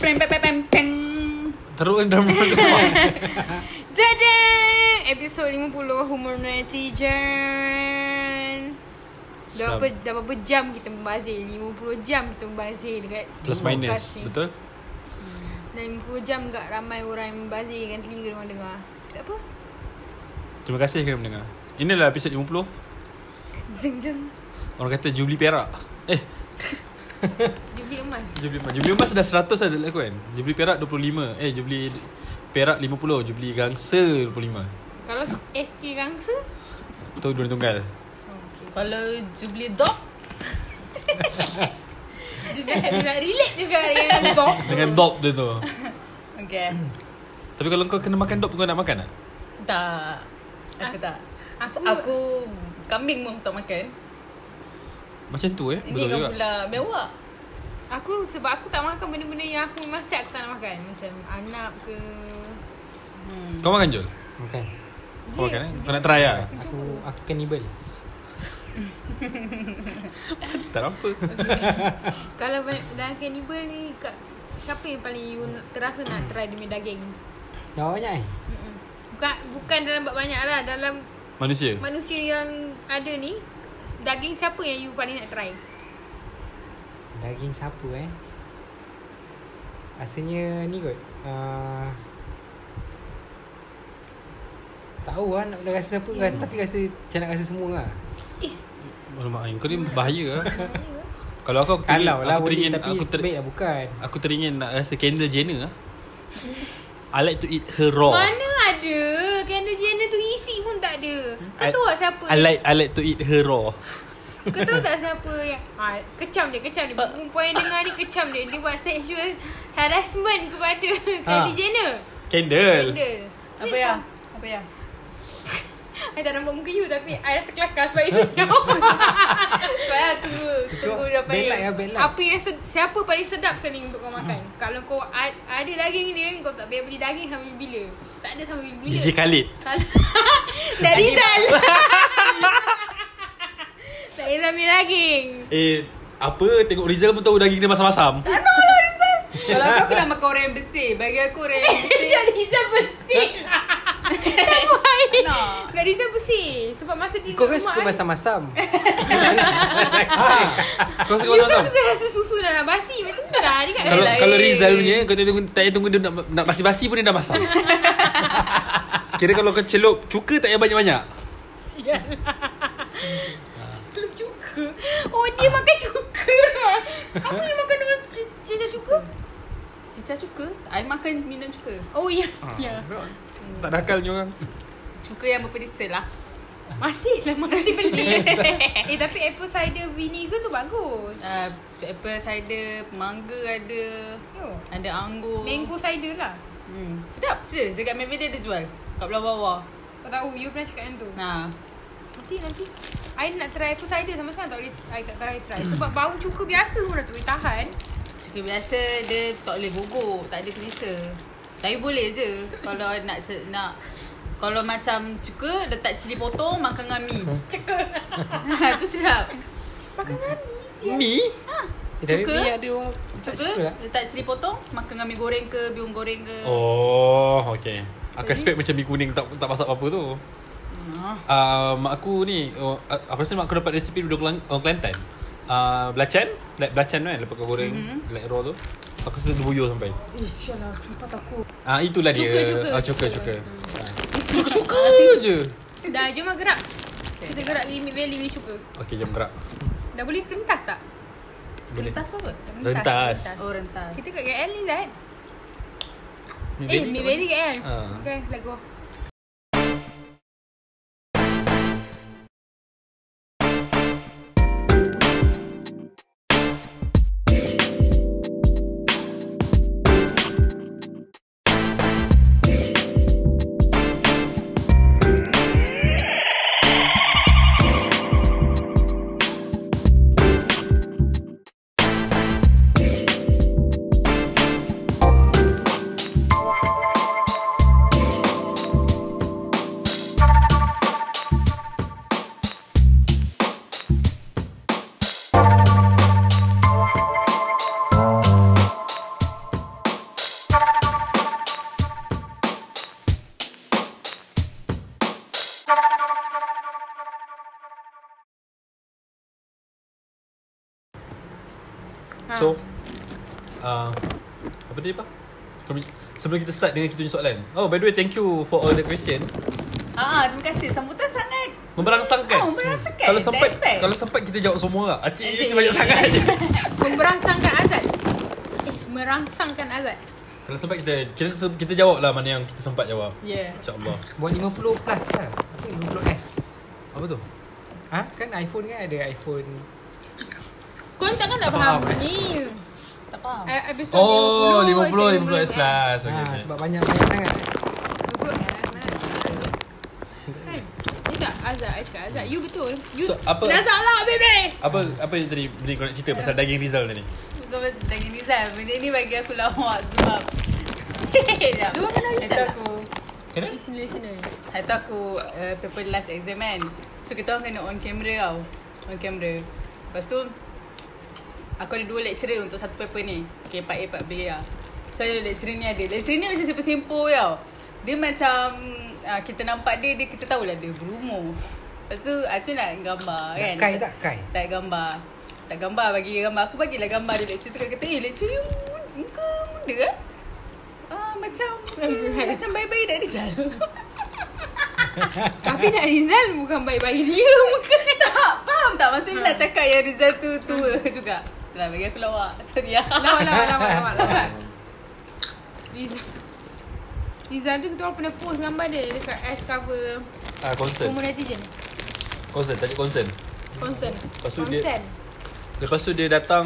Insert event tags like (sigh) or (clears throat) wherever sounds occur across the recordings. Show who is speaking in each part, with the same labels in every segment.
Speaker 1: Prem pem pem pem peng.
Speaker 2: Teruk kan drama tu.
Speaker 1: Jajan Episod 50 Humor Netizen Dah
Speaker 2: Sam.
Speaker 1: berapa, dah berapa jam kita membazir 50 jam kita membazir dekat
Speaker 2: Plus
Speaker 1: podcast ni.
Speaker 2: minus, betul?
Speaker 1: Dan 50 jam kat ramai orang yang membazir Dengan telinga orang dengar Tak apa
Speaker 2: Terima kasih kerana mendengar. Inilah episod 50.
Speaker 1: Jeng jeng
Speaker 2: Orang kata Jubli Perak. Eh,
Speaker 1: Jubli emas
Speaker 2: Jubli Emas. Jubli Emas dah 100 dah laku kan? Jubli Perak 25. Eh, Jubli Perak 50. Jubli Gangsa 25.
Speaker 1: Kalau SK Gangsa
Speaker 2: Tu dua tunggal.
Speaker 3: Kalau Jubli Dog
Speaker 1: Dia nak dia nak relate juga
Speaker 2: (laughs)
Speaker 1: dengan dog
Speaker 2: Dengan dop dia tu.
Speaker 3: Okay
Speaker 2: Tapi kalau kau kena makan dop, kau nak makan tak?
Speaker 3: (clears throat) Tak Aku tak
Speaker 1: Aku
Speaker 3: Aku Kambing pun tak makan
Speaker 2: Macam tu eh.
Speaker 3: Ini
Speaker 2: Betul
Speaker 3: kau
Speaker 2: juga.
Speaker 3: pula Bewak
Speaker 1: Aku sebab aku tak makan benda-benda yang aku masak aku tak nak makan Macam anak ke
Speaker 2: Kau makan Jul?
Speaker 4: Bukan
Speaker 2: Kau makan eh? Kau nak try lah?
Speaker 4: Aku aku kanibal
Speaker 2: Tak ada apa.
Speaker 1: Kalau ba- dalam cannibal ni kat, Siapa yang paling you nak- terasa
Speaker 2: Hmm.
Speaker 1: nak try demi daging?
Speaker 4: Dah banyak eh
Speaker 1: Mm-mm. Bukan bukan dalam bab banyak lah Dalam
Speaker 2: Manusia.
Speaker 1: manusia yang ada ni Daging siapa yang you paling nak try?
Speaker 4: Daging siapa eh Rasanya ni kot uh, Tahu lah nak nak rasa apa rasa, Tapi rasa macam nak rasa semua lah
Speaker 2: Alamak, kau ni bahaya lah. Kalau aku, aku teringin,
Speaker 4: Kalau lah
Speaker 2: aku
Speaker 4: boleh
Speaker 2: teringin,
Speaker 4: Tapi
Speaker 2: aku, ter,
Speaker 4: sebaik lah bukan
Speaker 2: aku teringin nak rasa Kendall Jenner lah. I like to eat her raw.
Speaker 1: Mana ada? Kan Candle Jenner tu isi pun tak ada Kau
Speaker 2: I-
Speaker 1: tahu tak siapa
Speaker 2: I like I like to eat her raw.
Speaker 1: Kau tahu tak siapa yang ha, Kecam dia, kecam
Speaker 2: (laughs)
Speaker 1: dia Perempuan yang dengar ni kecam dia Dia buat sexual harassment
Speaker 2: (laughs)
Speaker 1: kepada ha. Kylie Jenner
Speaker 2: Kendall.
Speaker 1: Kendall
Speaker 3: Apa ya? Apa ya?
Speaker 1: (laughs) I tak nampak muka you Tapi I rasa kelakar sebab
Speaker 2: (laughs)
Speaker 1: you senyum Sebab I tunggu Tunggu dia
Speaker 4: bad luck lah, bad luck.
Speaker 1: Apa yang sed- Siapa paling sedap kali untuk kau makan
Speaker 4: Hmm.
Speaker 1: Kalau kau ad- ada daging dia Kau tak payah beli daging sambil bila Tak ada sambil bila
Speaker 2: DJ Khalid.
Speaker 1: Kalau (laughs) Tak Rizal Tak payah sambil daging (laughs)
Speaker 2: Eh, apa tengok Rizal pun tahu daging dia masam-masam.
Speaker 3: Kalau aku, aku dah makan orang yang bersih Bagi aku orang (laughs) yang bersih
Speaker 1: Nak Rizal bersih Tak baik
Speaker 3: Nak.
Speaker 1: Nak Rizal bersih Sebab masa dia
Speaker 4: Kau
Speaker 1: duduk
Speaker 4: kan suka Eh,
Speaker 1: rumah,
Speaker 4: masam-masam
Speaker 2: Kau
Speaker 1: You
Speaker 2: suka
Speaker 1: kan
Speaker 2: masam-masam?
Speaker 1: suka rasa susu dah nak basi Macam tu lah Dia kat
Speaker 2: Kalau
Speaker 3: lain.
Speaker 2: kalau Rizal punya kau tak tunggu tak payah tunggu dia nak, nak basi-basi pun dia dah
Speaker 1: (laughs)
Speaker 2: masam. Kira kalau kau celup cuka tak payah banyak-banyak.
Speaker 1: Telur cuka Oh dia makan cuka lah Apa yang makan dengan c- cecah cuka?
Speaker 3: Cicah cuka I makan minum cuka
Speaker 1: Oh ya Ya
Speaker 2: Tak ada akal ni orang.
Speaker 3: Cuka yang berperisa lah
Speaker 1: Masih lah masih beli (laughs) Eh tapi apple cider vinegar tu bagus
Speaker 3: uh, Apple cider Mangga ada
Speaker 1: Yo.
Speaker 3: Ada anggur
Speaker 1: Mango cider lah
Speaker 3: hmm. Sedap Serius Dekat Mayfair dia ada jual Kat belah bawah
Speaker 1: Kau tahu you pernah cakap yang tu
Speaker 3: Nah
Speaker 1: Nanti nanti I nak try apple cider sama sekarang tak boleh I tak try try Sebab bau cuka biasa pun dah tak boleh tahan
Speaker 3: Cuka biasa Dia tak boleh gogok Tak ada perisa Tapi boleh je Kalau (laughs) nak se- Nak kalau macam cuka letak cili potong makan dengan mi.
Speaker 2: Hmm.
Speaker 3: Cuka. Itu sedap.
Speaker 2: Mi?
Speaker 4: eh, Tapi
Speaker 3: Suka?
Speaker 4: ni ada orang
Speaker 3: Cuka,
Speaker 4: tak suka lah
Speaker 3: letak cili potong makan dengan mi goreng ke biung goreng ke.
Speaker 2: eh? Oh, okay. Aku expect macam mi kuning tak tak masak apa-apa tu.
Speaker 3: Ah.
Speaker 2: Uh, mak aku ni oh, a- Aku rasa mak aku dapat resipi Daripada Kelang- orang Kelantan uh, Belacan Black belacan kan Lepas kau goreng mm-hmm. Black raw tu Aku rasa dia buyur sampai
Speaker 3: Eh, sialah, kenapa takut.
Speaker 2: Ah uh, Itulah dia
Speaker 1: Cuka-cuka.
Speaker 2: Ah, Cuka cuka Cuka je
Speaker 1: Dah jom lah gerak Kita gerak ke Limit Valley beli cuka
Speaker 2: Okay jom gerak
Speaker 1: Dah boleh kentas tak?
Speaker 2: Boleh
Speaker 3: Rentas apa?
Speaker 2: Rentas.
Speaker 3: Oh, rentas.
Speaker 1: Kita kat KL ni Zahid
Speaker 2: Mi
Speaker 1: Eh,
Speaker 2: Valley
Speaker 1: Mi
Speaker 2: kat
Speaker 1: Valley KL.
Speaker 2: Ha.
Speaker 1: Okay, let go. Ha.
Speaker 2: So uh, Apa tadi Pak? Kami- Sebelum kita start dengan kita punya soalan Oh by the way thank you for all the question
Speaker 3: Ah, terima kasih. Sambutan sangat.
Speaker 2: Memberangsangkan
Speaker 3: Oh, memberangsangkan.
Speaker 2: Kalau
Speaker 3: That's
Speaker 2: sempat
Speaker 3: best.
Speaker 2: Kalau sempat kita jawab semua lah Acik
Speaker 3: Acik.
Speaker 2: Acik banyak sangat
Speaker 1: Memberangsangkan Azad Eh merangsangkan Azad
Speaker 2: Kalau sempat kita, kita Kita jawab lah mana yang kita sempat jawab
Speaker 3: Yeah.
Speaker 2: InsyaAllah
Speaker 4: Buat 50 plus lah Apa 50S
Speaker 2: Apa tu?
Speaker 4: Ha? Kan iPhone kan ada iPhone
Speaker 1: Kau takkan tak
Speaker 2: Tak
Speaker 1: faham
Speaker 2: faham, eh?
Speaker 1: ni
Speaker 3: Tak faham.
Speaker 1: Eh, Episod
Speaker 2: Oh 50
Speaker 1: episod
Speaker 2: 50S plus
Speaker 4: okay, ha,
Speaker 2: okay.
Speaker 4: Sebab banyak-banyak sangat
Speaker 1: 50 Kan Ni tak Azad I cakap Azad You betul You
Speaker 2: So, apa-
Speaker 1: Nazak lah baby
Speaker 2: Apa apa yang tadi Beri korang cerita Pasal daging Rizal tadi
Speaker 3: Kau pasal daging Rizal. Benda ni bagi aku lawak sebab. (laughs) Sekejap.
Speaker 1: Dua Melayu tak
Speaker 3: Hari tu
Speaker 1: nak?
Speaker 3: aku
Speaker 2: Kena?
Speaker 1: Listen listen ni
Speaker 3: Hari tu aku uh, Paper last exam kan So kita orang kena on camera tau On camera Lepas tu Aku ada dua lecturer untuk satu paper ni Okay 4A 4B lah So ada lecturer ni ada Lecturer ni macam sempur-sempur tau Dia macam uh, Kita nampak dia, dia Kita tahulah dia berumur Lepas tu Acun nak gambar kan
Speaker 4: Kai tak kai
Speaker 3: tak gambar Tak gambar bagi gambar Aku bagilah gambar dia lecture tu Dia kata Eh lecture you mu- Muka muda eh Ah, macam eh, macam bayi-bayi dah Rizal
Speaker 1: Tapi nak Rizal Bukan baik-baik dia muka
Speaker 3: Ya, Tak faham tak Maksudnya nak cakap yang Rizal tu tua (laughs) juga Lah bagi aku lawak (laughs) Sorry lah
Speaker 1: Lawak lawak lawak lawak lawak Rizal Rizal tu kita orang pernah post gambar dia Dekat ash cover
Speaker 2: Ah, concern
Speaker 1: Umur netizen
Speaker 2: Concern Tadi concern
Speaker 1: Concern
Speaker 2: Lepas tu dia- Lepas tu dia datang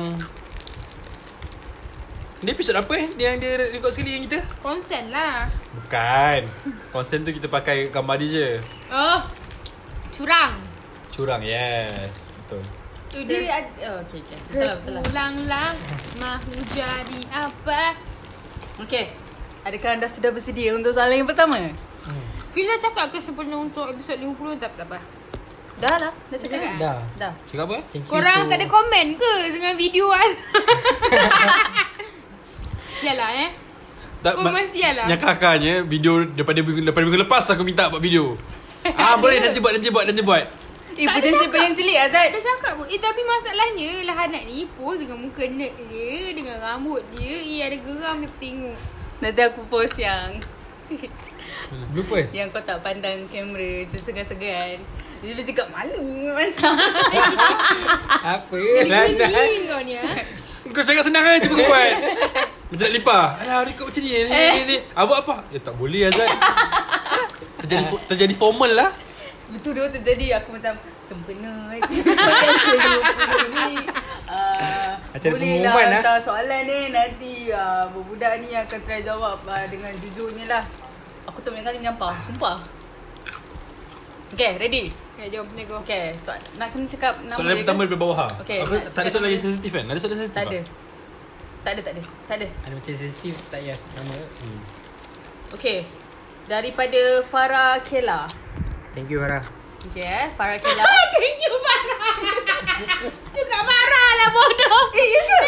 Speaker 2: Ni episod apa eh? Dia yang dia record sekali yang kita?
Speaker 1: Concern lah
Speaker 2: Bukan Consent tu kita pakai gambar dia je
Speaker 1: Oh Curang
Speaker 2: Curang yes Betul
Speaker 3: Tu dia ad- oh, Okay okay Betul lah betul lah
Speaker 1: Berulanglah Mahu jadi apa
Speaker 3: Okay Adakah anda sudah bersedia Untuk soalan yang pertama
Speaker 1: Bila cakap ke sebenarnya untuk episod 50 tak tak apa.
Speaker 3: Dah lah Dah cakap
Speaker 1: Dah.
Speaker 3: kan?
Speaker 4: Dah
Speaker 3: Dah
Speaker 2: Cakap apa eh?
Speaker 4: Thank you
Speaker 1: Korang
Speaker 4: to-
Speaker 1: tak ada komen ke dengan video (laughs) kan? Sial lah eh.
Speaker 2: Tak,
Speaker 1: Oh, masih lah.
Speaker 2: Yang kelakarnya Video daripada minggu, daripada minggu lepas Aku minta buat
Speaker 1: (laughs)
Speaker 2: video Ah boleh nanti buat Nanti buat Nanti buat
Speaker 3: Eh
Speaker 1: Tak ada
Speaker 3: potensi
Speaker 1: cakap.
Speaker 3: pencelik Azad
Speaker 1: Kita cakap pun. Eh tapi masalahnya lah anak ni post dengan muka nerd dia, dengan rambut dia. Eh ada geram dia tengok.
Speaker 3: Nanti aku post yang
Speaker 4: Bloopers
Speaker 3: Yang kau tak pandang kamera Macam segan-segan Dia boleh cakap malu Mana
Speaker 4: Apa
Speaker 1: Gila-gila kau ni ah.
Speaker 2: Kau cakap senang kan Cuba kau buat Macam nak lipah Alah record macam ni Ni ni ni Awak apa? Eh tak boleh
Speaker 1: (laughs)
Speaker 2: Azad Terjadi fo- terjadi formal lah
Speaker 3: Betul dia terjadi Aku macam Sempena eh. (laughs) Soalan ke-20 ni Ah,
Speaker 4: Macam ada
Speaker 3: Boleh lah
Speaker 4: pengumuman, ah.
Speaker 3: hantar soalan ni Nanti ah, Budak ni akan try jawab ah, Dengan jujurnya lah Aku tak boleh kali menyampah Sumpah Okay ready
Speaker 1: Ya jom nego.
Speaker 3: Okay soal Nak kena cakap nama
Speaker 2: Soalan
Speaker 3: dia
Speaker 2: pertama
Speaker 3: ke?
Speaker 2: daripada bawah ha.
Speaker 3: Okey,
Speaker 2: Aku, tak
Speaker 3: nak
Speaker 2: ada
Speaker 3: cakap
Speaker 2: soalan
Speaker 3: nama
Speaker 2: yang
Speaker 3: dia.
Speaker 2: sensitif kan? Ada soalan sensitif
Speaker 3: Tak ada
Speaker 2: tak?
Speaker 3: Tak ada tak ada Tak ada
Speaker 4: Ada macam sensitif tak payah nama
Speaker 2: Hmm.
Speaker 3: Okay Daripada Farah Kela
Speaker 4: Thank you Farah
Speaker 3: Okay eh Farah Kela
Speaker 1: Thank you Farah. Ah, (laughs) tu kat Farah lah bodoh. Eh ya (laughs) ke?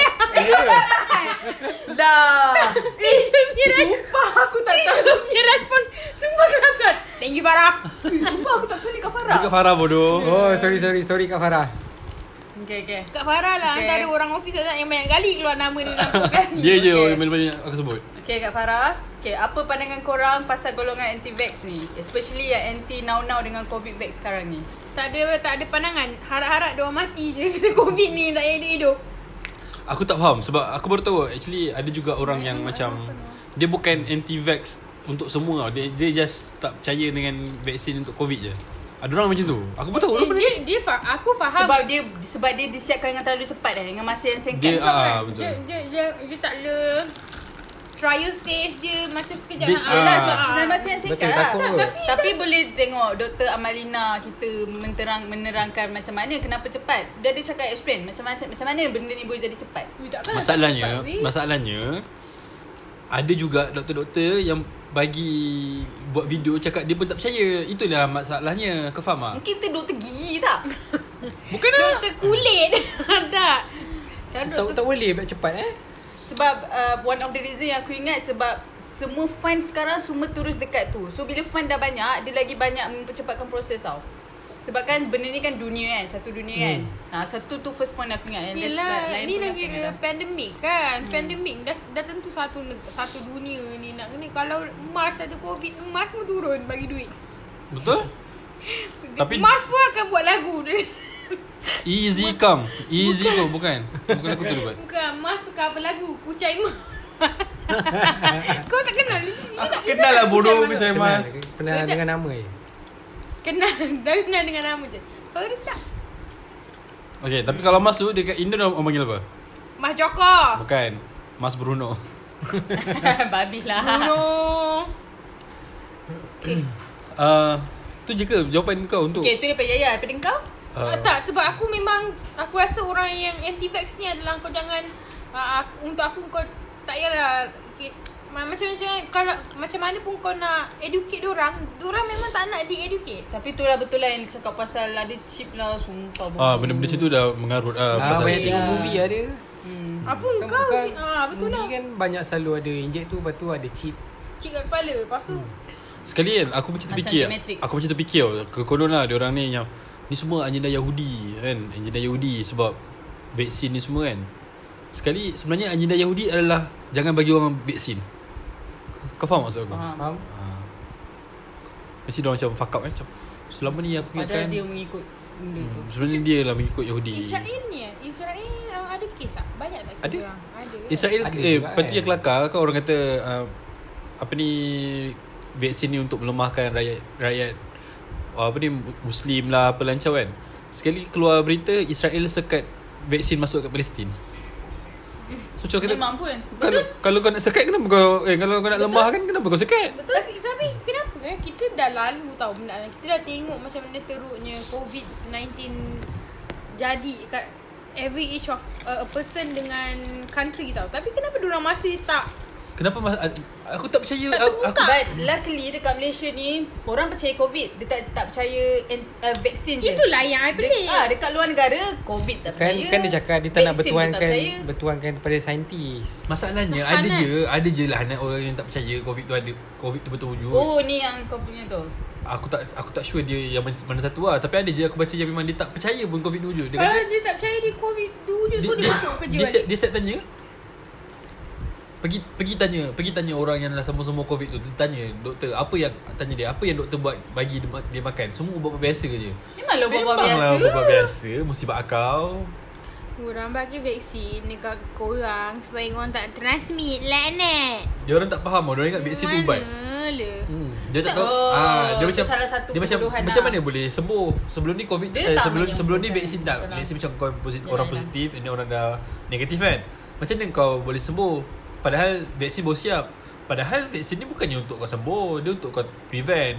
Speaker 3: (laughs) Dah
Speaker 1: Eh jom punya respon.
Speaker 3: Sumpah aku tak tahu
Speaker 1: Jom punya respon. Sumpah kelakar. Thank you Farah.
Speaker 3: Eh, Sumpah aku tak tahu ni Kak Farah
Speaker 2: Dekat Farah
Speaker 3: (laughs)
Speaker 2: bodoh
Speaker 4: Oh sorry sorry sorry Kak Farah
Speaker 3: Okay okay
Speaker 1: Kak Farah lah
Speaker 3: Okay.
Speaker 1: okay. Antara orang office Azad yang banyak kali Keluar nama (laughs) dia kan. dalam podcast ni
Speaker 2: (laughs) Dia je
Speaker 3: Okay.
Speaker 2: okay. yang banyak aku sebut
Speaker 3: Okay Kak Farah Okay apa pandangan korang Pasal golongan anti-vax ni Especially yang anti now-now Dengan covid vax sekarang ni
Speaker 1: Tak ada tak ada pandangan Harap-harap dia orang mati je (laughs) Kena covid ni Tak payah hidup-hidup
Speaker 2: Aku tak faham sebab aku baru tahu actually ada juga orang yang macam dia bukan anti-vax untuk semua tau. Dia, dia just tak percaya dengan vaksin untuk COVID je. Ada orang macam tu. Aku baru tahu
Speaker 1: eh,
Speaker 2: orang
Speaker 1: dia, dia, fa- Aku faham
Speaker 3: Sebab dia Sebab dia disiapkan dengan terlalu cepat eh, Dengan masa yang singkat
Speaker 2: Dia-
Speaker 3: Kau
Speaker 2: ah,
Speaker 3: kan?
Speaker 2: betul.
Speaker 1: dia, dia, dia, dia tak le Trial phase dia Macam sekejap
Speaker 2: Dia-
Speaker 1: nak
Speaker 2: ah.
Speaker 1: alas
Speaker 3: Sebab
Speaker 1: ah.
Speaker 3: dalam masa yang singkat
Speaker 4: Betul,
Speaker 3: lah
Speaker 4: takut
Speaker 3: Tak,
Speaker 4: apa.
Speaker 3: tapi, tapi boleh tengok Dr. Amalina Kita menterang, menerangkan Macam mana Kenapa cepat Dia ada cakap explain Macam, macam, macam mana benda ni boleh jadi cepat
Speaker 1: Ui, takkan
Speaker 2: masalahnya
Speaker 1: tak cepat, weh.
Speaker 2: masalahnya ada juga doktor-doktor yang bagi buat video cakap dia pun tak percaya. Itulah masalahnya. Kau faham tak?
Speaker 3: Mungkin tu doktor gigi tak
Speaker 2: Bukan lah.
Speaker 1: Doktor kulit (laughs) Tak Kan
Speaker 4: Tak
Speaker 1: doktor
Speaker 4: tak boleh buat cepat eh
Speaker 3: Sebab uh, one of the reason yang aku ingat sebab semua fund sekarang semua terus dekat tu. So bila fund dah banyak, dia lagi banyak mempercepatkan proses tau. Sebab kan benda ni kan dunia kan Satu dunia
Speaker 2: Hmm.
Speaker 3: kan Nah satu tu first point aku ingat yang lain-
Speaker 1: Yelah,
Speaker 3: lain
Speaker 1: lah, ni
Speaker 3: pun
Speaker 1: dah
Speaker 3: aku ingat
Speaker 1: kira
Speaker 3: dah. (laughs)
Speaker 1: pandemik kan. Pandemik dah dah tentu satu neg- satu dunia ni nak kena. Kalau Mars ada Covid, Mars pun turun bagi duit.
Speaker 3: (laughs)
Speaker 2: Betul? Tapi-
Speaker 1: Mars pun akan buat lagu.
Speaker 2: Easy come Easy go Bukan Bukan aku terlibat
Speaker 1: (laughs) Bukan, Mars suka apa lagu? Kucai
Speaker 2: (laughs)
Speaker 1: Mars. Kau tak kenal? You
Speaker 2: Aku
Speaker 1: tak- you
Speaker 2: kenal
Speaker 1: tak
Speaker 2: lah
Speaker 1: kenal
Speaker 2: bodoh
Speaker 1: Kucai
Speaker 2: Kucai
Speaker 1: Mars?
Speaker 4: Kenal,
Speaker 2: Mas
Speaker 4: kenal
Speaker 1: Sedap.
Speaker 4: dengan nama je
Speaker 1: Kenal, (laughs) tapi kenal dengan nama je. Suara dia sedap.
Speaker 2: Okay tapi kalau Mas tu Dekat Indon orang panggil apa?
Speaker 1: Mas
Speaker 2: (laughs)
Speaker 1: Joko.
Speaker 2: Bukan Mas Bruno
Speaker 3: Babi lah
Speaker 1: Bruno.
Speaker 2: uh, Tu je ke jawapan kau untuk
Speaker 3: Okay tu daripada Yaya Daripada kau
Speaker 4: Ah,
Speaker 1: Uh. Tak sebab aku memang Aku rasa orang yang anti-vax ni adalah Kau jangan uh, aku, Untuk aku kau Tak payahlah okay. Ma- Macam macam kalau, Macam mana pun kau nak Educate diorang Diorang memang tak nak di-educate
Speaker 3: Tapi tu lah betul lah yang dia cakap pasal Ada chip lah Sumpah
Speaker 2: Ah, benda-benda macam tu dah mengarut ah,
Speaker 4: Ah,
Speaker 2: pasal
Speaker 4: banyak
Speaker 2: chip.
Speaker 4: tengok movie lah dia
Speaker 3: hmm.
Speaker 1: Apa
Speaker 4: Kan
Speaker 1: kau
Speaker 4: bukan-
Speaker 1: si- ah, Betul lah
Speaker 4: Movie kan banyak selalu ada inject tu Lepas tu ada chip
Speaker 1: Cik kat kepala Lepas tu
Speaker 2: Sekali kan aku macam
Speaker 3: Macam
Speaker 2: terfikir
Speaker 3: The Matrix.
Speaker 2: Aku macam terfikir Kekonon lah diorang ni yang Ni semua agenda Yahudi kan Agenda Yahudi sebab Vaksin ni semua kan Sekali sebenarnya agenda Yahudi adalah Jangan bagi orang vaksin Kau faham maksud aku?
Speaker 3: Faham.
Speaker 4: Faham?
Speaker 2: Ha. Mesti diorang macam fuck up kan macam, Selama ni aku
Speaker 3: Padahal
Speaker 2: ingatkan
Speaker 3: dia mengikut Benda tu
Speaker 2: kan? hmm, Sebenarnya dia lah mengikut Yahudi
Speaker 1: Israel ni eh? Israel uh, ada kes tak? Banyak tak kes
Speaker 2: Ada.
Speaker 1: orang? Ada
Speaker 2: Israel
Speaker 4: Ada
Speaker 2: eh
Speaker 4: juga,
Speaker 2: patutnya
Speaker 4: kan?
Speaker 2: kelakar kan orang kata uh, apa ni vaksin ni untuk melemahkan rakyat rakyat uh, apa ni muslim lah apa lancar kan. Sekali keluar berita Israel sekat vaksin masuk kat Palestin. So macam kata
Speaker 3: Memang pun
Speaker 2: kalau, kalau kau nak sekat kenapa kau eh kalau kau nak lemahkan kenapa kau sekat?
Speaker 1: Betul. Tapi, tapi kenapa eh? Kita dah lalu tau benda ni. Kita dah tengok macam mana teruknya COVID-19 jadi kat every age of uh, a person dengan country tau. Tapi kenapa diorang masih tak
Speaker 2: Kenapa mas, aku tak percaya
Speaker 1: Tak
Speaker 2: aku,
Speaker 1: terbuka.
Speaker 2: aku
Speaker 3: But luckily dekat Malaysia ni Orang percaya COVID Dia tak, tak percaya an, uh, vaksin je
Speaker 1: Itulah yang I
Speaker 3: Dek,
Speaker 1: pelik.
Speaker 3: ah, Dekat luar negara COVID tak
Speaker 4: Kan
Speaker 3: percaya
Speaker 4: kan dia cakap dia tak nak kan
Speaker 3: vaksin pun tak
Speaker 4: bertuankan
Speaker 3: percaya.
Speaker 4: bertuankan kepada saintis.
Speaker 2: Masalahnya ada
Speaker 1: Hanat.
Speaker 2: je ada je lah anak orang yang tak percaya covid tu ada covid tu betul wujud.
Speaker 3: Oh ni yang kau punya tu
Speaker 2: Aku tak aku tak sure dia yang mana- mana satu lah Tapi ada je aku baca yang memang dia tak percaya pun COVID ni wujud Dia
Speaker 1: Kalau dia tak percaya dia COVID dia wujud so dia, masuk kerja.
Speaker 2: dia, set,
Speaker 1: balik.
Speaker 2: dia set tanya Pergi pergi tanya Pergi tanya orang yang dah sama-sama COVID tu Tanya doktor Apa yang Tanya dia Apa yang doktor buat Bagi dia, ma- dia makan Semua ubat biasa je
Speaker 3: Memang lah buat
Speaker 2: Memanglah
Speaker 3: biasa
Speaker 2: ubat biasa Musibah akal
Speaker 1: Orang bagi vaksin dekat korang supaya korang tak transmit lah net.
Speaker 2: Dia orang tak faham Dia orang ingat vaksin tu ubat
Speaker 1: Mana lah.
Speaker 4: Hmm.
Speaker 2: dia tak tahu
Speaker 3: Oh,
Speaker 2: ah dia
Speaker 3: tu
Speaker 2: macam
Speaker 3: salah satu
Speaker 2: dia macam
Speaker 3: kebodohan
Speaker 2: macam
Speaker 3: lah.
Speaker 2: mana boleh sembuh sebelum ni covid
Speaker 3: Dia
Speaker 2: eh,
Speaker 3: tak
Speaker 2: sebelum sebelum ni
Speaker 3: menyembuhkan.
Speaker 2: vaksin tak
Speaker 3: Betul lah.
Speaker 2: vaksin macam kau positif, orang
Speaker 3: Yalah, yalah.
Speaker 2: positif ini orang dah negatif kan macam mana kau boleh sembuh padahal vaksin baru siap padahal vaksin ni bukannya untuk kau sembuh dia untuk kau prevent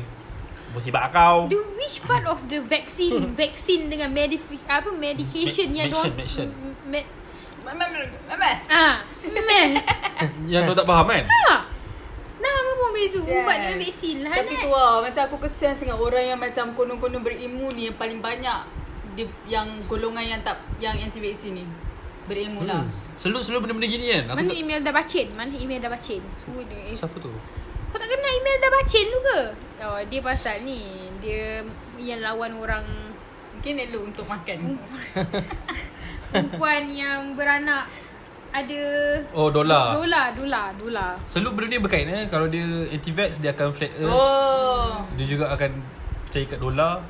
Speaker 2: musibah kau
Speaker 1: The which part of the vaccine vaccine dengan medifi, apa medication
Speaker 2: Me-
Speaker 1: yang
Speaker 2: medicine,
Speaker 1: diorang-
Speaker 2: medicine.
Speaker 1: me,
Speaker 3: Memang Memang
Speaker 1: ah meh
Speaker 2: yang kau tak faham kan
Speaker 1: Tak. Nah, apa pun beza
Speaker 3: Kesian.
Speaker 1: ubat dengan vaksin lah.
Speaker 3: Tapi tu lah Macam aku kesian sangat Orang yang macam Konon-konon berilmu ni Yang paling banyak dia, Yang golongan yang tak Yang anti vaksin ni Berilmu lah
Speaker 4: Hmm.
Speaker 2: selalu selalu benda-benda gini kan aku
Speaker 1: Mana
Speaker 2: tak,
Speaker 1: email dah bacin? Mana email dah bacin? Semua dia. eh,
Speaker 2: siapa tu
Speaker 1: Kau tak kenal email dah bacin tu ke? Oh, dia pasal ni. Dia yang lawan orang
Speaker 3: Mungkin elok untuk makan
Speaker 1: perempuan yang beranak ada
Speaker 2: oh dolar
Speaker 1: dolar, dolar, dolar.
Speaker 2: selalu benda ni berkait eh kalau dia anti vax dia akan flat earth
Speaker 3: Oh
Speaker 2: dia juga akan percaya kat dolar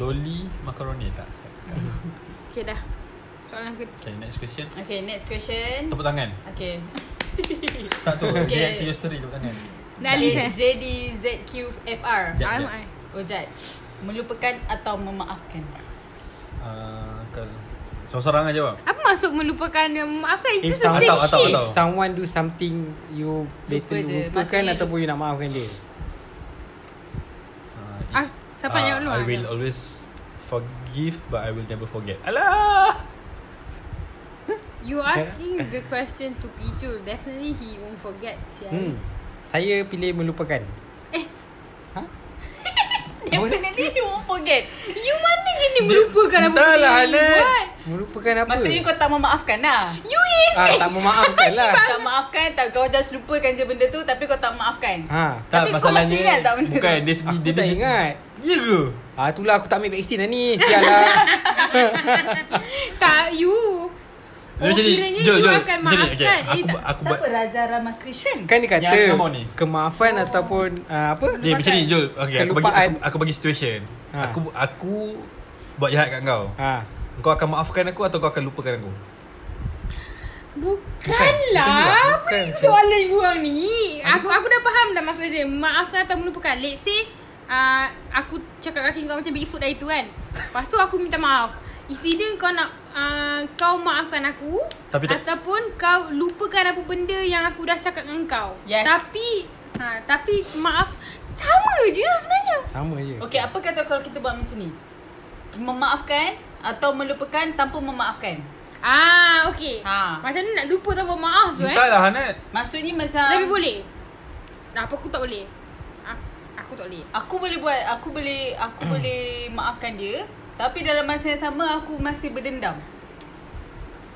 Speaker 2: doli macaroni tak
Speaker 1: Okey dah. Soalan ke
Speaker 2: Okay, next question.
Speaker 3: Okay next question
Speaker 2: Tepuk tangan.
Speaker 3: Okay
Speaker 2: Tak tu.
Speaker 3: Okay.
Speaker 2: React to your story tepuk tangan.
Speaker 1: dah list eh.
Speaker 3: JDZQFR
Speaker 2: Jap,
Speaker 1: Faham
Speaker 2: jap.
Speaker 1: ai.
Speaker 3: Ojat Oh, Melupakan atau memaafkan
Speaker 2: Uh, kalau seorang-seorang aja jawab.
Speaker 1: Apa maksud melupakan dia? Apa?
Speaker 2: Eh,
Speaker 1: It's just the
Speaker 2: tak
Speaker 1: same
Speaker 2: tahu, tak tahu,
Speaker 1: shit.
Speaker 2: tak
Speaker 4: If someone do something you
Speaker 3: Lupa
Speaker 4: better
Speaker 3: dia.
Speaker 4: you lupakan
Speaker 3: Maksudnya-
Speaker 4: ataupun you nak maafkan dia.
Speaker 2: Uh,
Speaker 1: Ah, siapa yang jawab dulu,
Speaker 2: I
Speaker 1: ah,
Speaker 2: will
Speaker 1: jawab.
Speaker 2: always forgive but I will never forget. Alah.
Speaker 1: You asking the question to Pichul. Definitely he won't forget. Sial.
Speaker 4: Hmm. Saya pilih melupakan.
Speaker 1: Eh.
Speaker 4: Ha?
Speaker 3: Definitely you won't forget
Speaker 1: You mana jenis melupakan apa benda
Speaker 4: Entahlah,
Speaker 1: yang you
Speaker 4: Hana.
Speaker 1: buat
Speaker 4: Melupakan apa?
Speaker 3: Maksudnya kau tak memaafkan lah
Speaker 1: You is
Speaker 4: Ah, tak memaafkan
Speaker 1: (laughs)
Speaker 4: lah.
Speaker 3: Tak maafkan tak, Kau just lupakan je benda tu Tapi kau tak maafkan
Speaker 4: Ha.
Speaker 2: Tak
Speaker 3: Tapi kau
Speaker 2: masalahnya
Speaker 3: masih ingat tak benda tu?
Speaker 2: Bukan dia sendiri
Speaker 4: Aku
Speaker 2: dia,
Speaker 4: tak
Speaker 2: dia,
Speaker 4: ingat.
Speaker 2: Ya ke?
Speaker 4: Ah, itulah aku tak ambil vaksin lah ni. Sial (laughs) lah.
Speaker 1: Tak you Oh
Speaker 2: Macam ni,
Speaker 1: kiranya
Speaker 2: Jol,
Speaker 1: you
Speaker 2: Jol,
Speaker 1: akan
Speaker 2: macam ni,
Speaker 1: maafkan Eh,
Speaker 2: okay, Aku
Speaker 1: tak-
Speaker 2: buat- aku buat
Speaker 3: Siapa Raja Ramakrishnan?
Speaker 4: Kan dia
Speaker 2: Yang
Speaker 4: kata
Speaker 2: aku mau ni.
Speaker 4: kemaafan ataupun ah, apa?
Speaker 2: Dia macam ni Jol okay, aku, bagi,
Speaker 4: Kelupaan.
Speaker 2: aku, aku bagi situation
Speaker 4: Ha.
Speaker 2: Aku aku buat jahat kat kau
Speaker 4: Ha.
Speaker 2: Kau akan maafkan aku atau kau akan lupakan aku?
Speaker 1: Bukanlah Apa
Speaker 4: Bukan.
Speaker 1: ni soalan you orang ni Aku aku dah faham dah maksud dia Maafkan atau melupakan Let's say uh, Aku cakap kaki kau macam Bigfoot dah itu kan Lepas tu aku minta maaf It's either kau nak uh, Kau maafkan aku
Speaker 2: Tapi tak-
Speaker 1: Ataupun kau lupakan apa benda Yang aku dah cakap dengan kau
Speaker 3: Yes.
Speaker 1: Tapi ha, Tapi maaf Sama je sebenarnya
Speaker 4: Sama je.
Speaker 3: Okey, apa kata kalau kita buat macam ni? Memaafkan atau melupakan tanpa memaafkan?
Speaker 1: Ah, okay
Speaker 3: Ha.
Speaker 1: Macam mana nak lupa tanpa maaf tu eh
Speaker 2: Entahlah Hanat
Speaker 3: Maksudnya macam
Speaker 1: Tapi boleh Dah apa aku tak boleh Ah, Aku tak boleh
Speaker 3: Aku boleh buat, aku boleh aku
Speaker 2: Hmm.
Speaker 3: boleh maafkan dia, tapi dalam masa yang sama aku masih berdendam.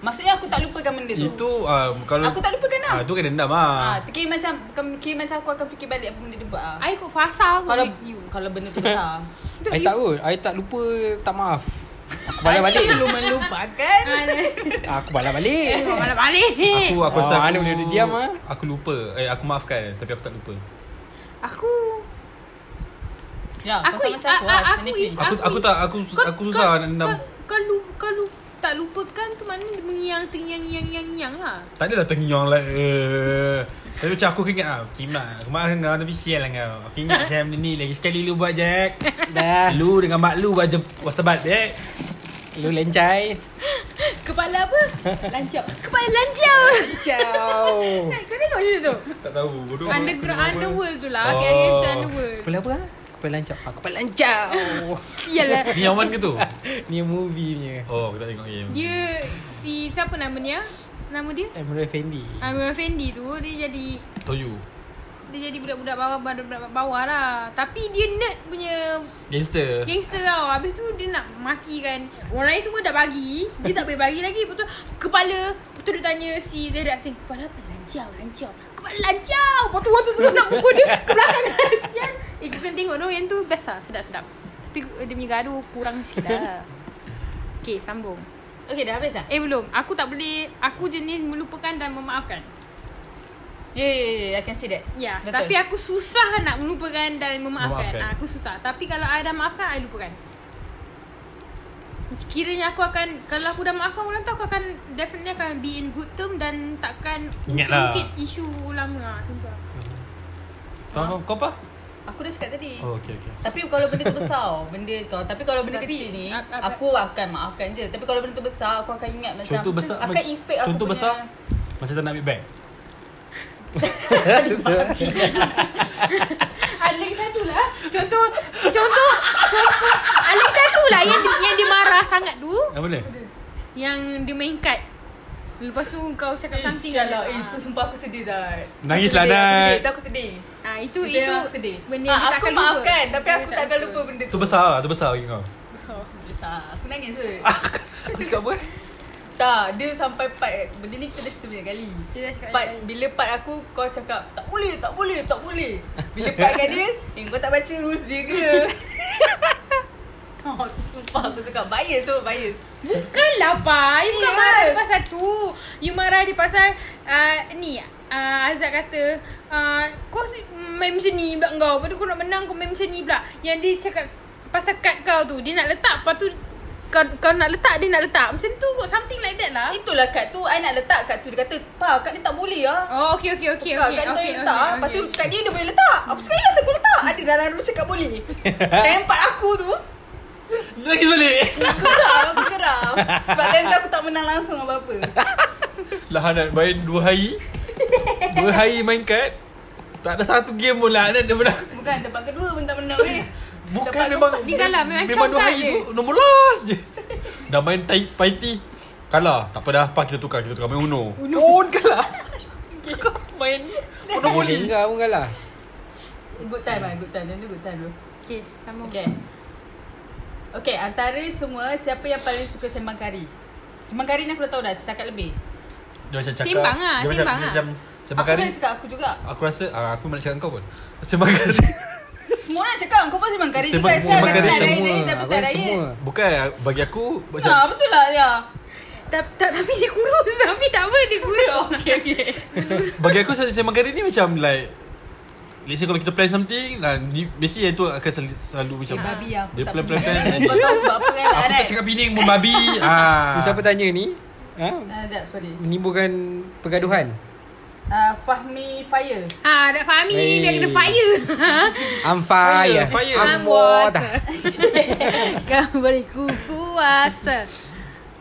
Speaker 3: Maksudnya aku tak lupakan benda tu.
Speaker 2: Itu uh, kalau
Speaker 3: Aku tak lupakan lah.
Speaker 2: Ah, tu kan dendam ah.
Speaker 3: Ha, kira macam bukan kira macam aku akan fikir balik apa benda dia buat ah.
Speaker 1: I ikut fasa aku
Speaker 3: Kalau
Speaker 1: with you.
Speaker 3: kalau benda tu besar.
Speaker 1: (laughs) Untuk
Speaker 4: I
Speaker 1: you.
Speaker 4: tak kot. I tak lupa, tak maaf. Aku balas balik. Ah,
Speaker 3: Belum melupakan.
Speaker 4: aku balas balik.
Speaker 1: Kau malah balik.
Speaker 3: eh.
Speaker 2: Aku aku
Speaker 4: Oh,
Speaker 2: rasa aku
Speaker 4: Ana boleh duduk diam, ah.
Speaker 2: Aku lupa. Eh aku maafkan tapi aku tak lupa.
Speaker 1: Aku
Speaker 3: Ya,
Speaker 1: aku aku
Speaker 3: pasal macam
Speaker 1: aku,
Speaker 3: aku, ah,
Speaker 1: aku,
Speaker 3: Hanafi.
Speaker 1: aku,
Speaker 2: Aku aku tak aku
Speaker 1: kau-
Speaker 2: aku susah nak
Speaker 1: kau,
Speaker 2: dendam.
Speaker 1: Kau, kau, lu- kau, lu, tak lupakan tu maknanya dia mengiang tengiang yang yang yang lah.
Speaker 2: Tak adalah tengiang lah eh. Tapi macam aku ingat ah, Kimak Aku maafkan kau tapi sial lah kau Aku ingat macam benda ni lagi sekali lu buat Jack
Speaker 3: (laughs)
Speaker 4: Dah.
Speaker 2: Lu dengan mak lu buat je wasabat Jack
Speaker 4: Lu lencai.
Speaker 1: Kepala apa? Lancau. (laughs) Kepala lancau.
Speaker 4: Ciao.
Speaker 1: Kan, Kau tengok je tu.
Speaker 2: Tak tahu bodoh
Speaker 1: Underground underworld tu lah.
Speaker 2: Oh.
Speaker 1: Oh. KRS underworld.
Speaker 4: Kepala apa? ah? Kepala lancau. Aku kepala lancau.
Speaker 1: Sial lah.
Speaker 2: Ni Yaman ke tu?
Speaker 4: ni movie punya.
Speaker 2: Oh aku tak tengok game
Speaker 1: Dia si siapa nama dia? Nama dia?
Speaker 4: Emerald Fendi. (laughs)
Speaker 1: Amir Fendi tu dia jadi
Speaker 2: Toyu
Speaker 1: dia jadi budak-budak bawah budak-budak bawah lah. Tapi dia nerd punya
Speaker 2: Gangster
Speaker 1: Gangster tau Habis tu dia nak maki kan Orang lain semua dah bagi Dia tak boleh bagi lagi Lepas tu kepala Lepas tu dia tanya si Zaira Hassan Kepala apa? Lancau Lancau Kepala lancau Lepas tu orang tu terus nak pukul dia Ke belakang (laughs) Kasian Eh kita tengok tu Yang tu best lah Sedap-sedap Tapi eh, dia punya gaduh Kurang sikit lah Okay sambung
Speaker 3: Okey, dah habis dah.
Speaker 1: Eh belum Aku tak boleh Aku jenis melupakan dan memaafkan
Speaker 3: Yeah, yeah, yeah, I can see that.
Speaker 1: Ya
Speaker 3: Betul.
Speaker 1: Tapi aku susah nak melupakan dan memaafkan,
Speaker 2: Memaafkan.
Speaker 1: memaafkan. Ha, Aku susah Tapi kalau I dah maafkan I lupakan Kiranya aku akan Kalau aku dah maafkan orang tu Aku akan Definitely akan be in good term Dan takkan
Speaker 2: Ingatlah.
Speaker 1: Mungkin-mungkin isu lama ha, tu lah.
Speaker 2: Kau, kau, kau apa?
Speaker 3: Aku dah cakap tadi.
Speaker 2: Oh okay okay
Speaker 3: Tapi kalau benda tu besar, benda tu. Tapi kalau benda
Speaker 1: Tapi,
Speaker 3: kecil ni,
Speaker 1: a- a-
Speaker 3: aku akan maafkan je. Tapi kalau benda tu besar, aku akan ingat macam
Speaker 2: Contoh besar
Speaker 3: akan efek aku
Speaker 2: Contoh
Speaker 3: punya.
Speaker 2: besar Macam tak nak ambil bag
Speaker 1: Ada lagi satu lah Contoh Contoh Contoh Ada lagi satu lah yang, dia- yang dia marah sangat tu
Speaker 2: Apa ni?
Speaker 1: Yang dia main kad Lepas tu kau cakap
Speaker 3: Eh,
Speaker 1: something
Speaker 3: sial lah. Eh,
Speaker 1: Ah.
Speaker 3: tu sumpah aku sedih Zat.
Speaker 2: Nangis lah,
Speaker 3: Aku sedih,
Speaker 2: Nat.
Speaker 3: aku sedih, Itu aku sedih.
Speaker 1: Ah itu
Speaker 3: Itu
Speaker 1: itu
Speaker 3: aku sedih.
Speaker 1: benda
Speaker 3: Ah,
Speaker 1: yang dia
Speaker 3: aku
Speaker 1: takkan lupa.
Speaker 3: maafkan tapi
Speaker 1: Dia
Speaker 3: aku takkan lupa benda
Speaker 2: Tu
Speaker 3: tu.
Speaker 2: besar lah Tu besar bagi kau
Speaker 1: Oh.
Speaker 3: Besar. Aku nangis kot.
Speaker 2: (laughs) Aku cakap apa?
Speaker 3: Tak, dia sampai part benda ni kita dah cerita banyak kali.
Speaker 1: Kita dah cakap
Speaker 3: Part
Speaker 1: banyak kali.
Speaker 3: bila part aku kau cakap tak boleh, tak boleh, tak boleh. Bila part kat dia, eh kau tak baca rules dia ke? Oh, (laughs) sumpah aku cakap bias tu, bias.
Speaker 1: Bukanlah pa You bukan
Speaker 3: Yes.
Speaker 1: marah dia pasal tu You marah dia pasal uh, Ni uh, Azad kata uh, Kau si- main macam ni pula kau Lepas tu kau nak menang Kau main macam ni pula Yang dia cakap Pasal kad kau tu Dia nak letak Lepas tu kau, kau nak letak Dia nak letak Macam tu kot Something like that lah
Speaker 3: Itulah kad tu I nak letak kad tu Dia kata Pa kad ni tak boleh lah
Speaker 1: Oh okay okay okay
Speaker 3: Kak,
Speaker 1: okay,
Speaker 3: kan
Speaker 1: okay,
Speaker 3: dia letak okay, Lepas tu kat dia dia boleh letak Apa sekali rasa aku letak Ada dalam rules cakap boleh (laughs) Tempat aku tu
Speaker 2: Nangis balik
Speaker 3: Aku tak Aku geram Sebab time tu aku tak menang langsung apa-apa
Speaker 2: Lah Hanat main 2 hari 2 hari main kad Tak ada satu game pun lah Hanat dia menang
Speaker 3: Bukan tempat kedua pun tak menang eh. weh
Speaker 2: Bukan
Speaker 3: Tempat
Speaker 2: memang
Speaker 1: Dia kalah, memang
Speaker 2: Memang 2
Speaker 1: shortcut
Speaker 2: hari
Speaker 1: je.
Speaker 2: tu Nombor last je Dah main tai, paiti Kalah Tak apa dah Apa kita tukar Kita tukar main Uno Uno pun kalah Kau main
Speaker 1: (laughs)
Speaker 2: Monopoly
Speaker 4: Boleh kau pun kalah.
Speaker 3: Good time lah Good time Dia good time tu
Speaker 1: Okay, sambung.
Speaker 3: Okay. Okay, antara semua siapa yang paling suka sembang kari? Sembang kari ni aku dah tahu dah, setakat lebih.
Speaker 2: Dia macam cakap
Speaker 1: Sembang lah,
Speaker 2: dia
Speaker 1: sembang
Speaker 2: macam,
Speaker 1: lah.
Speaker 2: dia macam Sembang
Speaker 3: aku
Speaker 2: kari
Speaker 3: paling suka aku juga.
Speaker 2: Aku rasa ah, Aku nak cakap kau pun (laughs) Sembang kari
Speaker 3: Semua orang cakap kau pun sembang kari
Speaker 2: Sembang-
Speaker 3: juga.
Speaker 2: sembang kari
Speaker 4: semua.
Speaker 3: Tak
Speaker 4: Aku
Speaker 3: betul
Speaker 4: rasa
Speaker 3: raya.
Speaker 4: semua.
Speaker 2: Bukan Bagi aku Macam
Speaker 3: Ha, betul lah ya.
Speaker 1: Ta- ta- tapi dia kurus. Tapi tak apa, dia kurus.
Speaker 3: (laughs) Okay, okay.
Speaker 2: Bagi aku satu sembang kari ni macam like Let's say kalau kita plan something dan di, Mesti yang tu akan selalu, selalu macam
Speaker 3: Dia babi lah, aku
Speaker 2: Dia
Speaker 3: tak
Speaker 2: plan plan plan
Speaker 3: (laughs) peduli. Kau tahu sebab apa kan
Speaker 2: Aku tak cakap pening pun
Speaker 3: (laughs)
Speaker 2: babi ah.
Speaker 4: Ni siapa tanya ni? Ha?
Speaker 3: Ah, sekejap, sorry
Speaker 4: Menimbulkan pergaduhan.
Speaker 3: Ah, Fahmi Fire
Speaker 1: Ha, dah Fahmi ni biar kena fire.
Speaker 4: I'm
Speaker 2: Fire,
Speaker 4: fire.
Speaker 2: fire.
Speaker 1: (laughs)
Speaker 4: I'm water.
Speaker 1: Kau beriku Kan kuasa.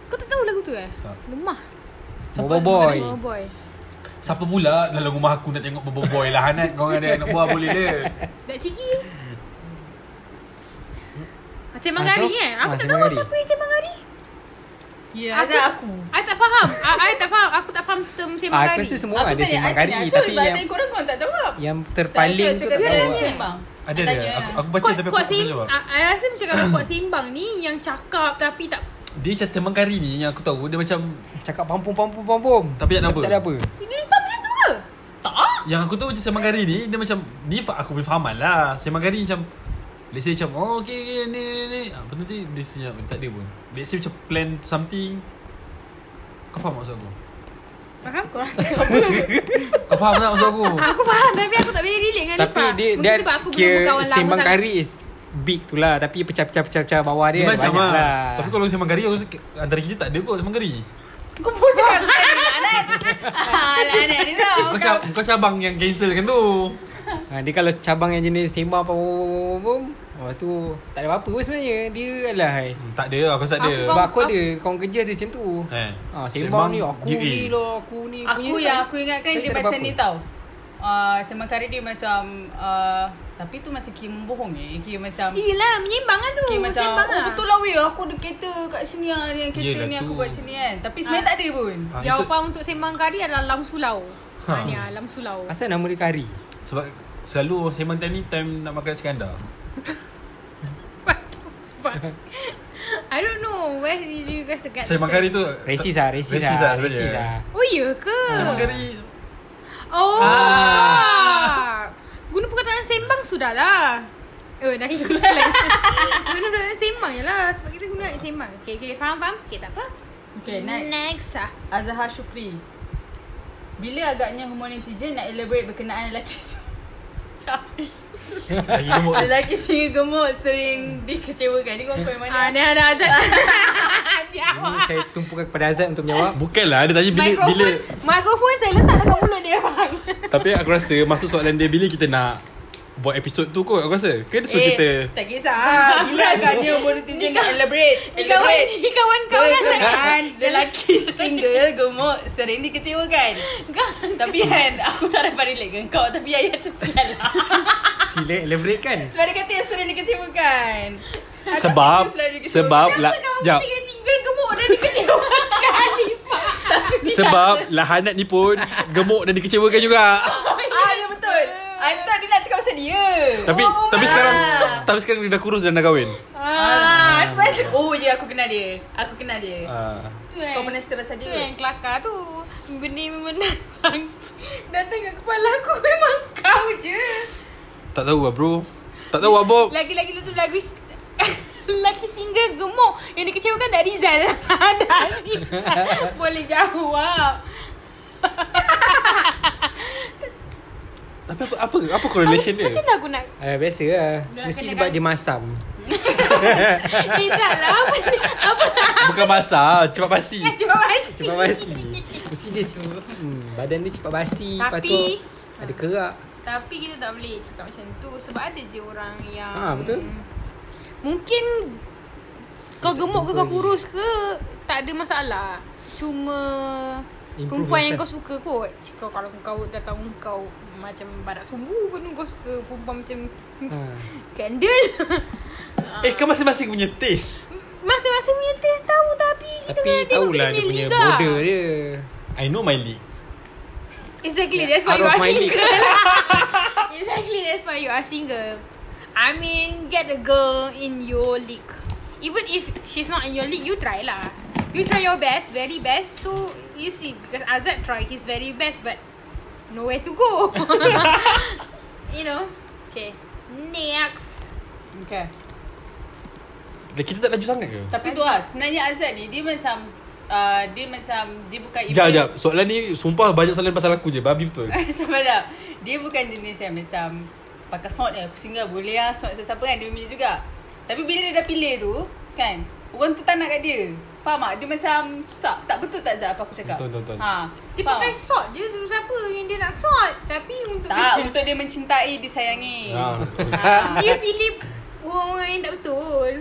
Speaker 1: Kau tak tahu lagu tu eh?
Speaker 2: Tak.
Speaker 1: Lemah.
Speaker 4: Bobo boy.
Speaker 1: Oh boy.
Speaker 2: Siapa pula dalam rumah aku nak tengok Bobo Boy lah Hanat Kau ada anak buah boleh dia
Speaker 1: Dak ciki. Macam
Speaker 4: Ah,
Speaker 1: Mangari
Speaker 4: so-
Speaker 1: eh. Aku
Speaker 4: ah,
Speaker 1: tak
Speaker 4: Cik
Speaker 1: tahu
Speaker 4: Mangari.
Speaker 1: siapa yang Mangari.
Speaker 3: Ya,
Speaker 1: Aku-
Speaker 3: Azhar aku
Speaker 1: Aku tak faham. Aku tak faham. Aku tak faham term sembang
Speaker 4: Ah,
Speaker 1: kari.
Speaker 4: aku rasa semua ada sembang kari
Speaker 3: Azhar,
Speaker 4: tapi
Speaker 3: lah. sebab
Speaker 4: yang
Speaker 3: yang korang korang tak jawab
Speaker 4: yang
Speaker 3: Tak,
Speaker 4: terpaling
Speaker 3: Azhar
Speaker 4: tu
Speaker 3: cakap
Speaker 4: tak
Speaker 3: dia
Speaker 4: tahu.
Speaker 1: ni.
Speaker 4: lah.
Speaker 3: sembang.
Speaker 2: Ada
Speaker 3: Ah,
Speaker 2: ada
Speaker 3: tanya.
Speaker 2: aku, aku baca
Speaker 1: Kuat,
Speaker 2: tapi aku
Speaker 1: kuat
Speaker 2: tak boleh
Speaker 1: sim,
Speaker 2: jawab
Speaker 1: ah, I rasa macam kalau kuat sembang ni yang cakap tapi tak
Speaker 2: Dia macam teman kari ni yang aku tahu Dia macam
Speaker 4: Cakap pampum pampum pampum.
Speaker 2: Tapi tak ada apa.
Speaker 4: Tak ada apa.
Speaker 1: lipat macam tu ke?
Speaker 3: Tak
Speaker 2: Yang aku tahu macam sembang kari ni Dia macam Ni fa- aku boleh fahaman lah Sembang kari macam Let's say macam Oh okay, okay ni ni ni ha, Lepas tu dia, dia senyap Tak ada pun Let's say macam plan something Kau faham tak maksud aku?
Speaker 1: Faham?
Speaker 3: Korang cakap apa
Speaker 2: Kau faham tak maksud
Speaker 4: (laughs)
Speaker 2: aku?
Speaker 4: lah.
Speaker 1: Ah, aku faham tapi aku tak boleh relate dengan
Speaker 4: Tapi
Speaker 1: Lipa.
Speaker 4: dia
Speaker 1: Mungkin
Speaker 4: dia
Speaker 1: sebab aku belum
Speaker 4: kira
Speaker 1: berkawan lama
Speaker 4: sembang
Speaker 1: sangat.
Speaker 4: kari is big tu lah tapi pecah-pecah-pecah bawah
Speaker 2: Dia
Speaker 4: dia, ada
Speaker 2: macam
Speaker 4: banyak
Speaker 2: lah
Speaker 4: lah.
Speaker 2: Tapi kalau sembang kari aku, rasa Antara kita tak ada kot sembang kari
Speaker 3: Kau pun cakap aku tak ada Anak Ah, Anak ni tau
Speaker 2: Kau, cab- kau cabang yang cancel kan tu
Speaker 4: ha, dia kalau cabang yang jenis sembang apa pum Oh tu tak ada apa-apa pun sebenarnya. Dia lah hai.
Speaker 2: hmm, Tak ada aku rasa tak ada
Speaker 1: Aku
Speaker 4: Sebab
Speaker 1: Bang,
Speaker 4: aku
Speaker 1: aku-
Speaker 4: ada kawan kerja dia macam tu.
Speaker 2: Eh,
Speaker 4: Ha, sembang ni aku
Speaker 2: dia
Speaker 4: ni
Speaker 2: A.
Speaker 4: lah aku ni kan.
Speaker 3: Aku
Speaker 4: ni
Speaker 3: yang
Speaker 4: tak-
Speaker 3: aku ingatkan
Speaker 4: tapi
Speaker 3: dia
Speaker 4: tak ada
Speaker 3: macam
Speaker 4: apa-apa.
Speaker 3: ni tau Ah, Sembang kari dia macam ah, Tapi tu macam kira membohong eh Kira macam
Speaker 1: Iyalah, menyembang kan tu.
Speaker 3: Okay, macam
Speaker 1: sembang
Speaker 3: Oh betul lah weh Aku ada kereta kat sini lah Yang kereta
Speaker 2: Yelah
Speaker 3: ni aku
Speaker 2: tu.
Speaker 3: buat sini kan Tapi sebenarnya
Speaker 1: Ah.
Speaker 3: tak ada pun
Speaker 2: Ah, itu-
Speaker 1: Jawapan untuk sembang kari adalah lam sulau.
Speaker 2: Ha.
Speaker 1: Ha, ni ah, lam sulau.
Speaker 4: Asal nama dia kari.
Speaker 2: Sebab selalu orang sembang time ni Time nak makan Iskandar
Speaker 1: (laughs) I don't know where did you guys get.
Speaker 2: Sembang kari tu
Speaker 4: Resis lah, resis
Speaker 2: Resis
Speaker 4: lah.
Speaker 2: lah sebenarnya.
Speaker 4: Resis lah.
Speaker 1: Oh ya ke?
Speaker 2: Sembang kari
Speaker 1: Oh.
Speaker 2: Ah.
Speaker 1: Guna perkataan sembang sudahlah. Eh, dah ikut (laughs) slang. Guna perkataan sembang je lah. Sebab kita guna sembang. Okay, okay. Faham, faham? Okay, tak apa.
Speaker 3: Okay next
Speaker 1: Next lah.
Speaker 3: Azhar Shukri Bila agaknya humor netizen nak elaborate berkenaan lelaki (laughs) se-
Speaker 2: Lagi gemuk
Speaker 3: Lelaki singa gemuk sering dikecewakan Ni kau kau yang
Speaker 1: Ah,
Speaker 3: mana?
Speaker 1: dah, dah, dah.
Speaker 3: (laughs)
Speaker 4: Ini saya tumpukan kepada Azad untuk
Speaker 2: (laughs)
Speaker 4: menjawab.
Speaker 2: Bukanlah dia tanya bila
Speaker 1: Mikrofon,
Speaker 2: bila
Speaker 1: mikrofon saya letak dekat mulut dia, bang.
Speaker 2: tapi aku rasa masuk soalan dia bila kita nak buat episod tu kot aku rasa. Kan
Speaker 1: Eh.
Speaker 2: so
Speaker 1: (laughs)
Speaker 2: kita
Speaker 5: tak kisah. Bila agaknya umur netizen nak elaborate.
Speaker 1: Ni kawan, ni kawan kau kan.
Speaker 3: (laughs)
Speaker 5: Berkenaan lelaki single gemuk sering dikecewakan.
Speaker 3: Tapi kan aku tak dapat relate dengan kau Tapi ayah macam sial lah
Speaker 4: Sila elaborate kan.
Speaker 5: Sebab dia kata yang sering dikecewakan. Ada
Speaker 2: sebab
Speaker 5: orang selalu dikecewakan.
Speaker 2: sebab la,
Speaker 1: Kenapa kamu
Speaker 2: lah. jap,
Speaker 1: ketiga single gemuk dan
Speaker 5: (laughs)
Speaker 1: dikecewakan?
Speaker 2: sebab lahanat ni pun gemuk dan dikecewakan juga.
Speaker 5: Ah, ya betul. Antar dia nak cakap pasal dia.
Speaker 2: tapi
Speaker 1: Oh, oh my
Speaker 2: tapi sekarang
Speaker 5: God.
Speaker 2: tapi sekarang dia dah kurus dan dah kahwin.
Speaker 1: Ah,
Speaker 5: Oh, ya aku kenal dia. Aku kenal dia.
Speaker 2: Ah.
Speaker 1: tu eh.
Speaker 5: Kau pernah cerita pasal
Speaker 1: Tu
Speaker 5: dia?
Speaker 1: yang kelakar tu Benih mendatang Datang kat kepala aku (laughs) Memang kau je
Speaker 2: tak tahu lah bro. Tak tahu lah Bob.
Speaker 1: Lagi-lagi tu lagu s- (laughs) Lelaki single gemuk Yang dikecewakan Dak Rizal (laughs) Dak Rizal Boleh jawab
Speaker 2: Tapi apa apa apa correlation dia?
Speaker 1: Macam mana aku nak
Speaker 4: Uh, biasa lah.
Speaker 1: Dah
Speaker 4: Mesti
Speaker 1: kena
Speaker 4: sebab
Speaker 1: kan?
Speaker 4: dia masam.
Speaker 1: Eh tak lah Apa ni Apa
Speaker 2: Bukan basah, cepat basi.
Speaker 1: nak Cepat basi (laughs)
Speaker 4: Cepat basi. Mesti dia hmm, badan dia cepat basi. Lepas tu
Speaker 1: Tapi-
Speaker 4: ada kerak.
Speaker 1: Tapi kita tak boleh cakap macam tu Sebab ada je orang yang
Speaker 4: Ah, betul.
Speaker 1: Mungkin Kau gemuk ke kau kurus ke Tak ada masalah Cuma
Speaker 4: Improve
Speaker 1: Perempuan yang kau
Speaker 4: yourself.
Speaker 1: suka kot Kau kalau kau dah tahu kau Macam badak sumbu pun kau suka Perempuan macam
Speaker 4: Ha.
Speaker 1: Candle (laughs)
Speaker 2: Eh kau masing-masing punya taste.
Speaker 1: Masa-masa punya taste tahu Tapi kita
Speaker 4: Tapi
Speaker 1: kena tengok
Speaker 4: tahulah dia punya
Speaker 1: liga.
Speaker 4: border dia.
Speaker 2: I know my league.
Speaker 1: Exactly that's why
Speaker 4: Out
Speaker 1: you
Speaker 4: of
Speaker 1: are
Speaker 4: my (laughs)
Speaker 1: single
Speaker 4: league.
Speaker 1: Exactly that's why you are single I mean, get a girl in your league. Even if she's not in your league, you try lah. You try your best, very best. So you see, because Azad tried his very best, but nowhere to go.
Speaker 4: (laughs)
Speaker 1: you know. Okay. Next.
Speaker 3: Okay.
Speaker 2: Dan kita tak laju sangat ke?
Speaker 3: Tapi tu lah Sebenarnya Azad ni Dia macam uh, Dia macam Dia bukan
Speaker 2: Jap, jap. Soalan ni sumpah banyak soalan pasal aku je. Babi betul.
Speaker 1: Eh.
Speaker 3: (laughs) Sebab tak Dia bukan jenis yang macam Pakai sort je Aku singgah boleh lah Sort sesiapa kan Dia memilih juga Tapi bila dia dah pilih tu Kan Orang tu tak nak kat dia Faham tak? Dia macam Susah Tak betul tak Zat Apa aku cakap
Speaker 2: Betul, betul, betul.
Speaker 3: ha,
Speaker 1: Dia
Speaker 3: faham?
Speaker 1: pakai sort. Dia siapa yang dia nak sort. Tapi untuk
Speaker 3: Tak Untuk dia mencintai Disayangi
Speaker 2: Ha.
Speaker 3: ha.
Speaker 1: dia pilih orang-orang yang tak betul.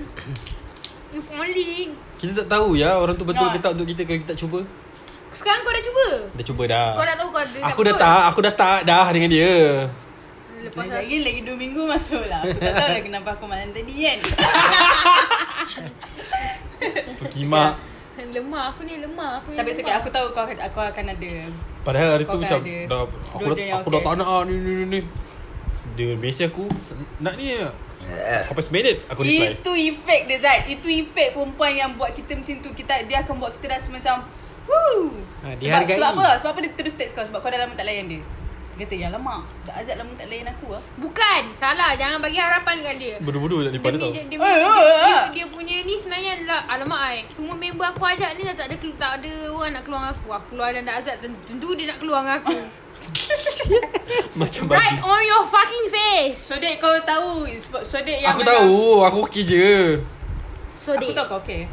Speaker 1: If only.
Speaker 2: Kita tak tahu ya orang tu betul ke
Speaker 3: Nah.
Speaker 2: tak untuk kita kalau kita tak cuba.
Speaker 1: Sekarang kau dah cuba?
Speaker 2: Dah cuba
Speaker 3: Ah.
Speaker 2: dah.
Speaker 1: Kau dah tahu kau dia
Speaker 2: Aku dah tak, aku dah tak dah dengan dia.
Speaker 1: Lepas tu-
Speaker 3: Lagi lagi 2 minggu masuk lah Aku tak tahu lah kenapa aku malam tadi kan (laughs)
Speaker 2: Perkimak.
Speaker 1: Lemah aku ni lemah aku ni
Speaker 3: Tapi
Speaker 1: lemah.
Speaker 3: sikit aku tahu kau, aku akan ada
Speaker 2: Padahal hari tu
Speaker 3: Kau
Speaker 2: macam
Speaker 3: kan ada.
Speaker 2: dah, aku
Speaker 3: Dua
Speaker 2: dah,
Speaker 3: dia yang
Speaker 2: aku dah
Speaker 3: okay.
Speaker 2: tak nak ah, ni ni ni, ni. Dia mesej aku nak ni ah. sampai seminit aku reply.
Speaker 3: Itu efek dia Zat Itu efek perempuan yang buat kita macam tu kita, Dia akan buat kita rasa macam Woo
Speaker 4: Ha,
Speaker 3: sebab,
Speaker 4: dihargai.
Speaker 3: sebab apa? Sebab apa dia terus text kau Sebab kau dah lama tak layan dia Dia kata ya lama Dah ajak lama tak layan aku lah
Speaker 1: Bukan Salah Jangan bagi harapan kat dia
Speaker 2: Bodoh-bodoh tak lipat dia
Speaker 1: Demi,
Speaker 2: tau.
Speaker 1: dia, demi,
Speaker 3: Eh, eh,
Speaker 1: dia,
Speaker 3: eh.
Speaker 1: dia, dia punya ni sebenarnya adalah Alamak ai Semua member aku ajak ni dah tak ada kelu- Tak ada orang nak keluar dengan aku Aku keluar dan dah azab Tentu tentu dia nak keluar dengan
Speaker 3: (laughs)
Speaker 1: aku
Speaker 2: (laughs) Macam
Speaker 1: Right
Speaker 2: babi.
Speaker 3: oh,
Speaker 1: on your fucking face
Speaker 3: So dia kau tahu Sebab so dia yang
Speaker 2: Aku
Speaker 3: macam-
Speaker 2: tahu, aku okey je.
Speaker 1: So
Speaker 3: Aku
Speaker 1: dek
Speaker 3: tahu kau okay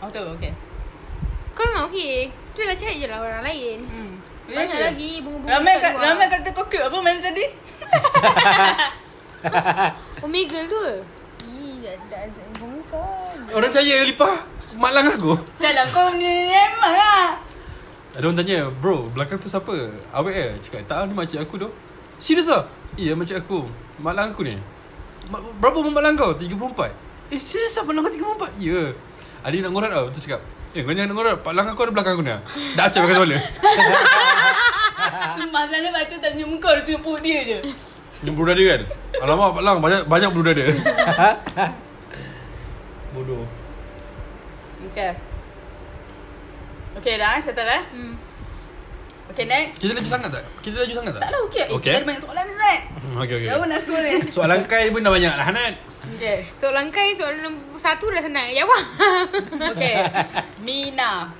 Speaker 3: Aku tahu okay
Speaker 1: Kau memang okay Tu lah cakap je lah orang lain
Speaker 3: hmm.
Speaker 1: Banyak lagi bunga-bunga
Speaker 3: Ramai,
Speaker 1: kat
Speaker 3: kat,
Speaker 1: luar.
Speaker 3: ramai kata kau cute apa mana tadi?
Speaker 1: Omega tu ke? Ih, dah- dah dah- bunga kau
Speaker 2: Orang percaya lipah malang aku.
Speaker 3: Jalan kau ni memang lah
Speaker 2: Ada orang tanya, bro, belakang tu siapa? Awek ke? Cakap, tak ni makcik aku tu. Serius lah? Iya, makcik aku. Malang aku ni. Ma- berapa umur malang kau? 34. Eh, serius lah malang kau 34? Ya. Ada yang nak ngorat tau. Tu cakap, eh, kau jangan nak ngorat. Malang aku ada belakang aku ni. ah." Dah acap pakai kepala.
Speaker 3: Sumpah sana baca tak tunjuk muka Dia tunjuk perut dia
Speaker 1: (laughs)
Speaker 3: je
Speaker 2: (laughs) Ni bulu dada kan? Alamak, malang. Banyak, banyak bulu dada. (laughs) Bodoh.
Speaker 3: Okay Okay dah eh settle eh
Speaker 1: Hmm.
Speaker 3: Okay next
Speaker 2: Kita laju sangat tak? Kita laju sangat tak?
Speaker 3: Tak lah okey. Eh,
Speaker 2: Okay.
Speaker 3: kita ada banyak soalan ni, Zat.
Speaker 2: Okay, okay.
Speaker 3: Jauh nak sekolah ni.
Speaker 2: Soalan kai pun dah banyak lah, Hanat.
Speaker 3: Okay.
Speaker 1: Soalan kau soalan nombor satu dah senang Ya nak jawab (laughs)
Speaker 3: Okay. Mina.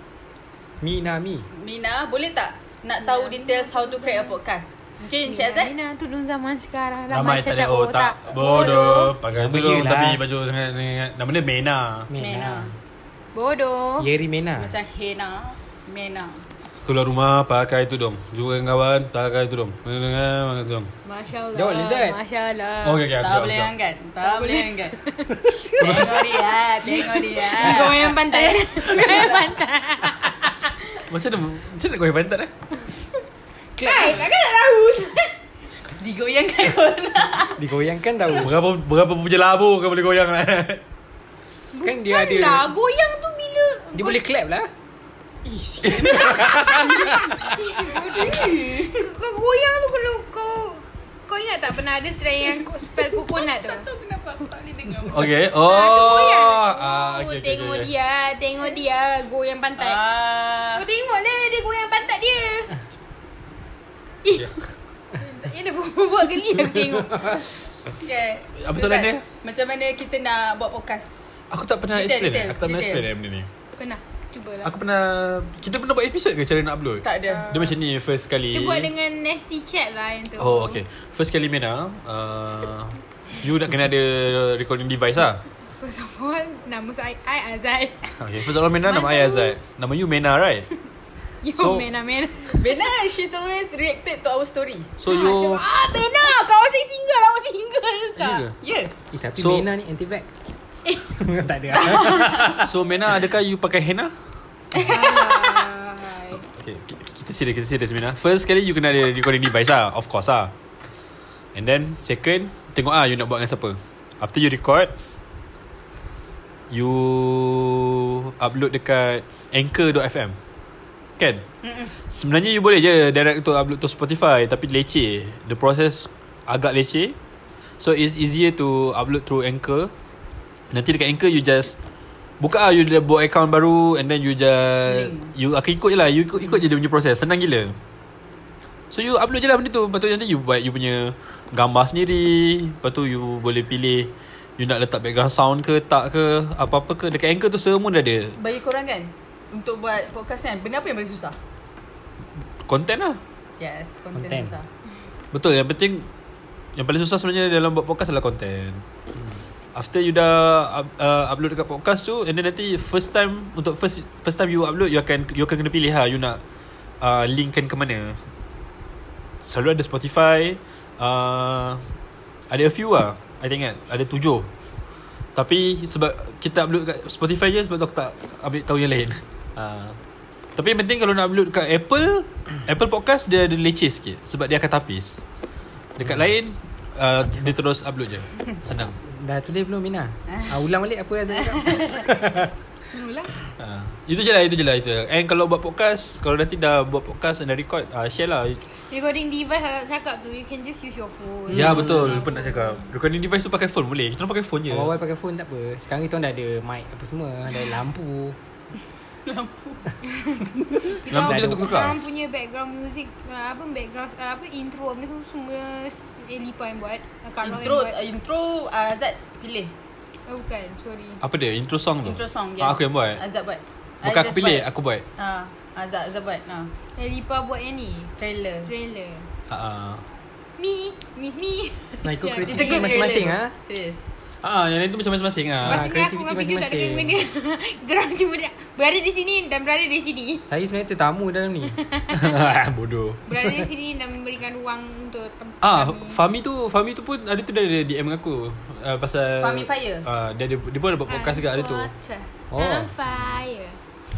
Speaker 4: Mi na mi.
Speaker 3: Mina, boleh tak nak tahu details how to create a podcast? Mungkin Encik Azad?
Speaker 1: Mina tudung zaman sekarang
Speaker 2: Ramai "Oh,
Speaker 1: "Oh,
Speaker 2: tak ada otak Bodoh Pakai
Speaker 4: Nama
Speaker 2: tudung
Speaker 4: dia lah.
Speaker 2: tapi baju sangat sangat- Nama dia Mena
Speaker 4: Mena.
Speaker 1: Bodoh
Speaker 4: Yeri
Speaker 1: (laughs)
Speaker 4: Mena.
Speaker 3: Macam Hena. Mena.
Speaker 2: Keluar rumah pakai tudung Jumpa dengan kawan pakai tudung Dengan pakai tudung
Speaker 1: Masya Allah
Speaker 4: Jawab, Lizard.
Speaker 1: Masya Allah
Speaker 2: Okay okay aku
Speaker 3: Tak
Speaker 2: jawab,
Speaker 3: boleh
Speaker 2: jawab.
Speaker 3: angkat. Tak boleh (laughs) angkat. Tengok dia. ah, Tengok dia.
Speaker 1: Eh, Kau yang
Speaker 3: Eh,
Speaker 1: (laughs) pantai Kau yang pantai
Speaker 2: Macam mana Macam mana kau hebat tak eh
Speaker 3: Hai, takkan tak tahu. Digoyangkan kau nak.
Speaker 4: Digoyangkan tahu.
Speaker 2: Berapa berapa puja labu kau boleh goyang (laughs) lah
Speaker 4: Kan dia ada-
Speaker 1: lah Goyang tu bila
Speaker 4: Dia boleh clap lah.
Speaker 1: Kau, kau goyang tu Kalau kau Kau ingat tak pernah ada Selain yang ko- spell coconut
Speaker 4: (laughs)
Speaker 1: tu
Speaker 3: Kenapa aku tak boleh dengar?
Speaker 2: Okay
Speaker 1: Ah, dia goyang
Speaker 2: Oh
Speaker 1: tu. Tengok dia Tengok dia Goyang pantat
Speaker 3: Ah.
Speaker 1: Kau tengok dia Dia goyang pantat
Speaker 2: (laughs)
Speaker 1: dia Ih Ya dia buat geli aku tengok
Speaker 3: Okay.
Speaker 2: Apa soalan dia?
Speaker 3: Macam mana kita nak buat podcast?
Speaker 2: Aku tak pernah
Speaker 3: Details,
Speaker 2: explain eh.
Speaker 3: details,
Speaker 2: Aku tak pernah
Speaker 3: details.
Speaker 2: explain eh benda ni
Speaker 1: Pernah Cubalah
Speaker 2: Aku pernah Kita pernah buat episode ke Cara nak upload
Speaker 3: Tak ada.
Speaker 2: Dia macam ni first kali
Speaker 1: Dia buat dengan nasty chat lah yang tu.
Speaker 2: Oh okay First kali Mena uh, You nak kena ada recording device lah
Speaker 1: First of all, nama saya I Azad. (laughs)
Speaker 2: Okay first of all Mena nama I Azad Nama you Mena right
Speaker 1: You so,
Speaker 2: So-
Speaker 1: Mena Mena.
Speaker 3: Bena, she's always reacted to our story.
Speaker 2: So you
Speaker 1: Ah Mena, kau masih single, awak single (laughs) ke?
Speaker 2: Iya Ya ke?
Speaker 3: Yeah.
Speaker 4: Eh, tapi
Speaker 2: So-
Speaker 4: so, Mena ni
Speaker 1: (laughs)
Speaker 4: anti-vax. (laughs) tak ada.
Speaker 2: So Mena adakah you pakai henna?
Speaker 1: Alah.
Speaker 2: Okay ki- kita serius kita serius Mena First kali you kena ada recording device lah Of course lah And then second Tengok ah you nak buat dengan siapa After you record You Upload dekat Anchor.fm Kan?
Speaker 3: Mm-mm.
Speaker 2: Sebenarnya you boleh je direct tu upload to Spotify tapi leceh. The process agak leceh. So it's easier to upload through Anchor. Nanti dekat Anchor you just buka ah you dah buat account baru and then you just
Speaker 3: Link.
Speaker 2: you akan ikut je lah. You ikut, ikut je dia punya proses. Senang gila. So you upload je lah benda tu Lepas tu nanti you buat You punya gambar sendiri Lepas tu you boleh pilih You nak letak background sound ke Tak ke Apa-apa ke Dekat anchor tu semua dah ada
Speaker 3: Bagi korang kan Untuk buat podcast kan Benda apa yang paling susah?
Speaker 2: Content lah
Speaker 3: Yes Content,
Speaker 4: Content.
Speaker 3: content. susah
Speaker 2: Betul yang penting Yang paling susah sebenarnya Dalam buat podcast adalah content Hmm. After you dah up- uh, Upload dekat podcast tu And then nanti First time Untuk first First time you upload You akan You akan kena pilih ha You nak uh, Linkkan ke mana Selalu ada Spotify uh, Ada a few lah I think kan Ada tujuh Tapi Sebab Kita upload kat Spotify je Sebab tu aku tak Ambil tahu yang lain (laughs) uh, Tapi yang penting Kalau nak upload kat Apple Apple Podcast Dia ada leceh sikit Sebab dia akan tapis Dekat lain uh, Dia terus upload je Senang
Speaker 4: Dah tulis belum Mina?
Speaker 1: Eh.
Speaker 4: Ah, ulang balik apa Azhar cakap
Speaker 1: Mula.
Speaker 2: uh, Itu je lah Itu je lah itu. je lah. And kalau buat podcast Kalau nanti dah buat podcast And dah record uh, Share lah
Speaker 1: Recording device Harap cakap tu You can just use your phone
Speaker 2: Ya betul Lupa nak cakap Recording device tu pakai phone Boleh Kita orang pakai phone je
Speaker 4: Awal-awal pakai phone tak apa Sekarang kita orang dah ada mic apa semua Dah ada lampu
Speaker 2: Lampu
Speaker 1: orang-
Speaker 2: kita tukar-tukar.
Speaker 1: Orang punya background music uh, Apa background uh, Apa intro Benda tu semua Eh Lipa yang buat uh, Kak Noh yang
Speaker 3: Intro
Speaker 1: buat
Speaker 3: uh, Intro uh, Azad pilih
Speaker 1: Oh bukan Sorry
Speaker 2: Apa dia Intro song tu
Speaker 3: Intro song
Speaker 2: Ah, Aku yang buat
Speaker 3: Azad buat
Speaker 2: Bukan
Speaker 3: I
Speaker 2: aku
Speaker 3: just
Speaker 2: pilih
Speaker 3: buat.
Speaker 2: Aku buat
Speaker 3: Ah, Azad Azad buat ah.
Speaker 1: Eh Lipa buat yang ni
Speaker 3: Trailer
Speaker 1: Trailer
Speaker 2: Ah,
Speaker 1: Me Me Me
Speaker 4: Nak ikut
Speaker 1: Siap.
Speaker 4: kreativiti masing-masing ha?
Speaker 3: Serius
Speaker 2: ah, yang lain tu macam masing-masing ah. (laughs)
Speaker 3: (laughs)
Speaker 4: Ah,
Speaker 1: Lepas ni aku dengan video tak
Speaker 4: kreativiti
Speaker 1: ada
Speaker 4: masing-masing.
Speaker 1: kena-mengena (laughs) Geram cuma nak Berada di sini Dan berada di sini
Speaker 4: Saya sebenarnya tetamu dalam
Speaker 3: (laughs)
Speaker 4: ni
Speaker 2: Bodoh.
Speaker 1: Berada di sini Dan memberikan ruang Untuk tempat
Speaker 2: Ah,
Speaker 1: kami
Speaker 2: Fahmi tu Fahmi tu pun ada tu dia ada DM aku uh, pasal
Speaker 3: Fahmi Fire?
Speaker 2: Ah, dia, dia dia pun ada buat podcast juga ada tu.
Speaker 1: Oh
Speaker 4: Oh.
Speaker 1: I'm fire lah.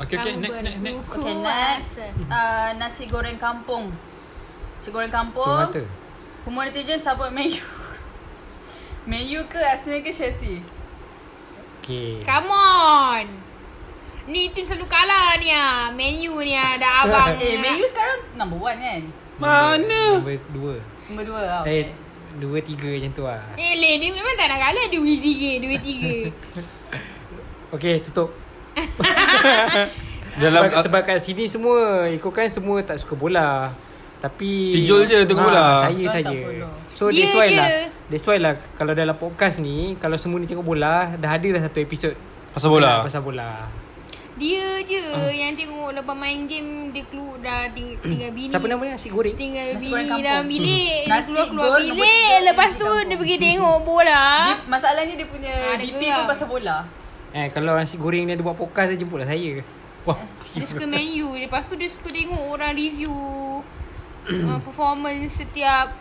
Speaker 2: Okay okay next next next.
Speaker 3: Okay next uh, Nasi goreng kampung Nasi goreng
Speaker 4: Tu
Speaker 3: kampung
Speaker 4: mata
Speaker 3: Pemain netizen support Man (laughs) U Man U ke Arsenal ke Chelsea
Speaker 4: Okay
Speaker 1: Come on Ni tim selalu kalah ni ah Menu ni ah Dah
Speaker 2: (laughs)
Speaker 1: abang
Speaker 3: Eh Man U sekarang number one kan
Speaker 2: Mana?
Speaker 4: Nombor dua
Speaker 3: Nombor dua lah
Speaker 4: Eh Dua tiga macam tu lah
Speaker 3: Ya.
Speaker 1: Eh Lin ni memang tak nak kalah Dua tiga Dua
Speaker 2: (laughs)
Speaker 1: tiga
Speaker 4: Okay tutup
Speaker 2: Dalam
Speaker 4: sebab, sebab kat sini semua Ikutkan semua tak suka bola Tapi Ah,
Speaker 2: Pijol je tengok bola.
Speaker 4: Saya
Speaker 3: Tuan tak
Speaker 4: saja
Speaker 3: follow. Ya
Speaker 4: So
Speaker 1: Dia
Speaker 4: that's why
Speaker 1: je.
Speaker 4: lah That's why lah Kalau dalam podcast ni Kalau semua ni tengok bola Dah ada dah satu episod
Speaker 2: Pasal bola.
Speaker 4: Pasal bola
Speaker 1: Dia je
Speaker 2: Ah.
Speaker 1: yang tengok lepas main game Dia keluar dah ting- tinggal bini
Speaker 4: Siapa nama dia? Nasi goreng?
Speaker 1: Tinggal bini
Speaker 3: Nasi goreng
Speaker 1: dalam
Speaker 3: kampung.
Speaker 1: bilik Dia
Speaker 3: Nasi
Speaker 1: keluar-keluar
Speaker 3: goreng nombor
Speaker 1: bilik
Speaker 3: tiga,
Speaker 1: Lepas
Speaker 3: nasi
Speaker 1: tu dia
Speaker 3: kampung.
Speaker 1: pergi tengok bola
Speaker 3: Dia, masalahnya dia punya
Speaker 1: Ah, ada
Speaker 3: DP
Speaker 1: geram.
Speaker 3: pun pasal bola
Speaker 4: Eh kalau nasi goreng ni ada buat podcast Dia jemputlah saya Wah
Speaker 3: Eh.
Speaker 1: Dia suka menu Lepas tu dia suka tengok orang
Speaker 3: (coughs)
Speaker 1: review uh, Performance setiap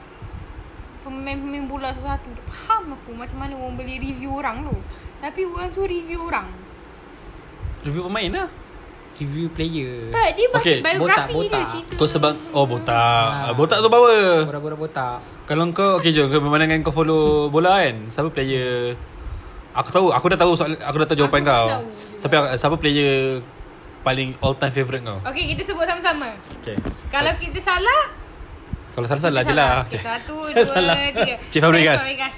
Speaker 1: Pemain-pemain bola satu-satu Tak faham aku macam mana orang boleh review orang tu Tapi orang tu review orang
Speaker 2: Review pemain lah.
Speaker 4: Review player
Speaker 1: Tak, dia baca
Speaker 2: Okay,
Speaker 1: okay, biografi
Speaker 4: botak, botak.
Speaker 1: dia cerita
Speaker 2: Kau sebab Oh botak
Speaker 4: Ah.
Speaker 2: ah. Botak tu power
Speaker 4: Borak-borak botak
Speaker 2: Kalau kau Okay jom Kau pemandangan kau follow bola kan Siapa player Aku tahu Aku dah tahu soalan, Aku dah tahu jawapan
Speaker 1: Aku
Speaker 2: kau
Speaker 1: pun tahu juga.
Speaker 2: Siapa siapa player Paling all time favourite kau
Speaker 1: Okay, kita sebut sama-sama
Speaker 2: Okay
Speaker 1: Kalau kita salah
Speaker 2: Kalau salah-salah je lah
Speaker 1: Okay, Eh, satu,
Speaker 2: Saya
Speaker 1: dua,
Speaker 2: (laughs) salah.
Speaker 1: tiga
Speaker 2: Cik Fabregas
Speaker 1: Cik Fabregas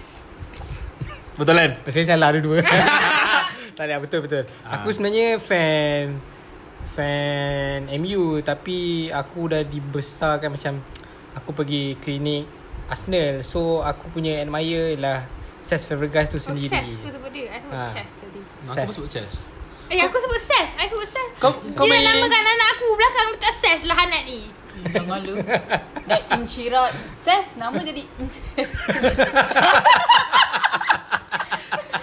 Speaker 2: Betul kan?
Speaker 4: Saya salah ada (laughs) dua Tak ada betul-betul Aku sebenarnya fan Fan MU Tapi aku dah dibesarkan macam Aku pergi klinik Arsenal So aku punya admire ialah Cesc Fabregas tu
Speaker 1: Oh,
Speaker 4: sendiri
Speaker 1: Sess ke sebut dia? I
Speaker 2: Ha.
Speaker 1: sebut
Speaker 4: Ah.
Speaker 1: Chess tadi
Speaker 2: Aku masuk chess
Speaker 1: Eh, aku sebut Sess I sebut Sess
Speaker 2: Kau- kau
Speaker 1: Dia
Speaker 2: main-
Speaker 1: dah namakan anak aku Belakang tak Sess lah anak ni
Speaker 3: Jangan lu Dah Inshira Ses Nama jadi Inses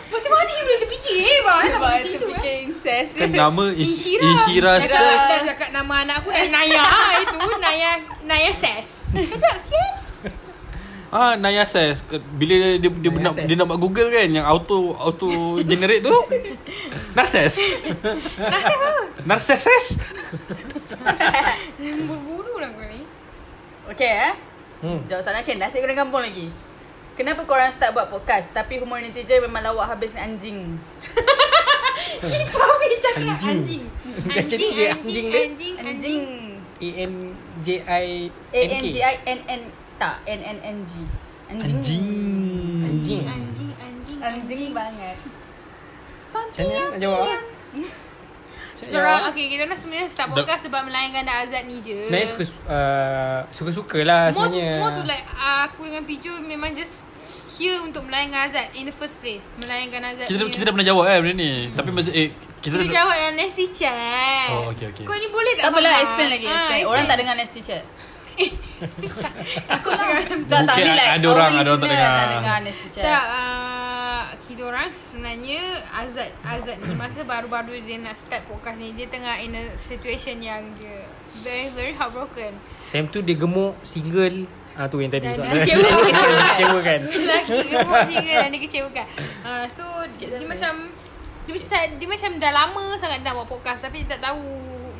Speaker 1: Macam mana you boleh terfikir eh Bang I tak boleh situ eh
Speaker 3: Inses
Speaker 2: Kan
Speaker 4: (laughs)
Speaker 2: nama Ish-
Speaker 1: Inshira
Speaker 2: Ishira
Speaker 1: Saya
Speaker 2: Ses
Speaker 1: dah cakap nama anak aku Dan (laughs) Naya Itu Naya Naya Ses Sedap siap
Speaker 2: Ah Naya Ses Ke- Bila dia, dia, dia,
Speaker 4: Naya
Speaker 2: nak,
Speaker 4: Ses.
Speaker 2: dia nak buat Google kan Yang auto auto generate
Speaker 4: (laughs)
Speaker 2: tu Narses
Speaker 1: Rasa apa
Speaker 2: Narses Ses
Speaker 1: Buru-buru lah kau ni
Speaker 3: Okay eh
Speaker 4: Hmm.
Speaker 3: Jawab soalan Ken Nasi goreng kampung lagi Kenapa korang start buat podcast Tapi humor netizen memang lawak habis ni anjing
Speaker 1: Kami cakap
Speaker 4: Anjing.
Speaker 1: anjing
Speaker 4: Bukan macam
Speaker 1: Anjing
Speaker 4: tu je, anjing
Speaker 1: Anjing
Speaker 4: dia.
Speaker 1: Anjing Anjing
Speaker 4: A-N-J-I-N-K
Speaker 3: A-N-G-I-N-N Tak N-N-N-G
Speaker 2: Anjing
Speaker 4: Anjing.
Speaker 1: Anjing, anjing,
Speaker 5: Anjing banget.
Speaker 4: Macam mana nak jawab? Macam mana nak jawab?
Speaker 1: Korang, okay, kita orang sebenarnya start podcast sebab melayankan dah azan ni je.
Speaker 4: Sebenarnya suka, uh, suka-suka lah
Speaker 1: more to,
Speaker 4: sebenarnya.
Speaker 1: more to like uh, aku dengan Piju memang just here untuk melayankan Azad in the first place. Melayankan Azad.
Speaker 2: Kita dah,
Speaker 1: punya-
Speaker 2: kita dah pernah jawab kan benda ni. Tapi masa eh kita
Speaker 1: kita
Speaker 2: dah
Speaker 1: jawab dalam nasty chat.
Speaker 2: Oh, okay, okay.
Speaker 1: Kau ni boleh tak?
Speaker 3: Tak apalah
Speaker 1: faham?
Speaker 3: expand lagi
Speaker 1: Ah,
Speaker 3: expand. Orang tak dengar nasty (laughs) chat
Speaker 1: Aku cakap macam
Speaker 3: Tak tak
Speaker 2: Mungkin
Speaker 3: ni like
Speaker 2: ada orang,
Speaker 3: our
Speaker 2: ada orang tak
Speaker 3: listener
Speaker 2: dengar.
Speaker 3: Tak dengar nasty chat
Speaker 1: Tak, uh, kita orang sebenarnya Azad Azad ni masa baru-baru dia nak start podcast ni dia tengah in a situation yang dia very very heartbroken.
Speaker 4: Time tu dia gemuk, single. Ah tu yang tadi
Speaker 1: Dan
Speaker 4: soalan.
Speaker 1: dia kecewa.
Speaker 4: (laughs) Kecewa kan?
Speaker 1: Lelaki gemuk single dan dia kecewakan. Uh, so dia, dia macam dia macam dia macam dah lama sangat nak buat podcast tapi dia tak tahu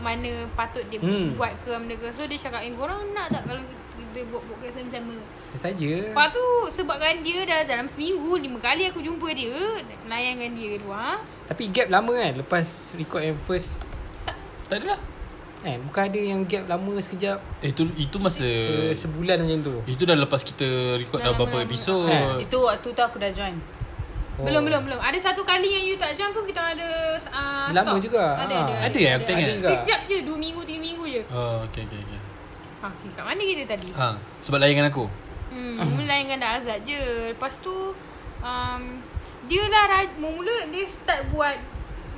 Speaker 1: mana patut dia hmm.
Speaker 4: Hmm.
Speaker 1: buat ke benda ke. So dia cakap, "Eh, korang nak tak kalau kita buat podcast sama-sama?"
Speaker 4: Saja.
Speaker 1: Lepas tu sebabkan dia dah dalam seminggu lima kali aku jumpa dia, layankan dia tu ha.
Speaker 4: Tapi gap lama kan? Lepas record yang first.
Speaker 2: Tak ada lah.
Speaker 4: Eh, bukan ada yang gap lama sekejap.
Speaker 2: Eh, Itu itu masa
Speaker 4: Se- sebulan macam tu.
Speaker 2: itu dah lepas kita record
Speaker 1: Dah
Speaker 2: dah
Speaker 1: lama-lama.
Speaker 2: berapa episod.
Speaker 4: Eh.
Speaker 3: Itu waktu tu aku dah join
Speaker 1: Oh. Belum belum belum. Ada satu kali yang you tak jumpa pun kita orang ada uh,
Speaker 4: Lama
Speaker 1: stop.
Speaker 4: juga.
Speaker 1: Ada
Speaker 4: Ah,
Speaker 1: ada.
Speaker 2: ada eh, aku tak ingat.
Speaker 4: juga.
Speaker 1: Sekejap je 2 minggu 3 minggu je.
Speaker 2: Oh, okay, okay, okay.
Speaker 1: Ha, okay, kat mana kita tadi?
Speaker 2: Ha, sebab layankan aku.
Speaker 1: Hmm, mula dengan dah azad je. Lepas tu um, dia lah raj- mula dia start buat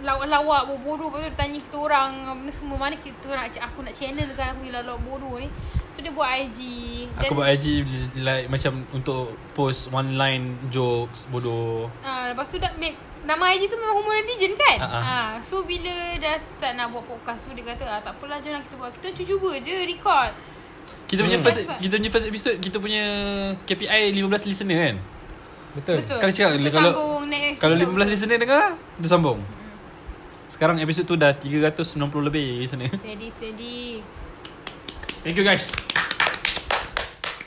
Speaker 1: lawak-lawak bodoh-bodoh lepas tu dia tanya kita orang benda semua mana kita orang nak- aku nak channel kan aku ni lawak bodoh ni. So dia buat IG.
Speaker 2: Aku buat IG like macam untuk post one line jokes bodoh.
Speaker 1: Ah, lepas tu dah make, nama IG tu memang Humor Legend kan?
Speaker 2: Ah, ah.
Speaker 1: Ah, so bila dah start nak buat podcast tu dia kata ah tak apalah jom lah kita buat. Kita cuba je record.
Speaker 2: Kita punya first
Speaker 1: Dapat.
Speaker 2: kita punya first episode kita punya KPI 15 listener kan.
Speaker 4: Oh, Betul.
Speaker 1: Betul.
Speaker 2: Kau cakap
Speaker 1: Kita
Speaker 2: kalau-
Speaker 1: sambung next
Speaker 2: Kalau
Speaker 1: episode. Hmm.
Speaker 2: 15 listener dengar Dia sambung Sekarang episod tu dah 390 lebih listener
Speaker 1: Steady steady.
Speaker 2: Thank you guys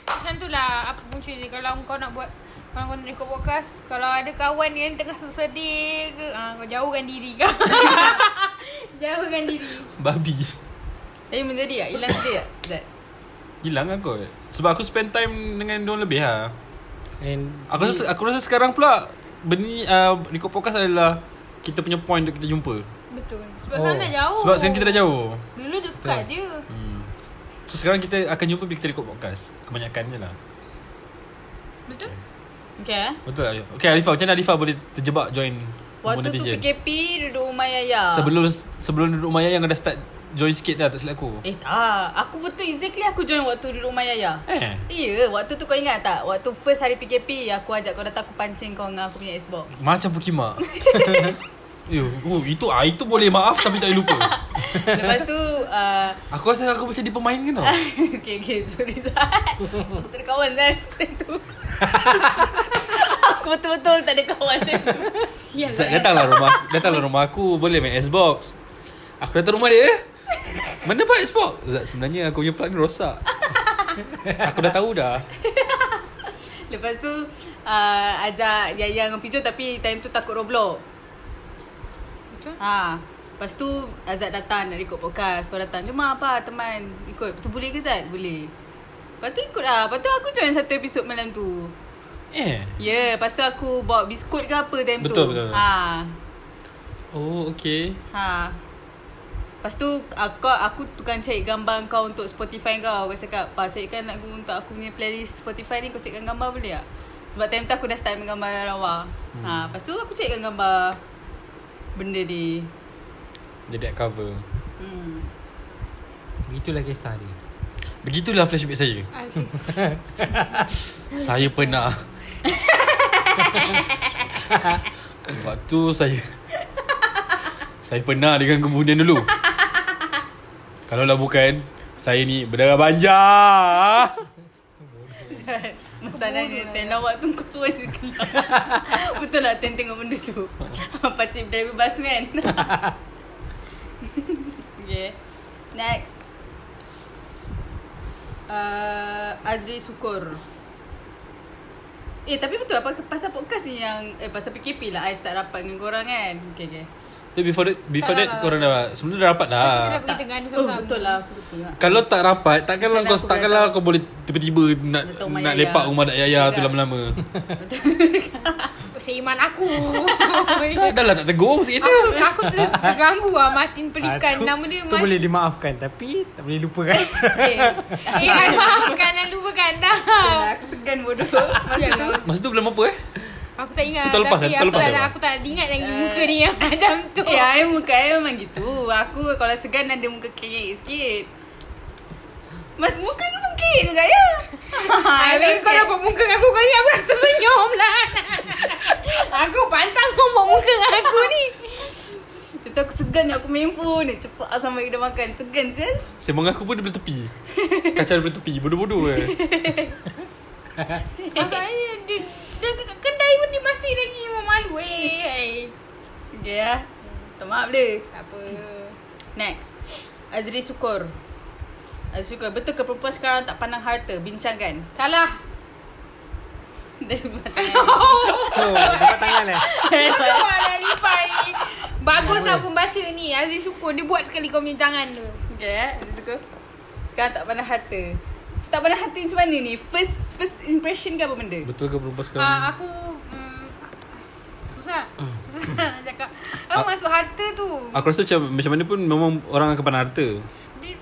Speaker 1: Macam tu lah apa punca dia Kalau kau nak buat Kalau kau nak ikut podcast Kalau ada kawan yang tengah sedih ke ah, Kau jauhkan diri kau (laughs) Jauhkan diri
Speaker 2: Babi
Speaker 3: Tapi menjadi tak? Hilang sedih tak? Zat?
Speaker 2: Hilang lah kot Sebab aku spend time dengan diorang lebih lah
Speaker 4: And
Speaker 2: Aku rasa, aku rasa sekarang pula Benda ni uh, Record podcast adalah Kita punya point untuk kita jumpa
Speaker 1: Betul Sebab
Speaker 4: Oh.
Speaker 1: oh. nak jauh
Speaker 2: Sebab sekarang kita dah jauh
Speaker 1: Dulu dekat dia
Speaker 2: hmm. So sekarang kita akan jumpa bila kita record podcast Kebanyakannya lah
Speaker 1: Betul
Speaker 3: Okay eh?
Speaker 2: Betul lah Okay Alifah macam mana Alifah boleh terjebak join Monet
Speaker 3: Waktu tu
Speaker 2: Agent?
Speaker 3: PKP duduk rumah Yaya
Speaker 2: Sebelum sebelum duduk Maya yang dah start join sikit dah tak silap aku
Speaker 3: Eh tak Aku betul exactly aku join waktu duduk rumah Yaya
Speaker 2: Eh
Speaker 3: Ya, waktu tu kau ingat tak? Waktu first hari PKP, aku ajak kau datang, aku pancing kau dengan aku punya Xbox.
Speaker 2: (laughs) Macam Pukimak Yo, oh, itu ah, itu boleh maaf tapi tak boleh lupa.
Speaker 3: Lepas tu, uh,
Speaker 2: Aku rasa aku macam dipermainkan tau.
Speaker 3: (laughs) okay, okay, sorry Zat. Aku tak ada kawan Zat, time tu. aku betul-betul tak ada kawan time tu.
Speaker 1: Sial lah.
Speaker 2: Zat datanglah rumah aku, datanglah rumah aku boleh main Xbox. Aku datang rumah dia. eh. Mana pak Xbox? Zat sebenarnya aku punya plug ni rosak. aku dah tahu dah.
Speaker 3: Lepas tu, uh, ajak Yaya dengan Pijo tapi time tu takut Roblox.
Speaker 1: Betul.
Speaker 3: Ha. Lepas tu Azad datang nak record podcast. Kau datang. Jom ah, apa teman ikut. Tu boleh ke Zat? Boleh. Lepas tu ikut lah. Lepas tu aku join satu episod malam tu.
Speaker 2: Eh.
Speaker 3: Ya, yeah, lepas tu aku bawa biskut ke apa time tu.
Speaker 2: Betul, betul, betul.
Speaker 3: Ha.
Speaker 2: Oh, okay.
Speaker 3: Ha. Lepas tu aku, aku tukang cari gambar kau untuk Spotify kau. Kau cakap, "Pa, carikan aku untuk aku punya playlist Spotify ni kau carikan gambar boleh tak?" Sebab time tu aku dah start main gambar lawa. Hmm. Ha, lepas tu aku carikan gambar benda ni.
Speaker 2: Jadi art cover.
Speaker 3: Hmm.
Speaker 4: begitulah kisah dia.
Speaker 2: Begitulah flashback saya. (laughs)
Speaker 1: Okay.
Speaker 2: Saya pernah Waktu saya Saya pernah dengan kemudian dulu Kalau lah bukan Saya ni berdarah banjar
Speaker 3: (laughs) Zat, Masalahnya
Speaker 5: lah ya.
Speaker 3: Ten lawak tu kau suruh je keluar (laughs) Betul lah Ten tengok benda tu (laughs) Pakcik driver bus tu kan (laughs) Okay Next uh, Azri Sukur Eh tapi betul apa pasal podcast ni yang Eh pasal PKP lah I start rapat dengan korang kan Okay okay
Speaker 2: Tapi before that Before
Speaker 1: Tak
Speaker 2: that
Speaker 1: lah,
Speaker 2: Korang dah Sebelum dah rapat dah
Speaker 1: Kita dah pergi Terengganu
Speaker 3: Oh betul lah aku lupa lah.
Speaker 2: Kalau tak rapat Takkanlah kau
Speaker 3: Macam mana aku
Speaker 2: Takkanlah
Speaker 3: boleh
Speaker 2: kau boleh Tiba-tiba Nak
Speaker 3: Betul, Mak
Speaker 2: nak
Speaker 3: Yaya.
Speaker 2: lepak rumah Dak Yaya tu
Speaker 3: Tidak.
Speaker 2: lama-lama
Speaker 1: Seiman
Speaker 3: (laughs)
Speaker 1: aku
Speaker 2: Tak dah lah tak tegur Masa kita
Speaker 1: Aku, aku ter, terganggu lah Martin
Speaker 2: Ah,
Speaker 1: Pelikan
Speaker 4: Ah, tu-
Speaker 1: Nama dia
Speaker 4: Tu
Speaker 1: Martin
Speaker 4: boleh dimaafkan Tapi tak boleh lupakan
Speaker 1: (laughs)
Speaker 3: Okay.
Speaker 1: Eh (laughs)
Speaker 2: (laughs)
Speaker 1: hai, maafkan Dan lupakan dah
Speaker 5: lah,
Speaker 3: lah.
Speaker 5: Aku segan
Speaker 3: (laughs)
Speaker 5: bodoh
Speaker 3: Ya,
Speaker 5: Masa tu
Speaker 2: Masa tu bulan apa eh
Speaker 1: Aku tak ingat
Speaker 2: Tu tahun lepas
Speaker 1: Tapi
Speaker 2: kan? Tahun
Speaker 1: aku,
Speaker 2: lepas
Speaker 1: tak,
Speaker 2: kan?
Speaker 1: aku tak ingat lagi
Speaker 3: Eh.
Speaker 1: Muka dia yang (laughs) macam tu
Speaker 3: Ya,
Speaker 5: Eh, I muka I memang gitu. Aku kalau segan ada muka kekek sikit. Mas, muka you mungkin juga ya.
Speaker 1: I mean Ah, kau nampak muka dengan aku kali Aku rasa senyum lah (laughs) Aku pantang kau buat muka dengan aku ni
Speaker 5: Tentu aku segan aku main phone. Dia Cepat lah sampai kita makan. Segan sel.
Speaker 2: Sembang aku pun daripada tepi Kacau daripada tepi Bodoh-bodoh eh
Speaker 1: Masalahnya dia, dia ke- ke- kedai pun dia masih lagi malu eh Eh,
Speaker 5: Okay lah. Minta maaf dia.
Speaker 1: Tak apa
Speaker 3: Next. Azri Sukor. Azri Sukor. Betul ke perempuan sekarang tak pandang harta? Bincangan.
Speaker 5: (laughs)
Speaker 1: (laughs) Salah
Speaker 3: Dia cuma-
Speaker 4: Oh dapat tangan eh
Speaker 1: Bodoh lah Lalipa ni Bagus lah pembaca ni Aziz Sukur Dia buat sekali kau punya tangan tu
Speaker 5: Okay lah. Dia suka. Sekarang tak pandang harta. Tak pandang harta macam mana ni? First first impression ke apa benda?
Speaker 2: Betul ke perempuan sekarang
Speaker 1: Ah, Aku mm, Susah Susah nak cakap Aku
Speaker 2: Ah.
Speaker 1: masuk harta tu
Speaker 2: Aku rasa macam Macam mana pun Memang orang akan pandang harta
Speaker 1: Dia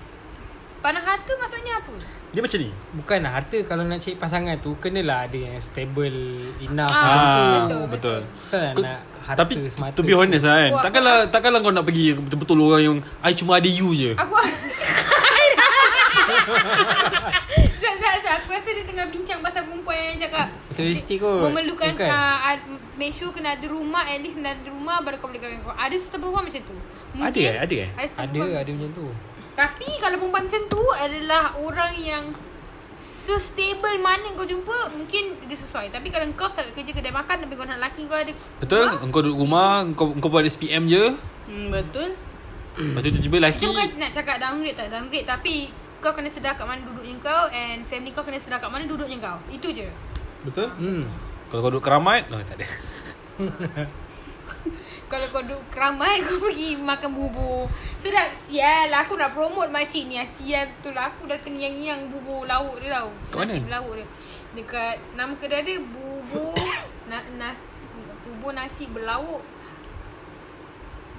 Speaker 1: Panah harta maksudnya apa?
Speaker 2: Dia macam ni
Speaker 4: Bukan lah harta Kalau nak cari pasangan tu Kenalah ada yang stable Enough
Speaker 1: Ah,
Speaker 4: macam tu
Speaker 2: Ah,
Speaker 1: betul,
Speaker 2: betul,
Speaker 1: betul.
Speaker 2: betul.
Speaker 4: Kan
Speaker 2: Kau-
Speaker 4: nak harta
Speaker 2: Tapi
Speaker 4: semata.
Speaker 2: to be honest lah kan
Speaker 1: Buat-
Speaker 2: Takkanlah Takkanlah kau nak pergi Betul-betul orang yang I cuma ada you je
Speaker 1: Aku (laughs) Zat, Zat, Zat Aku rasa dia tengah bincang pasal perempuan yang cakap
Speaker 4: Materialistik kot.
Speaker 1: Memerlukan
Speaker 4: Bukan.
Speaker 1: uh, ad- Make sure kena ada rumah At least kena ada rumah Baru kau boleh kahwin kau Ada setengah perempuan macam tu
Speaker 2: Ada eh Ada eh
Speaker 1: Ada setengah
Speaker 4: Ada
Speaker 1: perempuan
Speaker 4: ada macam tu
Speaker 1: Tapi kalau perempuan macam tu Adalah orang yang Sestable mana kau jumpa Mungkin dia sesuai Tapi kalau kau start kerja kedai makan Tapi kau nak lelaki kau ada
Speaker 2: Betul
Speaker 1: rumah,
Speaker 2: Engkau duduk rumah Engkau, engkau buat SPM je
Speaker 5: Hmm, betul.
Speaker 2: Lepas tu tiba-tiba lelaki
Speaker 1: Kita bukan nak cakap downgrade tak downgrade Tapi kau kena sedar kat mana duduknya kau And family kau kena sedar kat mana duduknya kau Itu je
Speaker 2: Betul hmm. Kalau kau duduk keramat oh, Tak ada
Speaker 1: Kalau kau duduk keramat (laughs) Kau pergi makan bubur Sedap Sial Aku nak promote makcik ni ah. Sial betul lah Aku dah terngiang-ngiang Bubur lauk dia tau
Speaker 2: Kat mana?
Speaker 1: Nasi lauk dia Dekat Nama kedai dia Bubur na- nasi, Bubur nasi berlauk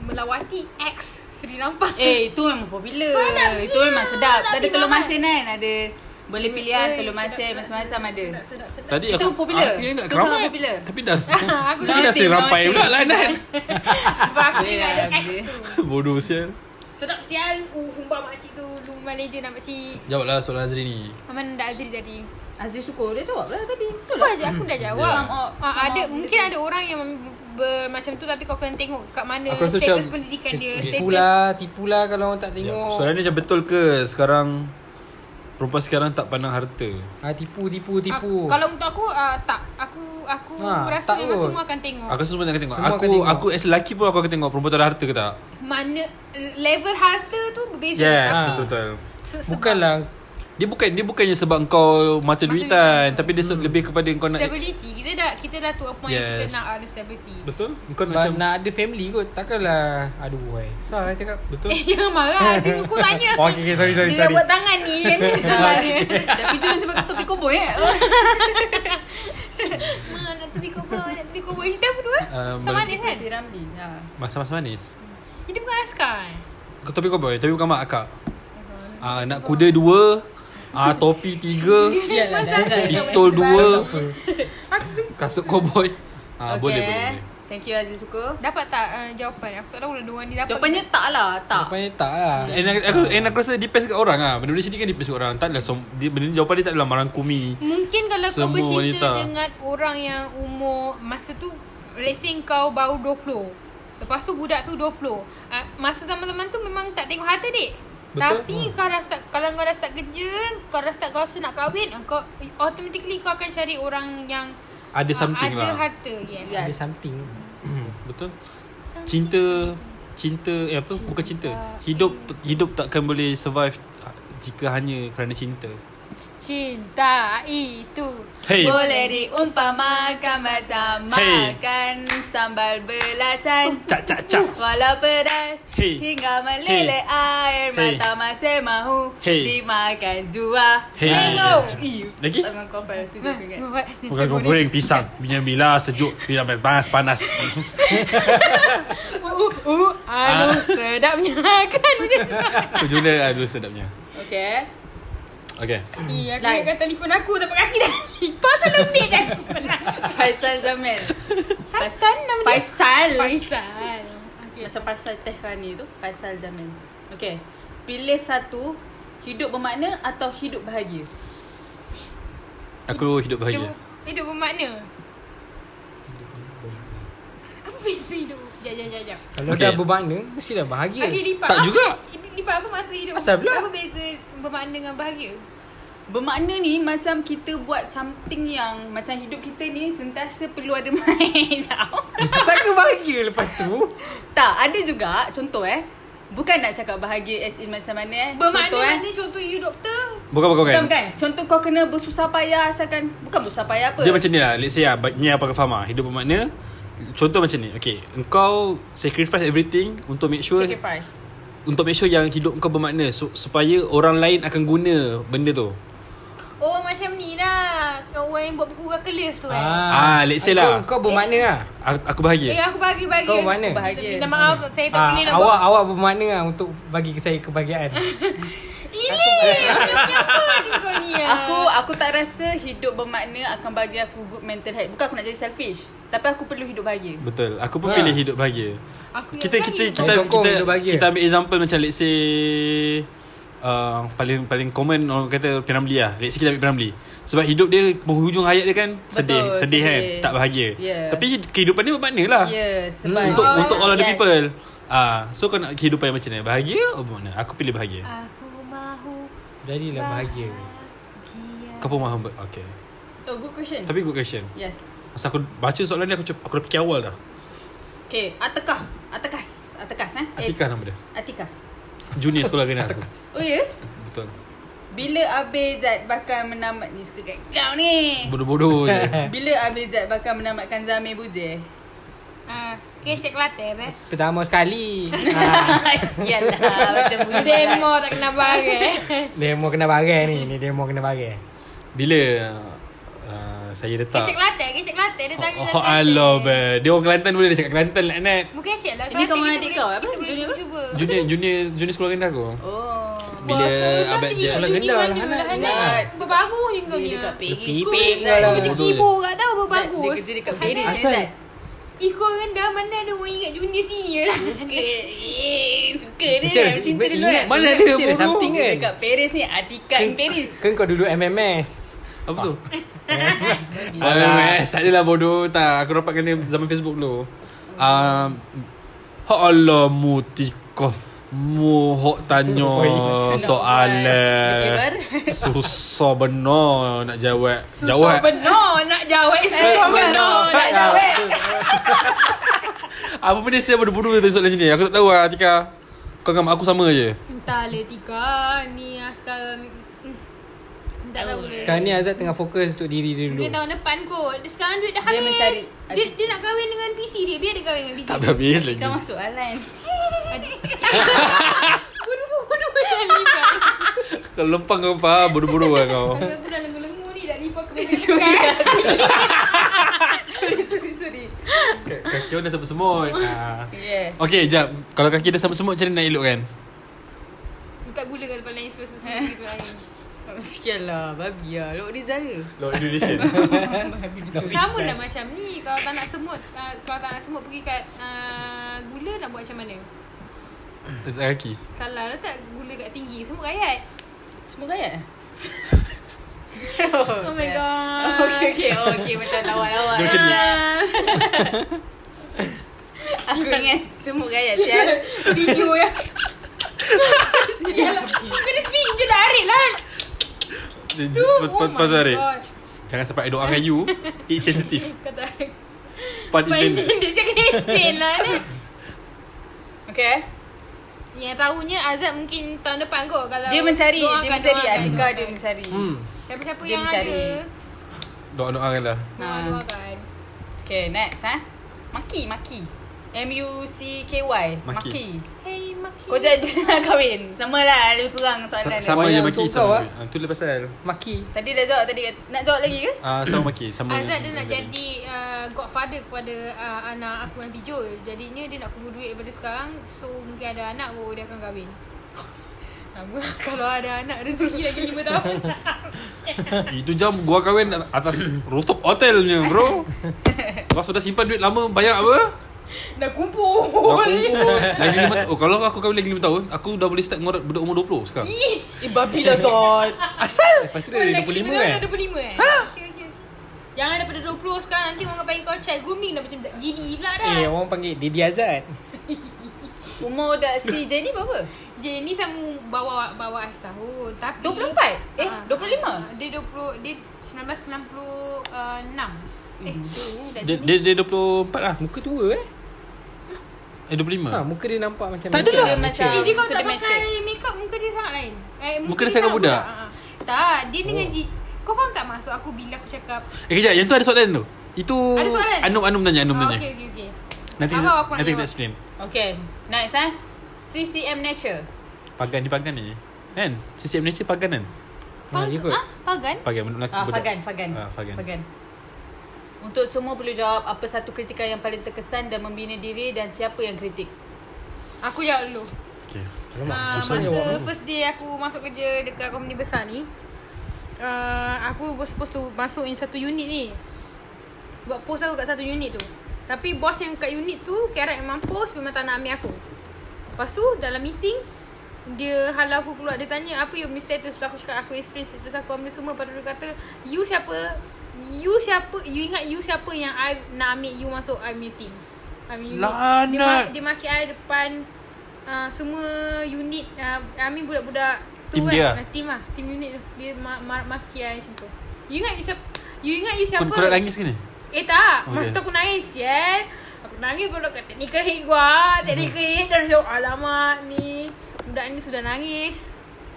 Speaker 1: Melawati X Seri Rampan
Speaker 3: Eh, itu memang popular.
Speaker 1: Sedap
Speaker 3: itu
Speaker 1: gila.
Speaker 3: memang sedap.
Speaker 1: Tak
Speaker 3: ada telur
Speaker 1: habis
Speaker 3: masin kan? Ada boleh pilihan
Speaker 1: Eh,
Speaker 3: telur
Speaker 1: sedap,
Speaker 3: masin
Speaker 1: sedap,
Speaker 3: macam-macam ada.
Speaker 1: Sedap sedap sedap
Speaker 2: Tadi
Speaker 3: Itu
Speaker 2: aku,
Speaker 3: popular.
Speaker 2: Aku ingat nak
Speaker 3: Itu
Speaker 2: keramat
Speaker 3: sangat popular.
Speaker 2: Tapi dah
Speaker 1: Aku
Speaker 2: Tapi dah
Speaker 3: dancing,
Speaker 2: serampai
Speaker 3: dancing.
Speaker 2: pula lah (laughs) Nan
Speaker 1: Sebab aku
Speaker 3: Boleh
Speaker 1: ingat
Speaker 3: lah,
Speaker 1: ada X
Speaker 3: boleh.
Speaker 1: tu
Speaker 2: Bodoh sial
Speaker 1: Sedap sial Uh humbang makcik tu Lu Malaysia nak makcik
Speaker 2: Jawablah lah soalan Azri ni
Speaker 1: Aman dah Azri tadi
Speaker 3: Aziz Syukur dia jawab lah tadi. (laughs) Betul
Speaker 1: Apa aja aku dah jawab
Speaker 3: Sum up,
Speaker 1: Ah,
Speaker 3: sum
Speaker 1: Ada
Speaker 3: up.
Speaker 1: Mungkin ada orang yang mem- ber, Macam tu Tapi kau kena tengok Kat mana
Speaker 2: Aku rasa
Speaker 1: Status
Speaker 2: macam-
Speaker 1: pendidikan dia
Speaker 2: Okay.
Speaker 4: Tipu
Speaker 1: Status
Speaker 4: lah Tipu lah kalau orang tak
Speaker 2: Ya,
Speaker 4: tengok
Speaker 2: Soalan ni macam betul ke Sekarang Perempuan sekarang tak pandang harta
Speaker 4: ah, Tipu tipu tipu
Speaker 1: Aku- Kalau untuk aku ah, Tak Aku Aku
Speaker 4: Ah,
Speaker 1: rasa
Speaker 4: tak
Speaker 1: memang
Speaker 4: kot.
Speaker 1: semua akan tengok
Speaker 2: Aku rasa semua akan tengok
Speaker 4: Semua
Speaker 2: Aku
Speaker 4: akan tengok.
Speaker 2: aku as lelaki pun aku akan tengok Perempuan tu ada harta ke tak
Speaker 1: Mana Level harta tu Berbeza
Speaker 2: Yes
Speaker 1: Tapi
Speaker 2: Betul-betul
Speaker 1: se- sebab
Speaker 4: Bukanlah
Speaker 2: Dia bukan Dia bukannya sebab kau Mata duitan Tapi dia se- lebih kepada Kau nak
Speaker 1: Stability Kita dah Kita dah to a point Kita
Speaker 2: Yes.
Speaker 1: nak ada stability
Speaker 2: Betul Kau
Speaker 4: sebab nak ada family kot Takkanlah Aduh why So I cakap
Speaker 1: (laughs)
Speaker 2: Betul
Speaker 1: Eh jangan marah Si suku tanya
Speaker 4: (laughs) Oh, okay, okay, sorry, sorry,
Speaker 1: Dia dah
Speaker 4: sorry.
Speaker 1: buat tangan
Speaker 4: (laughs)
Speaker 1: ni Kan dia
Speaker 3: lah
Speaker 1: (laughs) tanya
Speaker 5: Tapi tu macam topi koboi eh.
Speaker 1: Ma nak tepi kubur Nak tepi kubur Cerita apa dua?
Speaker 2: Ah,
Speaker 1: Sama
Speaker 2: boleh.
Speaker 1: ada kan?
Speaker 3: Dia Ramli. Ha.
Speaker 2: Masa-masa manis
Speaker 1: Dia bukan askar
Speaker 2: Kau topi kau boy Tapi bukan mak akak Ah, Nak kuda dua Ah, Topi
Speaker 1: lah,
Speaker 2: tiga
Speaker 3: Yalah, dah, dah.
Speaker 2: lah, kan Pistol dua
Speaker 1: Aku pun-
Speaker 2: Kasut kau boy ah, Boleh boleh boleh.
Speaker 3: Thank you Aziz Syukur.
Speaker 1: Dapat tak uh, jawapan? Aku tak tahu lah dua orang ni dapat
Speaker 3: Jawapannya tak lah, tak.
Speaker 4: Rupanya tak lah
Speaker 2: And aku, aku, and aku rasa depends kat orang lah Benda-benda sini kan depends kat orang Tak adalah som, dia, Benda ni jawapan dia tak adalah marangkumi
Speaker 1: Mungkin kalau kau
Speaker 2: Semua
Speaker 1: bercinta
Speaker 2: wanita.
Speaker 1: dengan orang yang umur Masa tu Let's say kau baru 20 Lepas tu budak tu 20 Ah, Masa zaman-zaman tu memang tak tengok harta dek
Speaker 2: Betul. Hmm.
Speaker 1: Tapi kau dah start, kalau kau dah start kerja Kau dah start kau rasa nak kahwin ah, kau, Automatically kau akan cari orang yang
Speaker 2: Ada
Speaker 1: ah,
Speaker 2: something
Speaker 1: ada
Speaker 2: lah
Speaker 1: harta yeah.
Speaker 4: Ada something
Speaker 2: Betul Ya. Cinta Cinta Eh apa cinta. ah, Bukan cinta Hidup Hidup takkan boleh survive Jika hanya kerana cinta
Speaker 1: Cinta itu
Speaker 2: Hey
Speaker 5: Boleh diumpamakan macam
Speaker 2: Hey.
Speaker 5: makan sambal belacan
Speaker 2: Cak cak cak
Speaker 5: Walau pedas
Speaker 2: Hey.
Speaker 5: hingga meleleh air
Speaker 2: Hey.
Speaker 5: mata masih mahu
Speaker 2: Hey.
Speaker 5: dimakan jua
Speaker 2: Hey
Speaker 1: Hello.
Speaker 2: Lagi?
Speaker 5: Tangan kau apa? Tu dia ingat.
Speaker 2: Bukan kau goreng pisang Minyak bila sejuk Bila panas (laughs) panas
Speaker 1: Uh, uh, uh,
Speaker 2: Ah.
Speaker 1: aduh, sedapnya (laughs) kan macam tu.
Speaker 2: Hujung dia aduh ah, sedapnya
Speaker 5: Okay eh
Speaker 2: Okay
Speaker 1: Ih, aku ingatkan telefon aku tak pakai kaki dah. Kau tu lembik dah.
Speaker 5: Faisal Jamil
Speaker 1: Sasan nama dia.
Speaker 5: Faisal
Speaker 1: Faisal. Okay.
Speaker 3: Macam pasal teh Rani tu Faisal Jamil Okay Pilih satu Hidup bermakna Atau hidup bahagia
Speaker 2: Aku
Speaker 1: Hidup,
Speaker 2: hidup bahagia
Speaker 1: hidup bermakna. Apa beza hidup? Jap, jap, jap, jap.
Speaker 4: Kalau
Speaker 2: Okay.
Speaker 4: okay. dah bermakna Mesti dah bahagia
Speaker 1: Okay,
Speaker 4: (laughs)
Speaker 1: lipat.
Speaker 2: Tak
Speaker 1: Apa-
Speaker 2: juga.
Speaker 1: Lipat apa maksud hidup?
Speaker 4: Asal pula?
Speaker 1: Apa beza bermakna dengan bahagia?
Speaker 3: Bermakna ni Macam kita buat something yang Macam hidup kita ni Sentiasa perlu ada (laughs) main tau
Speaker 4: Takkan bahagia lepas tu
Speaker 3: Tak ada juga Contoh eh Bukan nak cakap bahagia As in macam mana eh
Speaker 1: Bermakna
Speaker 3: Contoh eh
Speaker 1: maknanya contoh you doktor.
Speaker 2: Bukan bukan bukan
Speaker 3: Bukan bukan Contoh kau kena bersusah payah Asalkan Bukan bersusah payah apa
Speaker 2: Dia macam ni lah Let's say lah ba- Ni apa Fahma Hidup bermakna Contoh macam ni Okay Engkau sacrifice everything Untuk make sure
Speaker 3: Sacrifice
Speaker 2: Untuk make sure yang hidup kau bermakna so, Supaya orang lain akan guna Benda tu
Speaker 1: Oh macam ni lah Orang yang buat buku kakelis tu eh
Speaker 2: Ah, let's say lah.
Speaker 4: Kau bermakna lah
Speaker 2: Aku, aku
Speaker 1: Eh
Speaker 2: bahagia
Speaker 1: aku bagi-bagi
Speaker 4: Kau bermakna
Speaker 3: Bahagia.
Speaker 1: Minta maaf Saya tak
Speaker 4: Ah,
Speaker 1: boleh nak
Speaker 4: awak awak bermakna lah untuk bagi saya kebahagiaan.
Speaker 1: (laughs) Ini Macam punya apa lagi kau ni ah?
Speaker 3: Aku aku tak rasa hidup bermakna akan bagi aku good mental health. Bukan aku nak jadi selfish, tapi aku perlu hidup bahagia.
Speaker 2: Betul Aku pun
Speaker 4: Ah.
Speaker 2: pilih hidup bahagia
Speaker 1: Aku yang
Speaker 2: kita
Speaker 1: bagi
Speaker 2: kita
Speaker 1: kau.
Speaker 2: kita
Speaker 4: Sokong
Speaker 2: kita,
Speaker 4: hidup bahagia.
Speaker 2: kita ambil example macam let's say uh, paling paling common orang kata Piramli lah. Let's say kita ambil Piramli. Sebab hidup dia penghujung hayat dia kan sedih,
Speaker 3: Betul,
Speaker 2: sedih, kan,
Speaker 3: sedih.
Speaker 2: tak bahagia.
Speaker 3: Yeah.
Speaker 2: Tapi kehidupan dia bermakna lah.
Speaker 3: Ya, sebab
Speaker 2: Untuk
Speaker 1: Oh,
Speaker 2: untuk all other
Speaker 3: yes.
Speaker 2: people. Ah, so kau nak kehidupan yang macam mana? Bahagia atau mana? Aku pilih bahagia.
Speaker 3: Ah.
Speaker 1: Aku mahu
Speaker 4: Jadilah bahagia.
Speaker 1: bahagia.
Speaker 2: Kau pun faham Okay
Speaker 3: Oh, good question.
Speaker 2: Tapi good question
Speaker 3: Yes.
Speaker 2: Masa aku baca soalan ni Aku, macam- aku dah fikir awal dah
Speaker 3: Okay, Atakah. Atakas. Atakas eh?
Speaker 2: Atika nama dia
Speaker 3: Eh, Atika.
Speaker 2: Junior sekolah kena
Speaker 3: (laughs)
Speaker 2: aku
Speaker 3: Oh ya. Yeah?
Speaker 2: Betul
Speaker 3: Bila Abizat bakal menamat ni suka kat kau ni.
Speaker 2: Bodoh-bodoh
Speaker 4: (laughs)
Speaker 2: je
Speaker 3: Bila Abizat bakal menamatkan Zamir Buzir?
Speaker 1: Ah, Kecek latte be
Speaker 4: Pertama
Speaker 1: (laughs)
Speaker 4: sekali. ah,
Speaker 3: Yalah, macam budak
Speaker 1: Demo tak kena barang
Speaker 4: demo kena barang ni. Ni demo kena barang.
Speaker 2: Bila uh, Saya letak
Speaker 1: Kecek latte Kecek latte Dia tanya
Speaker 2: Oh, oh Allah be. Dia orang Kelantan boleh dia cakap Kelantan lah net.
Speaker 1: Bukan cek lah
Speaker 3: Ini
Speaker 1: Kelantan
Speaker 3: kawan
Speaker 1: kita
Speaker 3: adik
Speaker 1: boleh-
Speaker 3: kau, apa?
Speaker 1: Kita boleh
Speaker 3: Junior apa?
Speaker 1: cuba
Speaker 2: Junior junior junior sekolah rendah aku.
Speaker 3: Oh.
Speaker 2: Bila
Speaker 1: Wah,
Speaker 2: abang je
Speaker 1: sekolah macam ni
Speaker 4: Anak rendah
Speaker 1: kat
Speaker 4: lah,
Speaker 1: junior
Speaker 4: anak
Speaker 1: lah
Speaker 4: rendah
Speaker 1: Hana.
Speaker 4: lah.
Speaker 1: Berbaru ni kau ni
Speaker 3: Dia dekat Paris.
Speaker 4: Pipik
Speaker 1: Kul-
Speaker 4: kau lah.
Speaker 1: Macam
Speaker 2: Bodoh
Speaker 1: kibur kat tau Berbagus
Speaker 3: Dia kerja dekat
Speaker 1: Hana-
Speaker 3: Paris.
Speaker 2: Asal?
Speaker 3: Zat.
Speaker 1: Eh kau rendah Mana ada orang ingat junior senior lah (laughs)
Speaker 3: Eh, Suka dia
Speaker 4: Mesti-
Speaker 3: Macam cinta dulu
Speaker 4: ingat-
Speaker 3: kan
Speaker 4: Mana ada bodoh. something kan?
Speaker 3: Dekat Paris ni Atika in Paris
Speaker 4: Kan kau duduk MMS.
Speaker 2: Apa tu? (laughs) Alah, tak adalah bodoh. Tak, aku dapatkan dia zaman Facebook dulu. Um, ha Allah mutika. Mu hok tanya soalan. Susah benar nak jawab.
Speaker 1: Susah
Speaker 2: Jawab.
Speaker 1: benar Nak jawab Susah benar Nak jawab
Speaker 2: Apa benda saya bodoh-bodoh tadi soalan sini? Aku tak tahu lah Atika. Kau dengan mak aku sama je.
Speaker 1: Entahlah Tika Ni lah sekarang Hmm. Tak tahu lah
Speaker 4: Sekarang ni Azad tengah fokus untuk diri dia dulu.
Speaker 1: Dia tahun depan kot Dia sekarang duit dah
Speaker 3: Dia
Speaker 1: habis Dia,
Speaker 3: mencari-
Speaker 1: dia, nak kahwin dengan PC dia Biar dia kahwin dengan PC
Speaker 2: Tak habis lagi.
Speaker 3: Kau masuk alan
Speaker 1: (laughs) Bodoh-bodoh (laughs) dah lipat
Speaker 2: Kau lempang kau faham Bodoh-bodoh lah kau
Speaker 1: Pasal budak lengu-lengu ni Dah lipat (laughs) ke benda sekarang
Speaker 2: Kaki orang dah sampai semut ah.
Speaker 3: Yeah
Speaker 2: Okay jap Kalau kaki dah sampai semut Macam mana nak elok kan
Speaker 1: Minta gula kat depan lain Sebab susu depan (laughs) lain
Speaker 3: Sial lah Babi lah Lok dia Zara
Speaker 2: Elok Indonesia
Speaker 3: Babi betul
Speaker 1: Sama lah macam ni Kalau tak nak semut ah, Kalau tak nak semut Pergi kat ah, Gula nak buat macam mana
Speaker 2: Letak (laughs) kaki
Speaker 1: Salah letak gula kat tinggi Semut gayat
Speaker 3: Semua gayat
Speaker 1: Oh my god
Speaker 3: Okay okay oh, Okay macam lah. lawak-lawak
Speaker 2: Dia macam ni.
Speaker 1: Ah,
Speaker 3: Aku ingat Semua gayat Sial
Speaker 1: Video ya Sialah Kena speak je dah Arik lah
Speaker 2: Dia-
Speaker 1: Tu
Speaker 2: pa-
Speaker 1: Oh
Speaker 2: pa-
Speaker 1: my
Speaker 2: Patut tarik
Speaker 1: god
Speaker 2: Jangan sampai I doakan you
Speaker 1: (laughs)
Speaker 2: It's sensitive
Speaker 1: Kata
Speaker 2: Part
Speaker 1: Pandai
Speaker 2: intended
Speaker 1: dia cakap Esel lah eh.
Speaker 3: Okay
Speaker 1: Yang tahunya Azab mungkin tahun depan kot kalau
Speaker 3: Dia mencari Dia
Speaker 1: doakan,
Speaker 3: mencari
Speaker 1: doakan.
Speaker 3: Atika dia mencari
Speaker 4: Hmm.
Speaker 1: Siapa-siapa
Speaker 3: Dia
Speaker 1: yang
Speaker 3: mencari.
Speaker 1: ada
Speaker 2: Doa-doakan lah
Speaker 1: Doa
Speaker 3: Ha.
Speaker 1: doakan
Speaker 3: Okay next eh Maki Maki M-U-C-K-Y
Speaker 2: Maki.
Speaker 3: Maki
Speaker 1: Hey Maki
Speaker 5: Kau jadi nak kahwin Sama lah Lebih kurang
Speaker 2: Sa-
Speaker 5: soalan dia
Speaker 2: Sama
Speaker 4: Doa
Speaker 2: je
Speaker 4: yang
Speaker 2: maki
Speaker 4: untuk kau,
Speaker 2: sama.
Speaker 4: ah.
Speaker 2: Ah, tu lah pasal.
Speaker 4: Maki
Speaker 3: Tadi dah jawab tadi
Speaker 5: Nak jawab
Speaker 3: (laughs)
Speaker 5: lagi ke?
Speaker 2: Ah, (coughs) sama maki, sama.
Speaker 1: Azad dia
Speaker 2: yang-
Speaker 1: nak
Speaker 2: yang tadi.
Speaker 1: jadi uh, godfather kepada uh, anak aku dengan Pijol Jadinya dia nak kubur duit daripada sekarang So mungkin ada anak baru dia akan kahwin Lama. (laughs) Kalau ada anak rezeki lagi 5 tahun
Speaker 2: (laughs) Itu jam gua kahwin atas rooftop hotel punya,
Speaker 1: (laughs)
Speaker 2: bro. Kau sudah simpan duit lama banyak apa?
Speaker 1: Dah kumpul
Speaker 2: Kau
Speaker 1: (laughs)
Speaker 2: kumpul lagi lima tahun. Oh, kalau aku kahwin lagi lima tahun, aku dah boleh start ngorat budak umur 20 sekarang.
Speaker 5: Eh babi lah Zod
Speaker 2: Asal?
Speaker 4: Lepas tu
Speaker 1: Oh,
Speaker 4: dia
Speaker 1: lagi lima
Speaker 4: 25
Speaker 1: tahun
Speaker 4: kan
Speaker 1: dah 25 eh ha? okay, okay. Jangan daripada 20 sekarang Nanti orang panggil kau child grooming dah macam GD pula dah
Speaker 3: Ah.
Speaker 4: Eh orang panggil Didi Azad eh.
Speaker 3: Umur dah si Jenny berapa?
Speaker 1: Jenny sama bawa bawa Ais tahun Tapi Ah.
Speaker 3: 24? Eh 25?
Speaker 1: Dia 20 Dia 1996 uh, Eh
Speaker 2: Dia, dia, dia 24 lah.
Speaker 4: Muka tua eh
Speaker 2: Eh, 25.
Speaker 4: ha, Muka dia nampak macam
Speaker 3: Tak adalah. Dia macam-
Speaker 1: Eh, dia kalau
Speaker 3: Muka
Speaker 1: tak
Speaker 3: dia
Speaker 1: pakai
Speaker 3: matched.
Speaker 1: make up muka dia sangat lain. Eh,
Speaker 2: Muka dia sangat budak. Oh.
Speaker 1: Ah, ah. Tak, dia dengan G kau faham tak maksud aku bila aku cakap
Speaker 2: Eh, kejap. Yang tu ada soalan tu. Itu
Speaker 1: Ada soalan?
Speaker 2: Anum Anum tanya, Anum
Speaker 1: Ah,
Speaker 2: tanya.
Speaker 1: Okey okey okey.
Speaker 2: Nanti
Speaker 1: Abang aku nak
Speaker 2: nanti kita
Speaker 1: jawab.
Speaker 2: explain.
Speaker 3: Okay next eh CCM Nature
Speaker 2: Pagan di pagan ni. Kan? Sisi Malaysia pagan kan?
Speaker 4: Mana
Speaker 1: Pag-
Speaker 4: ikut?
Speaker 1: ah, pagan?
Speaker 2: Pagan menurut aku.
Speaker 3: Ah, Fagan, Fagan.
Speaker 2: Ah, Fagan.
Speaker 3: Fagan. Untuk semua perlu jawab apa satu kritikan yang paling terkesan dan membina diri dan siapa yang kritik.
Speaker 1: Aku jawab dulu.
Speaker 2: Okay.
Speaker 1: Ah, masa
Speaker 2: susah ni
Speaker 4: awak ni.
Speaker 1: first day aku masuk kerja dekat company besar ni uh, Aku was supposed to masuk in satu unit ni Sebab post aku kat satu unit tu Tapi bos yang kat unit tu Kerek mampus memang tak nak ambil aku Lepas tu dalam meeting Dia halau aku keluar Dia tanya apa you punya status Lepas Aku cakap aku explain status aku Ambil semua Lepas tu dia kata You siapa You siapa You ingat you siapa yang I nak ambil you masuk I meeting I mean, unit. Dia, ma-
Speaker 2: Lanat.
Speaker 1: dia maki I depan uh, Semua unit uh, I mean budak-budak tu
Speaker 2: Team
Speaker 1: kan
Speaker 2: dia.
Speaker 1: Ah, Team lah Team unit tu Dia ma- ma- maki I macam tu You ingat you siapa You ingat you siapa
Speaker 2: Kau korang nangis ke ni?
Speaker 1: Eh tak
Speaker 2: Okey.
Speaker 1: okay. Masa tu aku nangis Sial Aku nangis baru kat technical head gua Technical head Dah jauh Alamak ni Budak ni sudah nangis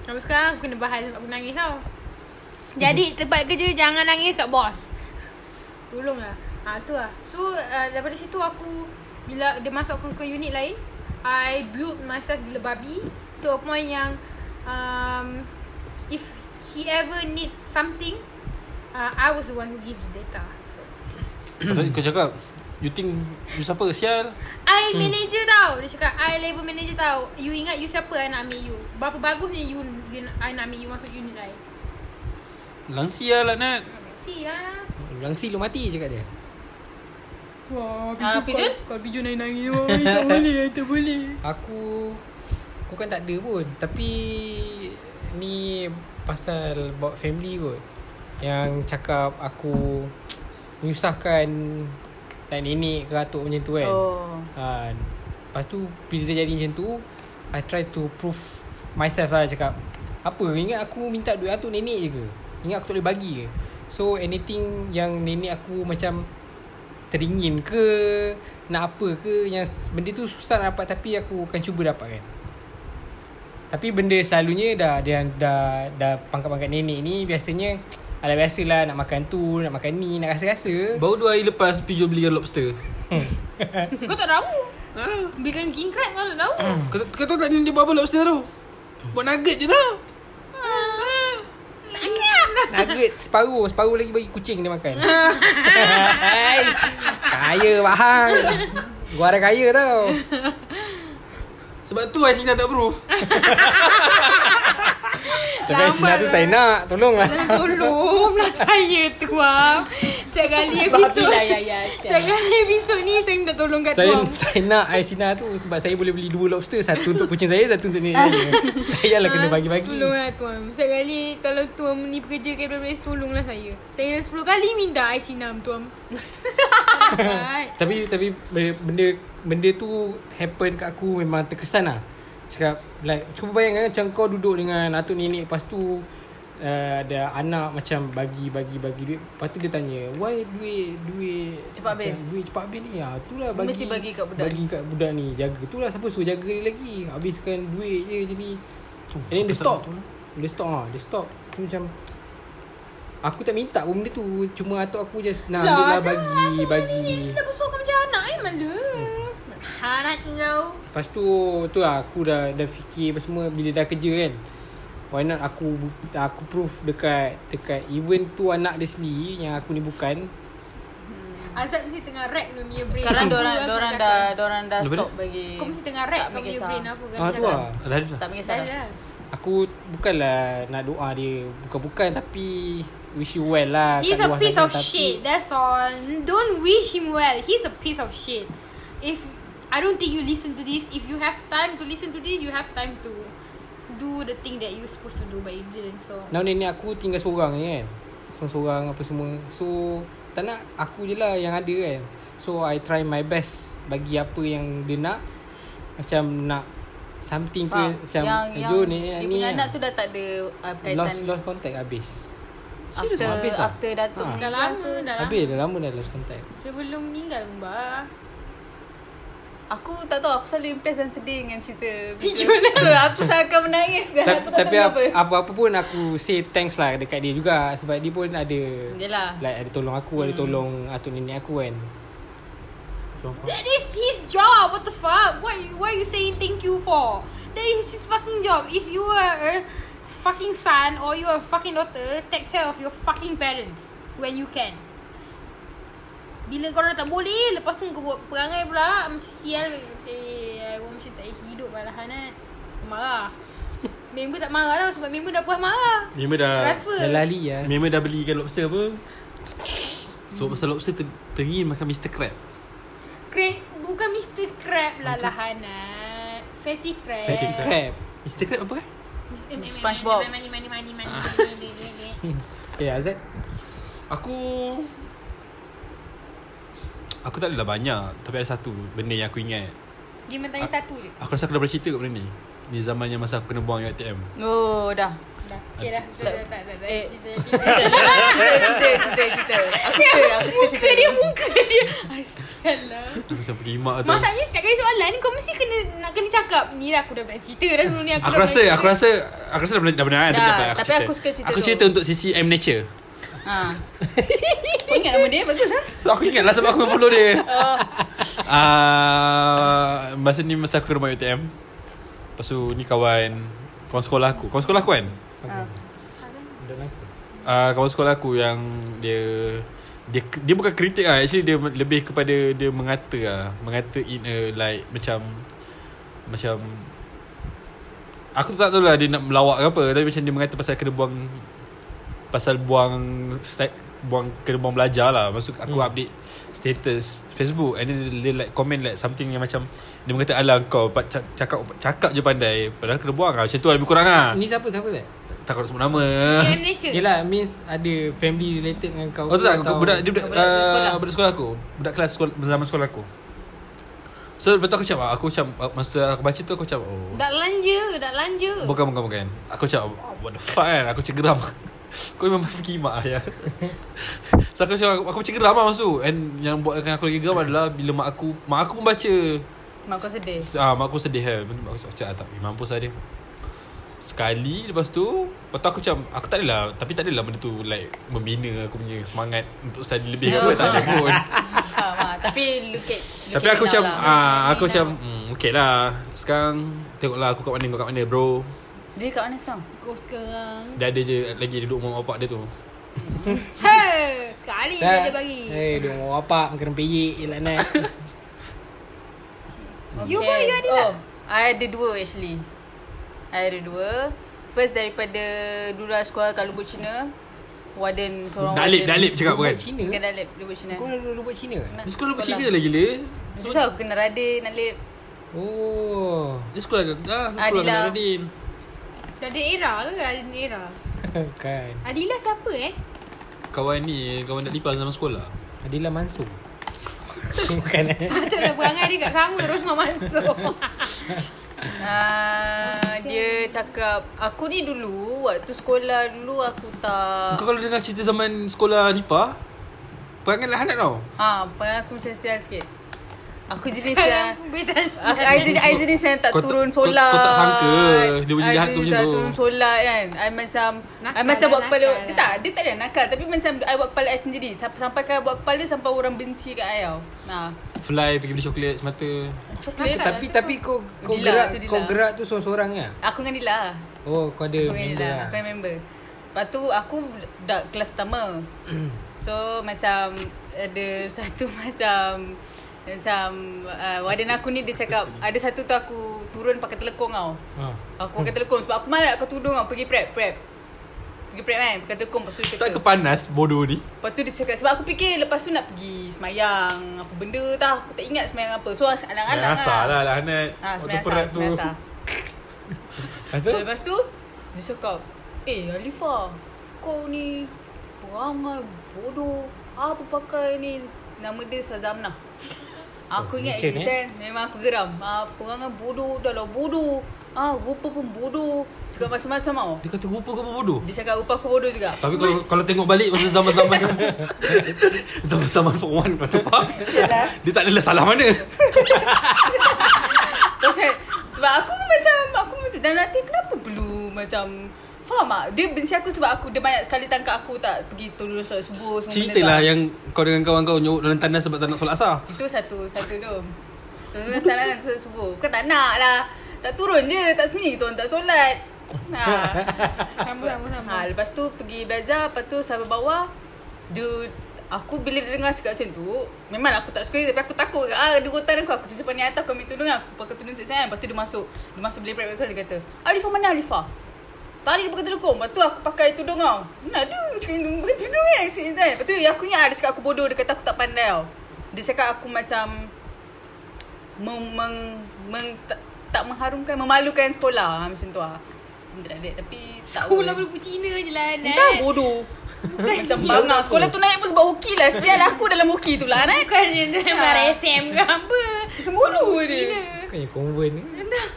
Speaker 1: Sampai sekarang aku kena bahan sebab aku nangis tau Jadi tempat kerja jangan nangis kat bos Tolonglah Ha tu lah So uh, daripada situ aku Bila dia masuk ke, ke unit lain I build myself gila babi To a point yang um, If he ever need something uh, I was the one who give the data So
Speaker 2: Lepas tu kau cakap, you think you siapa? Sial.
Speaker 1: I manager tau Dia cakap I level manager tau You ingat you siapa I nak ambil you Berapa bagusnya you, you I nak ambil you masuk unit I
Speaker 2: Langsia lah nak.
Speaker 1: See lah
Speaker 4: Langsi lu mati cakap dia
Speaker 1: Wah,
Speaker 3: Ah, Pijun?
Speaker 1: Kalau Pijun nangis-nangis Wah, tak boleh Tak boleh
Speaker 4: Aku Aku kan tak ada pun Tapi Ni Pasal About family kot Yang cakap Aku Menyusahkan Like nenek ke atuk macam tu kan
Speaker 3: Oh.
Speaker 4: ha, Lepas tu Bila dia jadi macam tu I try to prove Myself lah cakap Apa Ingat aku minta duit atuk nenek je ke Ingat aku tak boleh bagi ke So anything Yang nenek aku macam Teringin ke Nak apa ke Yang benda tu susah nak dapat Tapi aku akan cuba dapatkan Tapi benda selalunya Dah dah, dah, dah pangkat-pangkat nenek ni Biasanya Alah biasalah Nak makan tu Nak makan ni Nak rasa-rasa
Speaker 2: Baru dua hari lepas Pijol belikan lobster.
Speaker 1: (laughs) Kau tak tahu Belikan king crab kau tak tahu
Speaker 2: Kau, kau tahu tak ni dia buat apa lobster tu? Buat nugget je lah.
Speaker 1: Ah.
Speaker 4: Nugget separuh Separuh lagi bagi kucing dia makan Hai, Kaya bahang Gua ada kaya tau
Speaker 2: Sebab tu Aisina tak approve.
Speaker 4: Tapi Sina tu saya nak Tolong lah
Speaker 1: (laughs) Tolonglah saya tu Am Setiap kali episod Setiap kali episod ni Saya minta tolong kat
Speaker 4: saya,
Speaker 1: tuam
Speaker 4: saya nak Aisina tu Sebab saya boleh beli dua lobster Satu untuk kucing saya Satu untuk nenek saya Tak payahlah lah kena
Speaker 1: Ah,
Speaker 4: bagi-bagi
Speaker 1: Tolonglah tuan Setiap kali Kalau tuan ni bekerja Kat BBS Tolonglah saya Saya dah 10 kali minta Aisinam
Speaker 4: (laughs)
Speaker 1: tuan Tak dapat.
Speaker 4: Tapi tapi benda benda tu happen kat aku memang terkesan lah. Cakap like cuba bayangkan kan macam kau duduk dengan atuk nenek lepas tu uh, ada anak macam bagi bagi bagi duit. Lepas tu dia tanya, "Why duit duit
Speaker 3: Cepat
Speaker 4: macam
Speaker 3: habis.
Speaker 4: Duit cepat habis ni. Ha, itulah bagi
Speaker 3: Mesti bagi kat budak
Speaker 4: Bagi kat budak ni. Jaga itulah siapa suruh jaga dia lagi. Habiskan duit je jadi.
Speaker 2: Cuk,
Speaker 4: And then dia
Speaker 2: sampai
Speaker 4: stop.
Speaker 2: tak-
Speaker 4: Dia stop ah, dia stop. So macam Aku tak minta pun benda tu Cuma atuk aku just Nak
Speaker 1: Lah,
Speaker 4: ambil lah bagi
Speaker 1: dah,
Speaker 4: Bagi
Speaker 1: Dia dah besar kau macam anak eh Mala Hanat kau
Speaker 4: Lepas tu tu lah aku dah dah fikir apa semua bila dah kerja kan. Why not aku bu- aku proof dekat dekat even tu anak dia sendiri yang aku ni bukan.
Speaker 1: Azad mesti tengah rack dia punya brain
Speaker 3: Sekarang
Speaker 1: Apa
Speaker 3: dorang
Speaker 1: aku
Speaker 3: dorang
Speaker 1: nak
Speaker 3: dah
Speaker 1: cakap?
Speaker 3: dorang dah
Speaker 2: Apa
Speaker 3: stop
Speaker 2: dia?
Speaker 3: bagi.
Speaker 1: Kau mesti tengah rack
Speaker 3: Tak
Speaker 1: kau punya
Speaker 3: kisah.
Speaker 1: brain apa kan
Speaker 4: Ah tu lah.
Speaker 2: Dah ada
Speaker 3: Tak
Speaker 2: dah.
Speaker 3: panggil
Speaker 1: Dah
Speaker 3: Sarah.
Speaker 1: dah
Speaker 4: Aku bukanlah nak doa dia bukan-bukan tapi wish you well lah.
Speaker 1: He's a
Speaker 4: kat luar
Speaker 1: piece
Speaker 4: sana,
Speaker 1: of
Speaker 4: tapi-
Speaker 1: shit. That's all. Don't wish him well. He's a piece of shit. If I don't think you listen to this, if you have time to listen to this, you have time to do the thing that you're supposed to do, but you didn't. So
Speaker 4: Now nenek aku tinggal seorang ni kan Seorang-seorang apa semua So tak nak aku je lah yang ada kan So I try my best Bagi apa yang dia nak Macam nak Something ke
Speaker 3: Faham?
Speaker 4: Macam
Speaker 3: yang,
Speaker 4: eh,
Speaker 3: yang
Speaker 4: jom
Speaker 3: dia
Speaker 4: nenek ni
Speaker 3: punya
Speaker 4: kan.
Speaker 3: anak tu dah tak ada uh, kaitan
Speaker 4: Lost, lost contact habis
Speaker 3: after,
Speaker 4: habis
Speaker 3: after,
Speaker 4: lah.
Speaker 3: Datuk
Speaker 4: Ha.
Speaker 1: dah
Speaker 3: meninggal
Speaker 1: lama,
Speaker 3: tu.
Speaker 1: dah lama.
Speaker 4: Habis dah lama dah lost contact
Speaker 1: Sebelum meninggal pun bah.
Speaker 3: Aku tak tahu Aku selalu impressed dan sedih Dengan (laughs) cerita Video tu (laughs) Aku seakan menangis dan
Speaker 4: Ta-
Speaker 3: (laughs) Aku tak
Speaker 4: Tapi
Speaker 3: tahu apa
Speaker 4: ap- apa-apa pun aku say thanks lah dekat dia juga Sebab dia pun ada
Speaker 3: Yelah.
Speaker 4: Like ada tolong aku
Speaker 3: Hmm.
Speaker 4: Ada tolong atuk nenek aku kan
Speaker 1: That is his job. What the fuck? What what you saying thank you for? That is his fucking job. If you are a fucking son or you are a fucking daughter, take care of your fucking parents when you can. Bila kau dah tak boleh, lepas tu kau buat perangai pula macam sial. Eh, I want macam tak payah hidup malah Hanat. Marah. member tak marah tau sebab member dah puas marah.
Speaker 2: Member dah
Speaker 1: Transfer.
Speaker 4: Dah lali lah
Speaker 2: Member dah belikan lobster apa? So pasal lobster ter, teringin makan Mr. Crab.
Speaker 1: Crab, bukan Mr. Crab lah lah Hanat. Fatty Crab.
Speaker 2: Fatty
Speaker 4: Crap (laughs)
Speaker 2: Mr. Crab apa eh?
Speaker 3: SpongeBob.
Speaker 1: Mani mani mani mani.
Speaker 4: Okay Ya, Azad
Speaker 2: Aku Aku tak adalah banyak Tapi ada satu Benda yang aku ingat
Speaker 1: Dia mentanya satu je.
Speaker 2: Aku rasa aku dah pernah cerita kat benda ni Ni zamannya masa aku kena buang kat ATM
Speaker 3: Oh dah
Speaker 1: Dah. Okay dah. Tak tak tak tak.
Speaker 3: Eh.
Speaker 1: Kita-
Speaker 3: (laughs)
Speaker 1: kita-
Speaker 3: Cerita cerita cerita, cerita Aku suka Aku suka cerita dia
Speaker 1: Muka dia. Asal lah.
Speaker 2: Aku macam pergi mak tu
Speaker 1: Maksudnya setiap kali soalan kau mesti kena nak kena cakap. Ni lah aku dah pernah cerita dah sebelum ni aku.
Speaker 2: Aku rasa Aku rasa Aku rasa dah pernah Dah pernah kan?
Speaker 3: Dah,
Speaker 2: tak pernah
Speaker 3: tapi aku suka cerita
Speaker 2: Aku
Speaker 3: tu.
Speaker 2: cerita untuk CCM Nature
Speaker 3: ha. Kau ingat nama dia Bagus lah
Speaker 2: so, Aku ingat lah sebab aku follow dia (laughs) Ah, Masa ni masa aku kena buang ATM Lepas tu ni kawan Kawan sekolah aku Kawan sekolah aku kan uh, kawan sekolah aku yang dia dia dia bukan kritik ah actually dia lebih kepada dia mengata ah mengata in a like macam macam aku tak tahu lah dia nak melawak ke apa tapi macam dia mengata pasal kena buang pasal buang stack buang kena buang belajar lah masuk aku hmm. update status Facebook and then dia, dia like comment like something yang macam dia mengata alah kau pa- ca- cakap cakap je pandai padahal kena buang lah macam tu lah lebih kurang ah
Speaker 4: Ni siapa siapa Azad?
Speaker 2: takut nak sebut nama
Speaker 1: Yang nature.
Speaker 4: Yelah means ada family related dengan kau
Speaker 2: Oh tu
Speaker 4: ke
Speaker 2: tak
Speaker 4: atau-
Speaker 2: budak dia budak,
Speaker 3: budak sekolah.
Speaker 2: uh, budak sekolah aku. Budak kelas sekolah zaman sekolah aku. So lepas tu aku macam ah, aku macam ah, masa aku baca tu aku macam oh.
Speaker 1: Dak lanja, dak lanja.
Speaker 2: Bukan bukan bukan. Aku macam oh, what the fuck kan. Aku macam geram. (laughs) Kau memang fikir mak ya. (laughs) so aku macam aku macam geram lah masa tu. And yang buatkan aku lagi geram adalah bila mak aku mak aku pun baca
Speaker 3: Mak kau (laughs) sedih
Speaker 2: ah mak aku sedih kan. Mak aku macam ah, tak eh, mampus lah dia. Sekali lepas tu Lepas tu aku macam Aku tak adalah Tapi tak adalah benda tu Like Membina aku punya semangat Untuk study lebih ke apa Tak ada pun
Speaker 3: ha, ha. Tapi look at look
Speaker 2: Tapi
Speaker 3: at
Speaker 2: aku
Speaker 3: it
Speaker 2: macam
Speaker 3: now lah.
Speaker 2: ah, Aku macam hmm, Okay lah Sekarang Tengoklah aku kat mana Kau kat mana bro
Speaker 3: Dia kat mana sekarang
Speaker 1: Kau sekarang.
Speaker 2: Dia ada je Lagi duduk rumah bapak dia tu
Speaker 1: Hei, sekali je
Speaker 4: Tak.
Speaker 1: dia bagi.
Speaker 4: Eh dia mau apa Kena peyek je lah nak
Speaker 1: You boy, you ada tak?
Speaker 3: Oh, I ada dua actually I ada dua First daripada Dulu lah sekolah kat Lumbur Cina Warden seorang
Speaker 2: Dalip
Speaker 3: warden.
Speaker 2: Dalip (laughs) cakap kan?
Speaker 4: Buat
Speaker 2: bukan
Speaker 4: Cina
Speaker 3: Bukan Dalip Lumbur Cina
Speaker 4: Kau dah dulu buat Cina kan?
Speaker 2: Dia sekolah bercina lah gila
Speaker 3: So, Susah aku kena radin
Speaker 2: (laughs)
Speaker 3: Nalip
Speaker 4: Oh (laughs)
Speaker 2: Dia sekolah Dah sekolah
Speaker 3: Adila.
Speaker 2: dengan Radin
Speaker 1: Dah ada era ke? Dah ada era.
Speaker 4: Kan
Speaker 1: Adila siapa eh?
Speaker 2: Kawan ni Kawan nak lipas zaman sekolah
Speaker 4: Adila Mansur (laughs) Bukan eh
Speaker 1: Patut dah berangai dia kat sama Rosma Mansur.
Speaker 3: Ah, Dia cakap Aku ni dulu Waktu sekolah dulu Aku tak
Speaker 2: Kau kalau dengar cerita zaman sekolah lipa Perangai lah hanat tau
Speaker 3: Ah, ha, Pengen aku macam sial sikit Aku jenis
Speaker 1: Sekarang
Speaker 3: yang
Speaker 1: Betansi
Speaker 3: Aku I jenis, I jenis yang tak
Speaker 2: Kau tak-
Speaker 3: turun
Speaker 2: kau-
Speaker 3: solat
Speaker 2: kau tak sangka dia punya
Speaker 3: I
Speaker 2: jahat tu
Speaker 3: jenis
Speaker 2: macam
Speaker 3: tak
Speaker 2: tu.
Speaker 3: turun solat kan I macam
Speaker 1: Nakal
Speaker 3: I macam
Speaker 1: lah,
Speaker 3: buat kepala
Speaker 1: nakal
Speaker 3: Dia
Speaker 1: lah.
Speaker 3: tak Dia tak ada nakal Tapi macam I buat kepala I sendiri Sampai, sampai kan I buat kepala Sampai orang benci kat I tau Nah
Speaker 2: Fly pergi beli coklat semata
Speaker 3: Coklat
Speaker 1: Nakal.
Speaker 3: tak
Speaker 4: Tapi tapi kau kau
Speaker 3: Dila,
Speaker 4: gerak
Speaker 3: tu Dila.
Speaker 4: kau gerak tu seorang-seorang ya?
Speaker 3: Aku dengan Dila lah
Speaker 4: Oh kau ada
Speaker 3: Aku dengan Dila
Speaker 4: member
Speaker 3: Aku
Speaker 4: lah.
Speaker 3: dengan member Lepas tu aku dah kelas pertama So macam Ada (laughs) satu macam Macam uh, Warden aku ni dia cakap Ada satu tu aku Turun pakai telekong tau
Speaker 4: Ha.
Speaker 3: Aku pakai telekong sebab aku malas aku tudung aku pergi prep prep. Pergi prep kan pakai telekong lepas tu dia
Speaker 2: Tak
Speaker 3: cakap.
Speaker 2: kepanas bodoh ni
Speaker 3: Lepas tu dia cakap sebab aku fikir lepas tu nak pergi semayang apa benda tah aku tak ingat semayang apa. So anak-anak
Speaker 2: Semayang asal lah lah Hanat
Speaker 3: Ha,
Speaker 2: Waktu
Speaker 3: semayang
Speaker 2: perat
Speaker 3: asal,
Speaker 2: tu
Speaker 3: semayang asal.
Speaker 4: Lepas tu
Speaker 3: So, lepas tu dia cakap, "Eh Alifa, kau ni perangai bodoh. Apa pakai ni?" Nama dia Sazamna. Aku
Speaker 4: Oh,
Speaker 3: ingat
Speaker 4: mention,
Speaker 3: dia
Speaker 4: eh?
Speaker 3: eh? memang aku geram. Ah, perangai bodoh, dah lah bodoh. Ah, rupa pun bodoh. Cakap macam-macam tau.
Speaker 2: Dia kata rupa kau pun bodoh
Speaker 3: Dia cakap rupa aku bodoh juga.
Speaker 2: Tapi kalau kalau tengok balik masa zaman-zaman zaman-zaman form 1 kau faham. Dia tak adalah salah mana.
Speaker 3: Pasal sebab aku macam aku macam dan nanti kenapa perlu macam faham tak? Dia benci aku sebab aku dia banyak kali tangkap aku tak pergi tolong solat subuh semua
Speaker 2: Ceritalah
Speaker 3: benda tu.
Speaker 2: lah yang kau dengan kawan kau nyok dalam tandas sebab tak nak solat asar.
Speaker 3: Itu satu satu dom. Tolong salah solat subuh. Kau tak nak lah. Tak turun je tak sembunyi tu orang tak solat. Ha.
Speaker 1: Sama sama sama
Speaker 3: ha, lepas tu pergi belajar, lepas tu sampai bawah dia Aku bila dia dengar cakap macam tu Memang aku tak suka dia Tapi aku takut ke ah, Dia rotan aku Aku cuci ni atas Aku ambil tudung lah, Aku pakai tudung sikit kan Lepas tu dia masuk Dia masuk bilik private call Dia kata Alifah mana Alifah? Tadi dia pakai tudung Lepas tu aku pakai tudung tau Mana ada Cakap dia pakai tudung kan Cakap macam tu kan Lepas tu yang aku ingat ah, Dia cakap aku bodoh Dia kata aku tak pandai tau Dia cakap aku macam meng, meng, meng tak, tak mengharumkan Memalukan sekolah Ah, Macam tu lah Macam tu lah adik Tapi tak
Speaker 1: Sekolah
Speaker 3: apa.
Speaker 1: berbuat Cina je lah Nat
Speaker 3: Entah bodoh Macam bangang Ya, Sekolah tu naik pun sebab hoki lah Sial aku dalam hoki tu lah naik
Speaker 1: Bukan dia nak marah SM ke apa
Speaker 3: Macam bodoh
Speaker 1: Cina
Speaker 3: dia
Speaker 4: Kan yang convent
Speaker 2: Eh,
Speaker 4: ni.
Speaker 3: (laughs)
Speaker 1: Entah Nat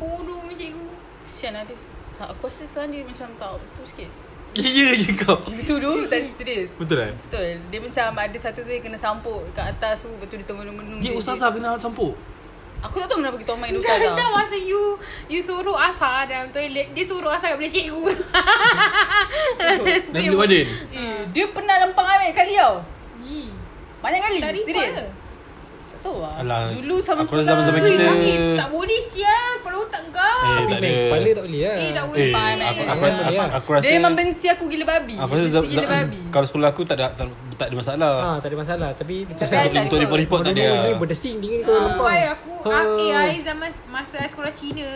Speaker 1: Bodoh macam cikgu
Speaker 3: Sian lah dia tak, Aku rasa sekarang dia macam tak Betul sikit
Speaker 2: Ya je kau.
Speaker 3: Dia (laughs) Betul dulu tak serius
Speaker 2: Betul eh?
Speaker 3: Betul Dia macam ada satu tu Dia kena sampuk kat atas tu Betul dia lah. termenung-menung
Speaker 2: Dia ustazah kena sampuk.
Speaker 3: Aku tak tahu kenapa kita main lah. dia ustazah
Speaker 1: Entah masa you You suruh asal dalam toilet Dia suruh asal kat boleh cikgu
Speaker 3: (laughs)
Speaker 2: Dan dia warden.
Speaker 3: Eh, Dia pernah lempang ambil kali tau
Speaker 1: Ye.
Speaker 3: Banyak kali
Speaker 1: Tak report
Speaker 3: Serius
Speaker 1: ke?
Speaker 3: Tak tahu lah
Speaker 2: Alah,
Speaker 3: Dulu sama
Speaker 2: aku
Speaker 3: sekolah
Speaker 2: rasa zaman-zaman
Speaker 1: Ui,
Speaker 2: Kita-
Speaker 1: makin tak boleh sial Pada otak kau
Speaker 2: Eh,
Speaker 4: Tapi
Speaker 2: tak
Speaker 4: naik
Speaker 2: ada.
Speaker 4: kepala tak boleh lah.
Speaker 1: Eh, tak boleh.
Speaker 2: Eh,
Speaker 1: Fine,
Speaker 2: aku,
Speaker 1: fine,
Speaker 2: aku,
Speaker 4: fine.
Speaker 2: aku, aku, aku rasa
Speaker 3: Dia memang benci aku gila babi
Speaker 2: Aku
Speaker 3: Dia
Speaker 2: rasa
Speaker 3: benci
Speaker 2: zam-
Speaker 3: gila
Speaker 2: zam-
Speaker 3: babi
Speaker 2: kalau sekolah aku tak ada tak, tak ada masalah.
Speaker 4: Ha, tak ada masalah. Tapi
Speaker 3: Tapi
Speaker 4: betul saya.
Speaker 3: I tak
Speaker 2: Untuk
Speaker 3: report.
Speaker 2: report-report tak ada.
Speaker 4: Bodoh
Speaker 2: lah.
Speaker 4: Ni berdesing dingin kau lempar.
Speaker 1: Ah, Why aku ah, Eh I zaman Masa I sekolah Cina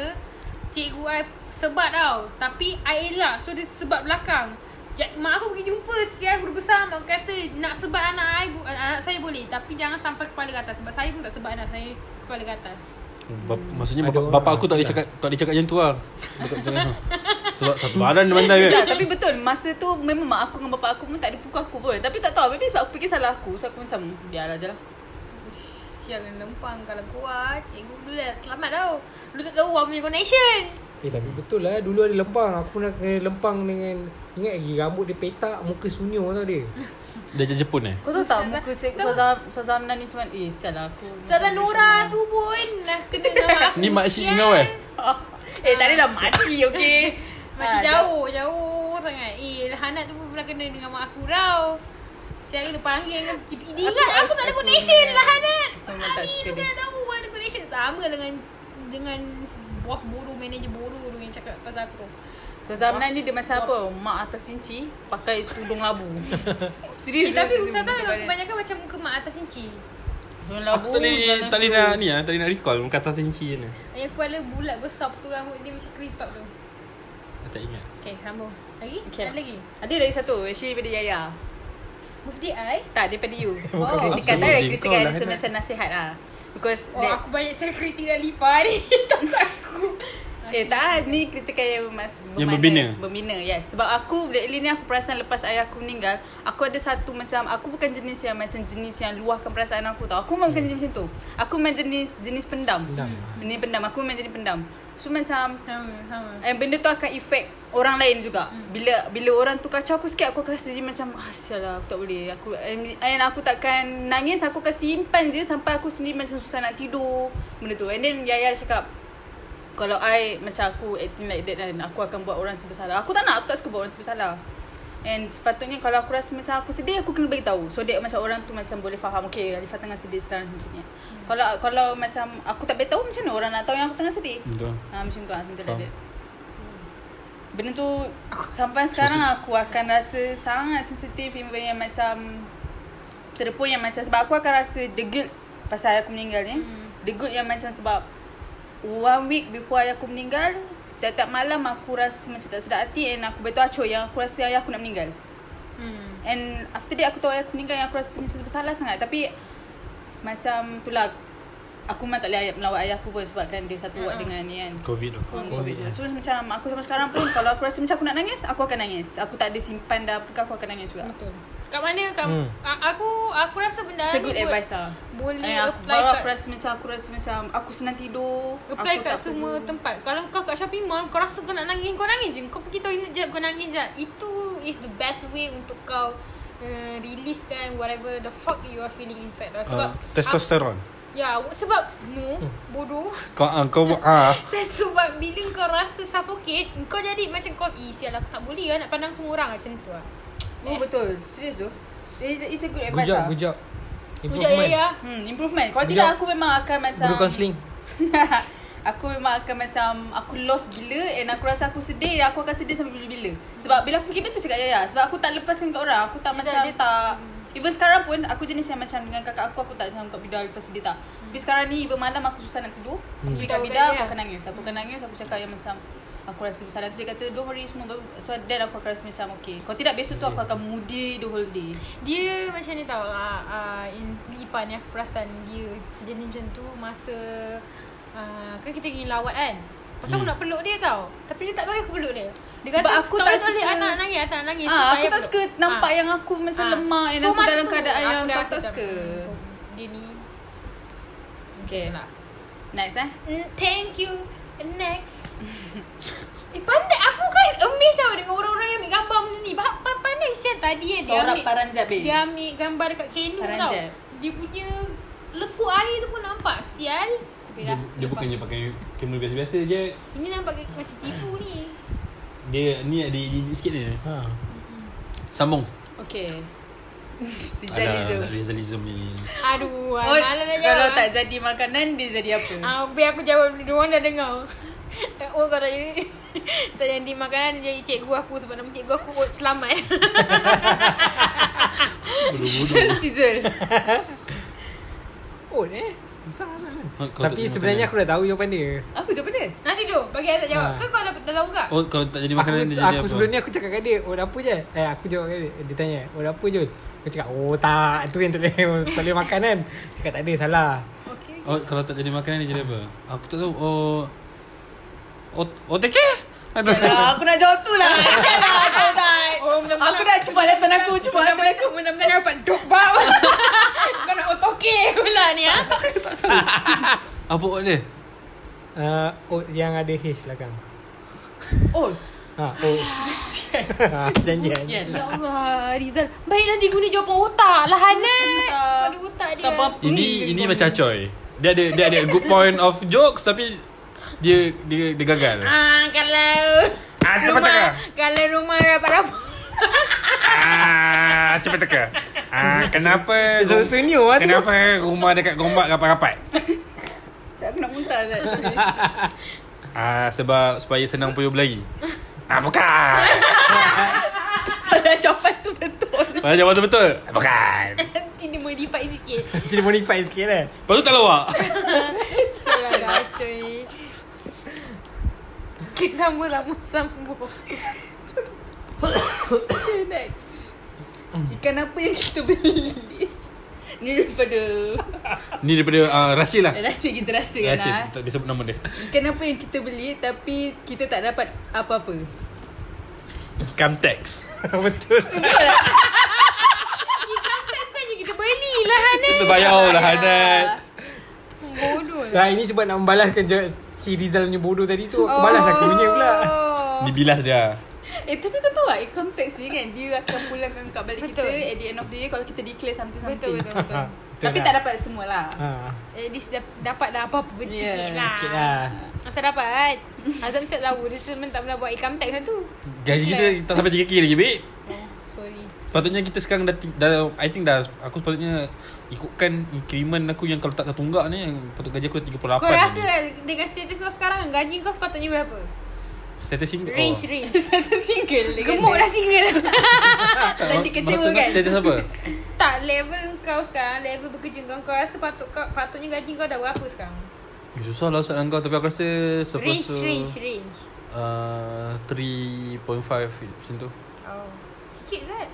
Speaker 1: Cikgu I sebat tau Tapi I elak So dia sebat belakang Ja- Mak aku pergi jumpa Sial guru besar Mak aku kata Nak sebat anak I bu- Anak saya boleh Tapi jangan sampai kepala ke atas Sebab saya pun tak sebat anak saya Kepala ke atas
Speaker 2: Bap, maksudnya bapa,
Speaker 4: Ada orang
Speaker 2: bapa
Speaker 4: lah.
Speaker 2: aku tak boleh cakap tak boleh cakap macam tu lah. Dia cakap macam (laughs) tu. Sebab satu badan dia pandai kan.
Speaker 3: Tak, tapi betul masa tu memang mak aku dengan bapak aku pun tak ada pukul aku pun. Tapi tak tahu maybe sebab aku fikir salah aku. So aku macam biarlah je lah.
Speaker 1: Sial kena lempang Kalau keluar Cikgu dulu dah selamat tau Lu tak tahu Orang punya connection
Speaker 4: Eh tapi betul lah dulu ada lempang. Aku nak kena lempang dengan ingat lagi rambut dia petak muka sunyo tau dia.
Speaker 2: Dia jadi Jepun eh.
Speaker 3: Kau tahu tak
Speaker 1: Ustazah-
Speaker 3: muka cikgu
Speaker 1: tahu.
Speaker 3: Sazam Sazamna ni macam mana? eh sial lah aku.
Speaker 1: Ustazah Nora tu pun Dah kena dengan (laughs) mak aku
Speaker 2: Ni mak cik
Speaker 1: Sial.
Speaker 2: kau eh.
Speaker 3: (laughs) eh tak adalah makcik (laughs) okey.
Speaker 1: Macam
Speaker 3: Ah,
Speaker 1: jauh, jauh sangat. Eh, Hanat tu pun pula kena dengan mak aku tau. Saya kena panggil dengan CPD. Ingat aku, tak ada
Speaker 3: aku-
Speaker 1: connection lah Hanat.
Speaker 3: Aku memang tak
Speaker 1: Ani
Speaker 3: suka
Speaker 1: tu
Speaker 3: dia.
Speaker 1: kena tahu ada connection. Sama dengan dengan bos bodoh, manager bodoh tu yang cakap pasal aku.
Speaker 3: Sazamna ni dia macam apa? Mak atas sinci pakai tudung (laughs) labu.
Speaker 1: Eh,
Speaker 3: Serius.
Speaker 1: tapi
Speaker 3: dia-
Speaker 1: Ustaz
Speaker 3: dia-
Speaker 1: memang
Speaker 3: dia-
Speaker 1: kebanyakan macam muka mak atas inci.
Speaker 3: Tudung labu.
Speaker 2: Aku tak boleh
Speaker 3: jalan
Speaker 2: tak boleh
Speaker 3: slow.
Speaker 2: nak ni ah, tak boleh nak recall kata sinci ni.
Speaker 1: Yang kepala bulat besar betul rambut dia macam keripap tu.
Speaker 2: Aku tak ingat.
Speaker 1: Okay, sambung. lah. Lagi?
Speaker 3: Okey.
Speaker 1: Ada lagi?
Speaker 3: ha. Ada lagi satu actually daripada Yaya.
Speaker 1: Birthday I?
Speaker 3: Tak daripada
Speaker 2: (laughs)
Speaker 3: you.
Speaker 1: Bukan
Speaker 3: Oh,
Speaker 1: daripada
Speaker 3: kritikan
Speaker 2: you.
Speaker 3: tak
Speaker 2: Kau
Speaker 3: kritikan
Speaker 2: lah,
Speaker 3: dia
Speaker 2: Hannah.
Speaker 3: macam nasihat lah. Because
Speaker 1: Oh,
Speaker 3: that-
Speaker 1: aku banyak saya kritik dan lipa (laughs) ni. Takut aku.
Speaker 3: Eh tak ni kritikan yang mas,
Speaker 2: Yang
Speaker 3: bermakna-
Speaker 2: berbina.
Speaker 3: Berbina yes Sebab aku lately ni aku perasan lepas ayah aku meninggal Aku ada satu macam Aku bukan jenis yang macam jenis yang luahkan
Speaker 2: Hmm.
Speaker 3: perasaan aku tau Aku memang bukan jenis macam tu Aku memang jenis jenis pendam
Speaker 4: Pendam.
Speaker 3: Jenis pendam Aku memang jenis pendam So macam
Speaker 1: Sama, sama.
Speaker 3: Ah. And benda tu akan efek orang lain juga. Bila bila orang tu kacau aku sikit aku akan rasa dia macam ah sialah aku tak boleh. Aku and, and aku takkan nangis aku akan simpan je sampai aku sendiri macam susah nak tidur. Benda tu. And then Yaya cakap kalau I macam aku acting like that dan aku akan buat orang serba salah. Aku tak nak aku tak suka buat orang serba salah. And sepatutnya kalau aku rasa macam aku sedih aku kena bagi tahu. So that macam orang tu macam boleh faham okay Alifah tengah sedih sekarang macam ni. Kalau kalau macam aku tak bagi tahu macam mana orang nak tahu yang aku tengah sedih.
Speaker 2: Betul.
Speaker 3: Ha, macam tu lah Something
Speaker 2: Faham.
Speaker 3: like that Benda tu Sampai sekarang aku akan rasa Sangat sensitif Even yang macam To the point yang macam Sebab aku akan rasa The guilt Pasal ayah aku meninggalnya hmm. The guilt yang macam sebab One week before ayah aku meninggal Tiap-tiap malam aku rasa macam tak sedap hati And aku beritahu Acoy yang aku rasa ayah aku nak meninggal
Speaker 1: Hmm.
Speaker 3: And after that aku tahu ayah aku meninggal Yang aku rasa macam bersalah sangat Tapi Macam itulah Aku memang tak boleh ayat- melawat ayah aku pun Sebabkan dia satu wad dengan ni kan
Speaker 2: Covid ya. tu.
Speaker 3: Covid So macam aku sampai sekarang pun (coughs) Kalau aku rasa macam aku nak nangis Aku akan nangis Aku tak ada simpan dah apa ke, Aku akan nangis juga
Speaker 1: Betul. Kat mana kat,
Speaker 4: Hmm.
Speaker 1: a- aku aku rasa benda
Speaker 3: It's a
Speaker 1: ni
Speaker 3: good
Speaker 1: bo-
Speaker 3: advice lah
Speaker 1: boleh
Speaker 3: Eh, aku,
Speaker 1: apply
Speaker 3: Baru
Speaker 1: kat
Speaker 3: aku rasa macam Aku rasa macam Aku senang tidur
Speaker 1: apply
Speaker 3: aku
Speaker 1: kat
Speaker 3: tak
Speaker 1: semua
Speaker 3: perlu-
Speaker 1: tempat. Kalau kau kat shopping mall kau rasa kau nak nangis kau nangis je. Kau pergi toilet je kau nangis je. Itu is the best way untuk kau uh, release kan whatever the fuck you are feeling inside lah. Sebab
Speaker 6: Uh, testosterone.
Speaker 1: Ya, yeah, sebab no, bodoh. (laughs)
Speaker 6: Kau ah, kau buat ah.
Speaker 1: Saya sebab bila kau rasa suffocate, kau jadi macam kau, eh sial aku tak boleh lah nak pandang semua orang macam tu lah.
Speaker 3: Oh betul Serius tu It's a, it's a good advice
Speaker 4: Gujak
Speaker 3: lah
Speaker 4: gujak
Speaker 1: Ujak ya, ya.
Speaker 3: Hmm, improvement Kalau tidak
Speaker 4: Gujak.
Speaker 3: aku memang akan macam
Speaker 4: Guru counselling
Speaker 3: (laughs) aku memang akan macam Aku lost gila And aku rasa aku sedih Aku akan sedih sampai bila-bila Sebab bila aku fikir benda tu cakap Yaya Sebab aku tak lepaskan kat orang Aku tak
Speaker 1: Dia
Speaker 3: macam
Speaker 1: tak- dia- Hmm.
Speaker 3: tak Even sekarang pun Aku jenis yang macam Dengan kakak aku Aku tak macam kat Bida lepas sedih tak Tapi sekarang ni Even malam aku susah nak tidur
Speaker 1: Hmm. You
Speaker 3: Tapi kat
Speaker 1: tahu
Speaker 3: Bida
Speaker 1: kan,
Speaker 3: aku
Speaker 1: Hmm. ya?
Speaker 3: akan nangis Aku akan nangis Aku cakap yang macam Aku rasa bersalah tu Dia kata don't worry semua baru So then aku akan rasa macam Okay Kalau tidak besok tu Aku akan moody the whole day
Speaker 1: Dia macam ni tau, uh, uh, in Ipan ni aku perasan dia sejenis macam tu masa uh, kan kita pergi lawat kan. Lepas tu aku nak peluk dia tau. Tapi dia tak bagi aku peluk dia. Dia
Speaker 3: Sebab
Speaker 1: kata,
Speaker 3: aku
Speaker 1: tak
Speaker 3: tak
Speaker 1: boleh, tak boleh, I
Speaker 3: suka-
Speaker 1: tak nak nangis, I tak nak nangis. So,
Speaker 3: Ah, aku
Speaker 1: payah
Speaker 3: tak
Speaker 1: peluk.
Speaker 3: suka nampak
Speaker 1: Ya, Ah.
Speaker 3: yang aku macam
Speaker 1: Ah.
Speaker 3: lemah And
Speaker 1: So,
Speaker 3: aku
Speaker 1: masa
Speaker 3: dalam
Speaker 1: tu,
Speaker 3: keadaan
Speaker 1: aku dah
Speaker 3: yang aku
Speaker 1: rasa
Speaker 3: tak
Speaker 1: macam,
Speaker 3: suka
Speaker 1: hmm, Dia ni
Speaker 3: Okay
Speaker 1: lah.
Speaker 3: Nice eh
Speaker 1: Mm, Thank you. Next. eh, pandai. Aku kan amazed tau dengan orang-orang yang ambil gambar benda ni. Bah, pa- pandai siap tadi kan. Dia
Speaker 3: Seorang
Speaker 1: ambil,
Speaker 3: paranjabe.
Speaker 1: dia ambil gambar dekat kenu tau.
Speaker 3: Paranjab.
Speaker 1: Dia punya lekuk air tu pun nampak. Sial. Tapi
Speaker 2: Dia,
Speaker 1: dah,
Speaker 2: dia
Speaker 1: lepas-
Speaker 2: bukannya pakai kamera biasa-biasa je.
Speaker 1: Ini nampak ke- macam tipu (laughs) ni.
Speaker 2: Dia ni ada edit sikit ni.
Speaker 4: ha.
Speaker 2: Sambung.
Speaker 3: (laughs) Okay
Speaker 2: Ada
Speaker 3: Rizalism
Speaker 2: Rizalism
Speaker 1: (laughs)
Speaker 2: ni.
Speaker 1: Aduh, oh,
Speaker 3: Oh,
Speaker 1: malas nak jawab.
Speaker 3: kalau tak jadi makanan Dia jadi apa?
Speaker 1: Ah, (laughs) biar aku jawab dulu. Dia orang dah dengar. (laughs) Eh, Oh, kalau tak jadi (laughs) tak jadi makanan jadi cikgu aku sebab nama cikgu aku oh, selamat. (laughs)
Speaker 3: Fizul Fizul
Speaker 4: Oh eh Susah lah
Speaker 2: Ha, kau tak
Speaker 4: Tapi
Speaker 2: tengok
Speaker 4: sebenarnya
Speaker 2: makanan.
Speaker 4: aku dah tahu jawapan dia
Speaker 3: Apa jawapan dia?
Speaker 1: Nanti tu bagi saya tak jawab.
Speaker 4: Ah.
Speaker 1: Ke kau dah, dah tahu tak?
Speaker 2: Oh kalau tak jadi
Speaker 4: Aku,
Speaker 2: makanan dia jadi
Speaker 4: aku
Speaker 2: apa?
Speaker 4: sebelum ni aku cakap kat dia Oh dah apa je Eh aku jawab kat dia Dia tanya Oh dah apa Jul Aku cakap Oh tak Tu yang tak boleh, (laughs) tak boleh makan kan Cakap tak ada salah
Speaker 1: Okey. (laughs)
Speaker 2: Oh kalau tak jadi makanan dia jadi apa? Aku tak tahu. Oh O OTK? Atau
Speaker 3: Alah, aku nak jawab tu lah Macam lah Kau tak
Speaker 1: (laughs) Oh, benar-benar.
Speaker 3: Aku dah cuba letter aku Cuba letter aku
Speaker 1: Benar-benar dapat duk
Speaker 3: (laughs)
Speaker 1: bab. kau nak otoke pula ni ah.
Speaker 2: apa oat dia?
Speaker 4: uh, oh, Yang ada H belakang
Speaker 3: Oh
Speaker 4: Ha oh ha, Janjian
Speaker 1: Ya Allah, Rizal. Baik nanti guna jawapan otak lah Hanat.
Speaker 3: Otak.
Speaker 1: Pada otak dia.
Speaker 3: Tak apa-apa.
Speaker 2: Ini ini macam coy. Dia ada dia ada good point of jokes tapi dia dia dia gagal.
Speaker 1: Ah, kalau
Speaker 6: Ah, cepat
Speaker 1: rumah,
Speaker 6: teka.
Speaker 1: kalau rumah rapat-rapat.
Speaker 6: Ah, cepat teka.
Speaker 2: (laughs)
Speaker 6: Ah, kenapa?
Speaker 4: Macam
Speaker 6: rum-
Speaker 4: senyum lah tu.
Speaker 6: Kenapa rumah dekat Gombak rapat-rapat?
Speaker 3: Aku nak muntah Zat
Speaker 2: Ah sebab supaya senang puyuh lagi.
Speaker 6: Ah,
Speaker 1: (laughs)
Speaker 6: bukan.
Speaker 3: Pada jawapan tu betul
Speaker 2: Pada jawapan tu betul.
Speaker 6: Bukan.
Speaker 1: Nanti dia modify sikit.
Speaker 4: Jadi modify sikit lah
Speaker 2: Lepas tu tak lawak.
Speaker 1: Salah kacau ni. Kita sambung lama sambung.
Speaker 3: Okay, Next Ikan apa yang kita beli Ni daripada
Speaker 2: Ni daripada uh, rahsia lah.
Speaker 3: Rahsia kita rahsia kan
Speaker 2: Rahsia.
Speaker 3: lah eh.
Speaker 2: Tak dia sebut nama dia.
Speaker 3: Ikan apa yang kita beli Tapi kita tak dapat apa-apa
Speaker 2: Scam tax.
Speaker 4: (laughs) Betul
Speaker 1: Ikan tak bukannya kita beli lah Hanat.
Speaker 2: Kita bayar lah Hanat.
Speaker 1: Bodoh.
Speaker 4: Lah, Nah ini sebab nak membalaskan jawab si Rizal punya bodoh tadi tu Aku balas aku punya
Speaker 1: Oh.
Speaker 4: pula
Speaker 2: Ni bilas dia
Speaker 5: Eh tapi kau tahu tak eh, Konteks ni kan Dia akan pulangkan kat balik
Speaker 1: Betul.
Speaker 5: kita At the end of the year Kalau kita declare something-something
Speaker 1: Betul betul Eh, betul.
Speaker 4: Betul
Speaker 5: Tapi
Speaker 4: lah.
Speaker 5: tak dapat semua
Speaker 3: (laughs)
Speaker 5: lah
Speaker 4: ha.
Speaker 1: At least dap- dapat dah apa-apa benda
Speaker 5: Yeah,
Speaker 1: sikit lah.
Speaker 4: Sikit lah
Speaker 1: Asal dapat. Azam tak tahu dia sebenarnya tak pernah buat income tax satu.
Speaker 2: Gaji kita tak sampai 3k lagi babe
Speaker 4: Ya.
Speaker 1: Oh, sorry.
Speaker 2: Sepatutnya kita sekarang dah, ti- dah I think dah Aku sepatutnya Ikutkan increment aku Yang kalau tak tertunggak ni yang Patut gaji aku 38
Speaker 1: Kau rasa kan dengan status kau sekarang gaji kau sepatutnya berapa?
Speaker 2: Status Oh.
Speaker 4: Oh.
Speaker 2: single
Speaker 1: Range range.
Speaker 5: Satu single dia
Speaker 3: kan.
Speaker 1: Gemuk
Speaker 5: kata.
Speaker 1: dah single.
Speaker 5: Tadi
Speaker 2: Ma-
Speaker 5: kecewa
Speaker 2: Maksud kau
Speaker 5: kan
Speaker 2: status
Speaker 1: (laughs)
Speaker 2: apa?
Speaker 1: tak level kau sekarang, level bekerja kau kau rasa patut kau patutnya gaji kau dah berapa sekarang?
Speaker 2: Eh, Susah lah soalan kau Tapi aku rasa
Speaker 1: Range
Speaker 2: Sepatutnya
Speaker 1: range range.
Speaker 2: uh, 3.5 Macam tu
Speaker 1: Oh. Sikit kan?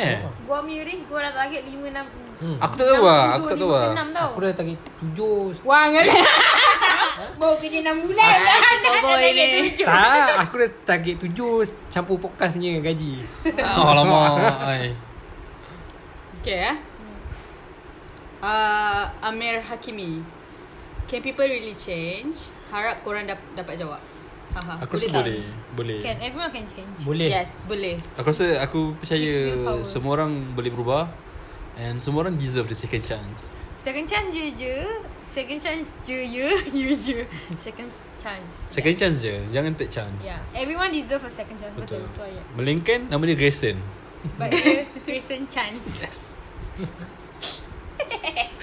Speaker 2: Eh
Speaker 1: Gua punya range gua dah target 5 6.
Speaker 2: Aku tak tahu lah Aku tak tahu lah
Speaker 1: 6 tau.
Speaker 4: Aku dah target tujuh
Speaker 1: Wah, ngerti. Baru kerja 6 bulan. (laughs) lah. Dah target tujuh.
Speaker 4: Tak Aku dah target tujuh Campur podcast punya gaji
Speaker 2: Oh lama Ay.
Speaker 3: Okay eh. Uh, Amir Hakimi. Can people really change? Harap korang dap- dapat jawab. Haha.
Speaker 2: Aku rasa
Speaker 3: tak?
Speaker 2: boleh Boleh
Speaker 1: Can everyone can change.
Speaker 4: Boleh
Speaker 3: Yes, boleh.
Speaker 2: Aku rasa aku percaya
Speaker 1: It's willpower.
Speaker 2: Semua orang boleh berubah And semua orang deserve the second chance
Speaker 1: Second chance je je. Second chance je je. (laughs) You je. Second chance.
Speaker 2: Second chance je Jangan third chance
Speaker 1: Yeah. Everyone deserve a second chance. Betul.
Speaker 2: Betul.
Speaker 1: Betul ayat.
Speaker 2: Melingkan nama dia Grayson
Speaker 1: Sebab dia recent chance.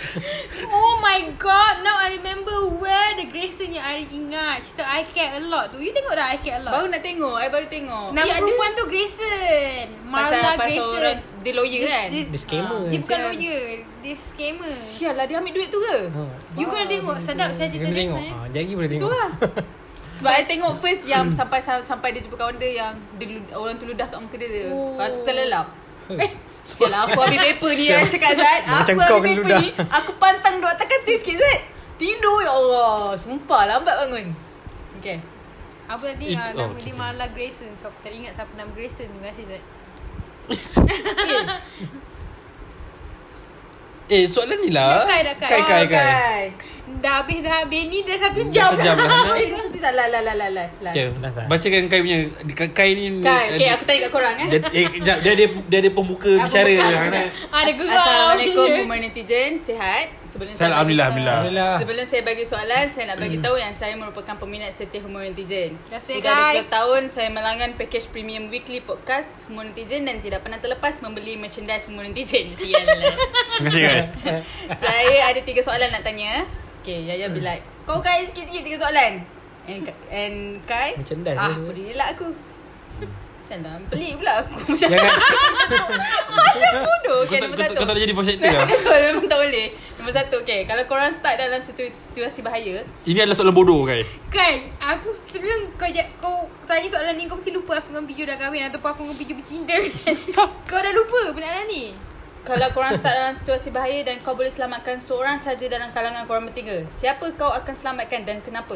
Speaker 1: (laughs) oh my god. Now I remember where the Grayson yang I ingat. Cerita I care a lot tu. You tengok dah I care a lot.
Speaker 3: Baru nak tengok, I baru tengok.
Speaker 1: Nama
Speaker 3: Eh, ada
Speaker 1: perempuan tu Grayson.
Speaker 3: pasal,
Speaker 1: Marla
Speaker 3: pasal
Speaker 1: Grayson.
Speaker 3: orang, dia lawyer kan?
Speaker 1: Dia,
Speaker 4: Dia scammer.
Speaker 1: Ah, Dia bukan
Speaker 3: Sial.
Speaker 1: lawyer. Dia scammer.
Speaker 3: Sial lah, dia ambil duit tu ke?
Speaker 4: ha.
Speaker 1: You kena tengok. Sedap saya cerita dia.
Speaker 4: Kena
Speaker 1: eh.
Speaker 4: tengok
Speaker 1: sebenarnya.
Speaker 4: ha, Jadi boleh tengok
Speaker 3: Betul lah. (laughs) Sebab I tengok first yang sampai sampai dia jumpa kawan dia yang dia, lu- orang tu ludah kat muka dia tu.
Speaker 1: Oh.
Speaker 3: Lepas tu terlelap.
Speaker 1: Eh,
Speaker 3: Sial lah, aku ambil paper ni eh. Cakap Zat,
Speaker 4: Macam
Speaker 3: aku
Speaker 4: kau
Speaker 3: ambil
Speaker 4: kena
Speaker 3: paper
Speaker 4: ludah.
Speaker 3: ni. Aku pantang duk atas katil sikit Zat. Tidur ya Allah. Sumpah lambat bangun. Okay.
Speaker 1: Apa tadi
Speaker 2: It-
Speaker 1: ah,
Speaker 2: oh,
Speaker 1: nama dia
Speaker 2: okay, okay.
Speaker 1: Marla Grayson. So aku teringat siapa nama Grayson. Terima kasih Zat.
Speaker 2: Eh soalan ni
Speaker 1: Dah
Speaker 2: lah
Speaker 1: kai, dah kai.
Speaker 2: Kai kai
Speaker 3: Oh,
Speaker 2: kai
Speaker 1: Dah habis dah habis ni dah satu
Speaker 2: Dah
Speaker 1: jam.
Speaker 2: Sejam
Speaker 1: (laughs)
Speaker 2: lah Hana.
Speaker 3: Eh, nanti tak lah lah lah lah lah. lah.
Speaker 2: Okay,
Speaker 4: Dah sah.
Speaker 2: bacakan Kai punya Kai- Kai ni
Speaker 3: Kan, okay, aku tanya kat korang eh.
Speaker 2: dia, eh, kejap, dia ada dia ada pembuka bicara Hana.
Speaker 1: Ada
Speaker 3: As-
Speaker 1: geram.
Speaker 3: (laughs) Assalamualaikum, Bumar Netizen. Sihat? Sebelum saya bagi-
Speaker 6: Alhamdulillah Alhamdulillah
Speaker 4: Alhamdulillah
Speaker 3: Sebelum saya bagi soalan, saya nak
Speaker 2: Hmm.
Speaker 3: bagi tahu yang saya merupakan peminat setia Humor Netizen.
Speaker 1: Terima kasih,
Speaker 3: Sudah
Speaker 1: guys.
Speaker 3: 20 tahun saya melanggan package premium weekly podcast Humor Netizen dan tidak pernah terlepas membeli merchandise Humor Netizen. (laughs) Sialah.
Speaker 6: Terima kasih guys
Speaker 3: saya ada tiga soalan nak tanya. Okay, Yaya
Speaker 2: Hmm.
Speaker 3: be like, kau Kai sikit-sikit tiga soalan. And, Ka- and Kai,
Speaker 4: Merchandise
Speaker 3: ah,
Speaker 4: dia tu.
Speaker 3: boleh elak aku.
Speaker 2: Hmm.
Speaker 3: Salam, pelik pula aku
Speaker 2: (laughs)
Speaker 3: macam
Speaker 4: (laughs) Jangan
Speaker 3: macam bodoh.
Speaker 2: Kau
Speaker 3: Okay,
Speaker 2: tak,
Speaker 3: nombor
Speaker 2: kau, tak-
Speaker 3: satu.
Speaker 2: kau tak nak jadi voice actor
Speaker 3: Nah,
Speaker 2: lah.
Speaker 3: (laughs) Betul memang tak boleh Nombor satu okay. Kalau korang start dalam situ- situasi bahaya
Speaker 2: Ini adalah soalan bodoh
Speaker 1: (laughs)
Speaker 2: Kai.
Speaker 1: Kan Aku sebelum kau ja- kau tanya soalan ni Kau mesti lupa aku dengan Piju dah kahwin Ataupun aku dengan Piju bercinta kan (laughs) Kau dah lupa pertanyaan ni
Speaker 3: Kalau korang start dalam situasi bahaya Dan kau boleh selamatkan seorang saja dalam kalangan korang bertiga Siapa kau akan selamatkan dan kenapa?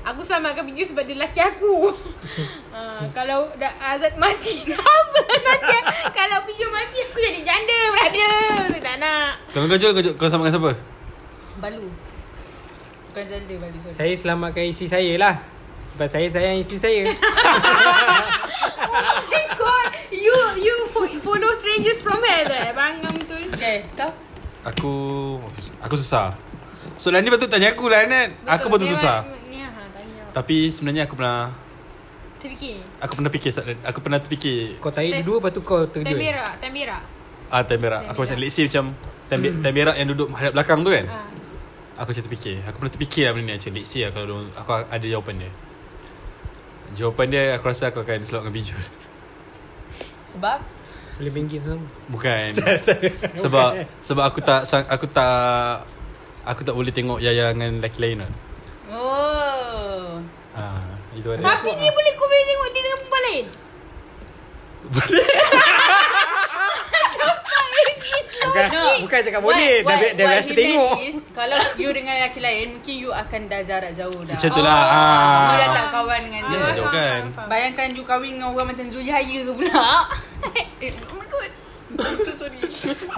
Speaker 1: Aku selamatkan Piju sebab dia lelaki aku ha, Kalau dah Azad mati (laughs) Apa nanti Kalau Piju mati aku jadi janda berada Tak nak
Speaker 2: Kalau kau jual, kau, jual, kau sama dengan siapa?
Speaker 3: Balu Bukan janda Balu sorry
Speaker 4: Saya selamatkan isteri saya lah Sebab saya sayang isteri
Speaker 1: (laughs)
Speaker 4: saya
Speaker 1: Oh my god You you fo- follow strangers from hell eh Bangang betul
Speaker 3: Okay kau?
Speaker 2: Aku aku susah. Soalan ni patut tanya aku lah Nat. Aku patut
Speaker 1: Dia
Speaker 2: susah.
Speaker 1: memang- Ni ha, tanya
Speaker 2: Tapi sebenarnya aku pernah
Speaker 1: Terfikir
Speaker 2: aku pernah fikir soalan- aku pernah terfikir
Speaker 4: Kau tanya dua Lepas tu kau terjun
Speaker 1: Tembera Tembera
Speaker 2: ah time berak. Aku macam let's say macam time, be- time berak yang duduk hadap belakang tu kan.
Speaker 1: Ah.
Speaker 2: Aku macam terfikir Aku pernah terfikir lah benda ni actually Let's see lah kalau dia- aku ada jawapan dia Jawapan dia aku rasa aku akan selamatkan pinjol
Speaker 3: Sebab
Speaker 4: Boleh pinggir sama
Speaker 2: (laughs) (laughs) Bukan Sebab Sebab aku tak sang- Aku tak Aku tak boleh tengok Yaya dengan lelaki lain lah
Speaker 3: Oh
Speaker 2: ha, Itu ada
Speaker 1: Tapi dia boleh kau boleh tengok dia dengan perempuan lain.
Speaker 4: Bukan, bukan cakap boleh Dah, bi- dah
Speaker 3: what
Speaker 4: biasa
Speaker 3: he meant
Speaker 4: tengok
Speaker 3: is, Kalau you dengan lelaki lain Mungkin you akan dah jarak jauh dah
Speaker 2: Macam tu lah
Speaker 1: Oh,
Speaker 2: Ah.
Speaker 3: Kamu dah tak kawan dengan
Speaker 2: Ya,
Speaker 3: dia
Speaker 2: dah jauh kan
Speaker 3: Bayangkan you kahwin dengan orang macam Zulhaya ke
Speaker 4: (laughs)
Speaker 3: pula. eh, oh my god. Sorry.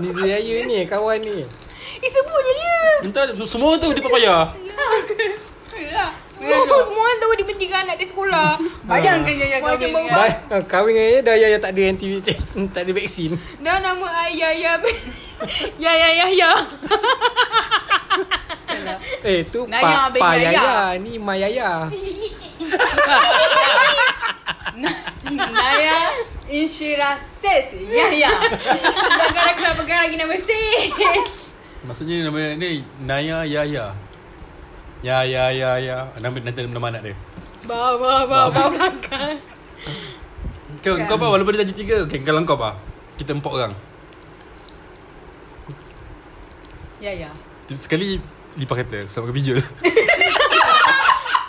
Speaker 4: Ni Zulaya ni Kawan ni
Speaker 1: Eh sebut je dia.
Speaker 2: Entah se- semua tu dia papaya
Speaker 3: Itulah.
Speaker 1: (laughs) Semua semua orang tahu dia pentingkan anak dia sekolah.
Speaker 2: (laughs)
Speaker 5: Bayangkan Yaya
Speaker 1: Wajib
Speaker 5: kahwin
Speaker 1: berubah.
Speaker 5: dengan-
Speaker 4: Ba- ah, kahwin dengan Yaya dah Yaya tak ada anti (laughs) tak ada vaksin.
Speaker 1: Dah nama ai ya ya. (laughs) Ya ya ya ya.
Speaker 4: Eh tu
Speaker 3: Naya
Speaker 4: pa,
Speaker 3: bin
Speaker 4: pa
Speaker 3: Yaya.
Speaker 4: Yaya ni Ma
Speaker 3: (laughs)
Speaker 4: Yaya.
Speaker 3: Naya Inshira Sis
Speaker 4: (laughs)
Speaker 3: Yahya
Speaker 1: Janganlah kena pegang lagi nama si.
Speaker 2: Maksudnya nama ni Naya Yaya. Ya ya ya ya. Nama nanti nama anak dia.
Speaker 1: Ba ba ba ba belakang. (laughs)
Speaker 2: Kau kau apa walaupun dia jadi tiga. Okay, kalau kau apa? Kita empat orang.
Speaker 3: Yahya
Speaker 2: Sekali lipat kereta sebab kau
Speaker 1: (laughs)
Speaker 2: bijul.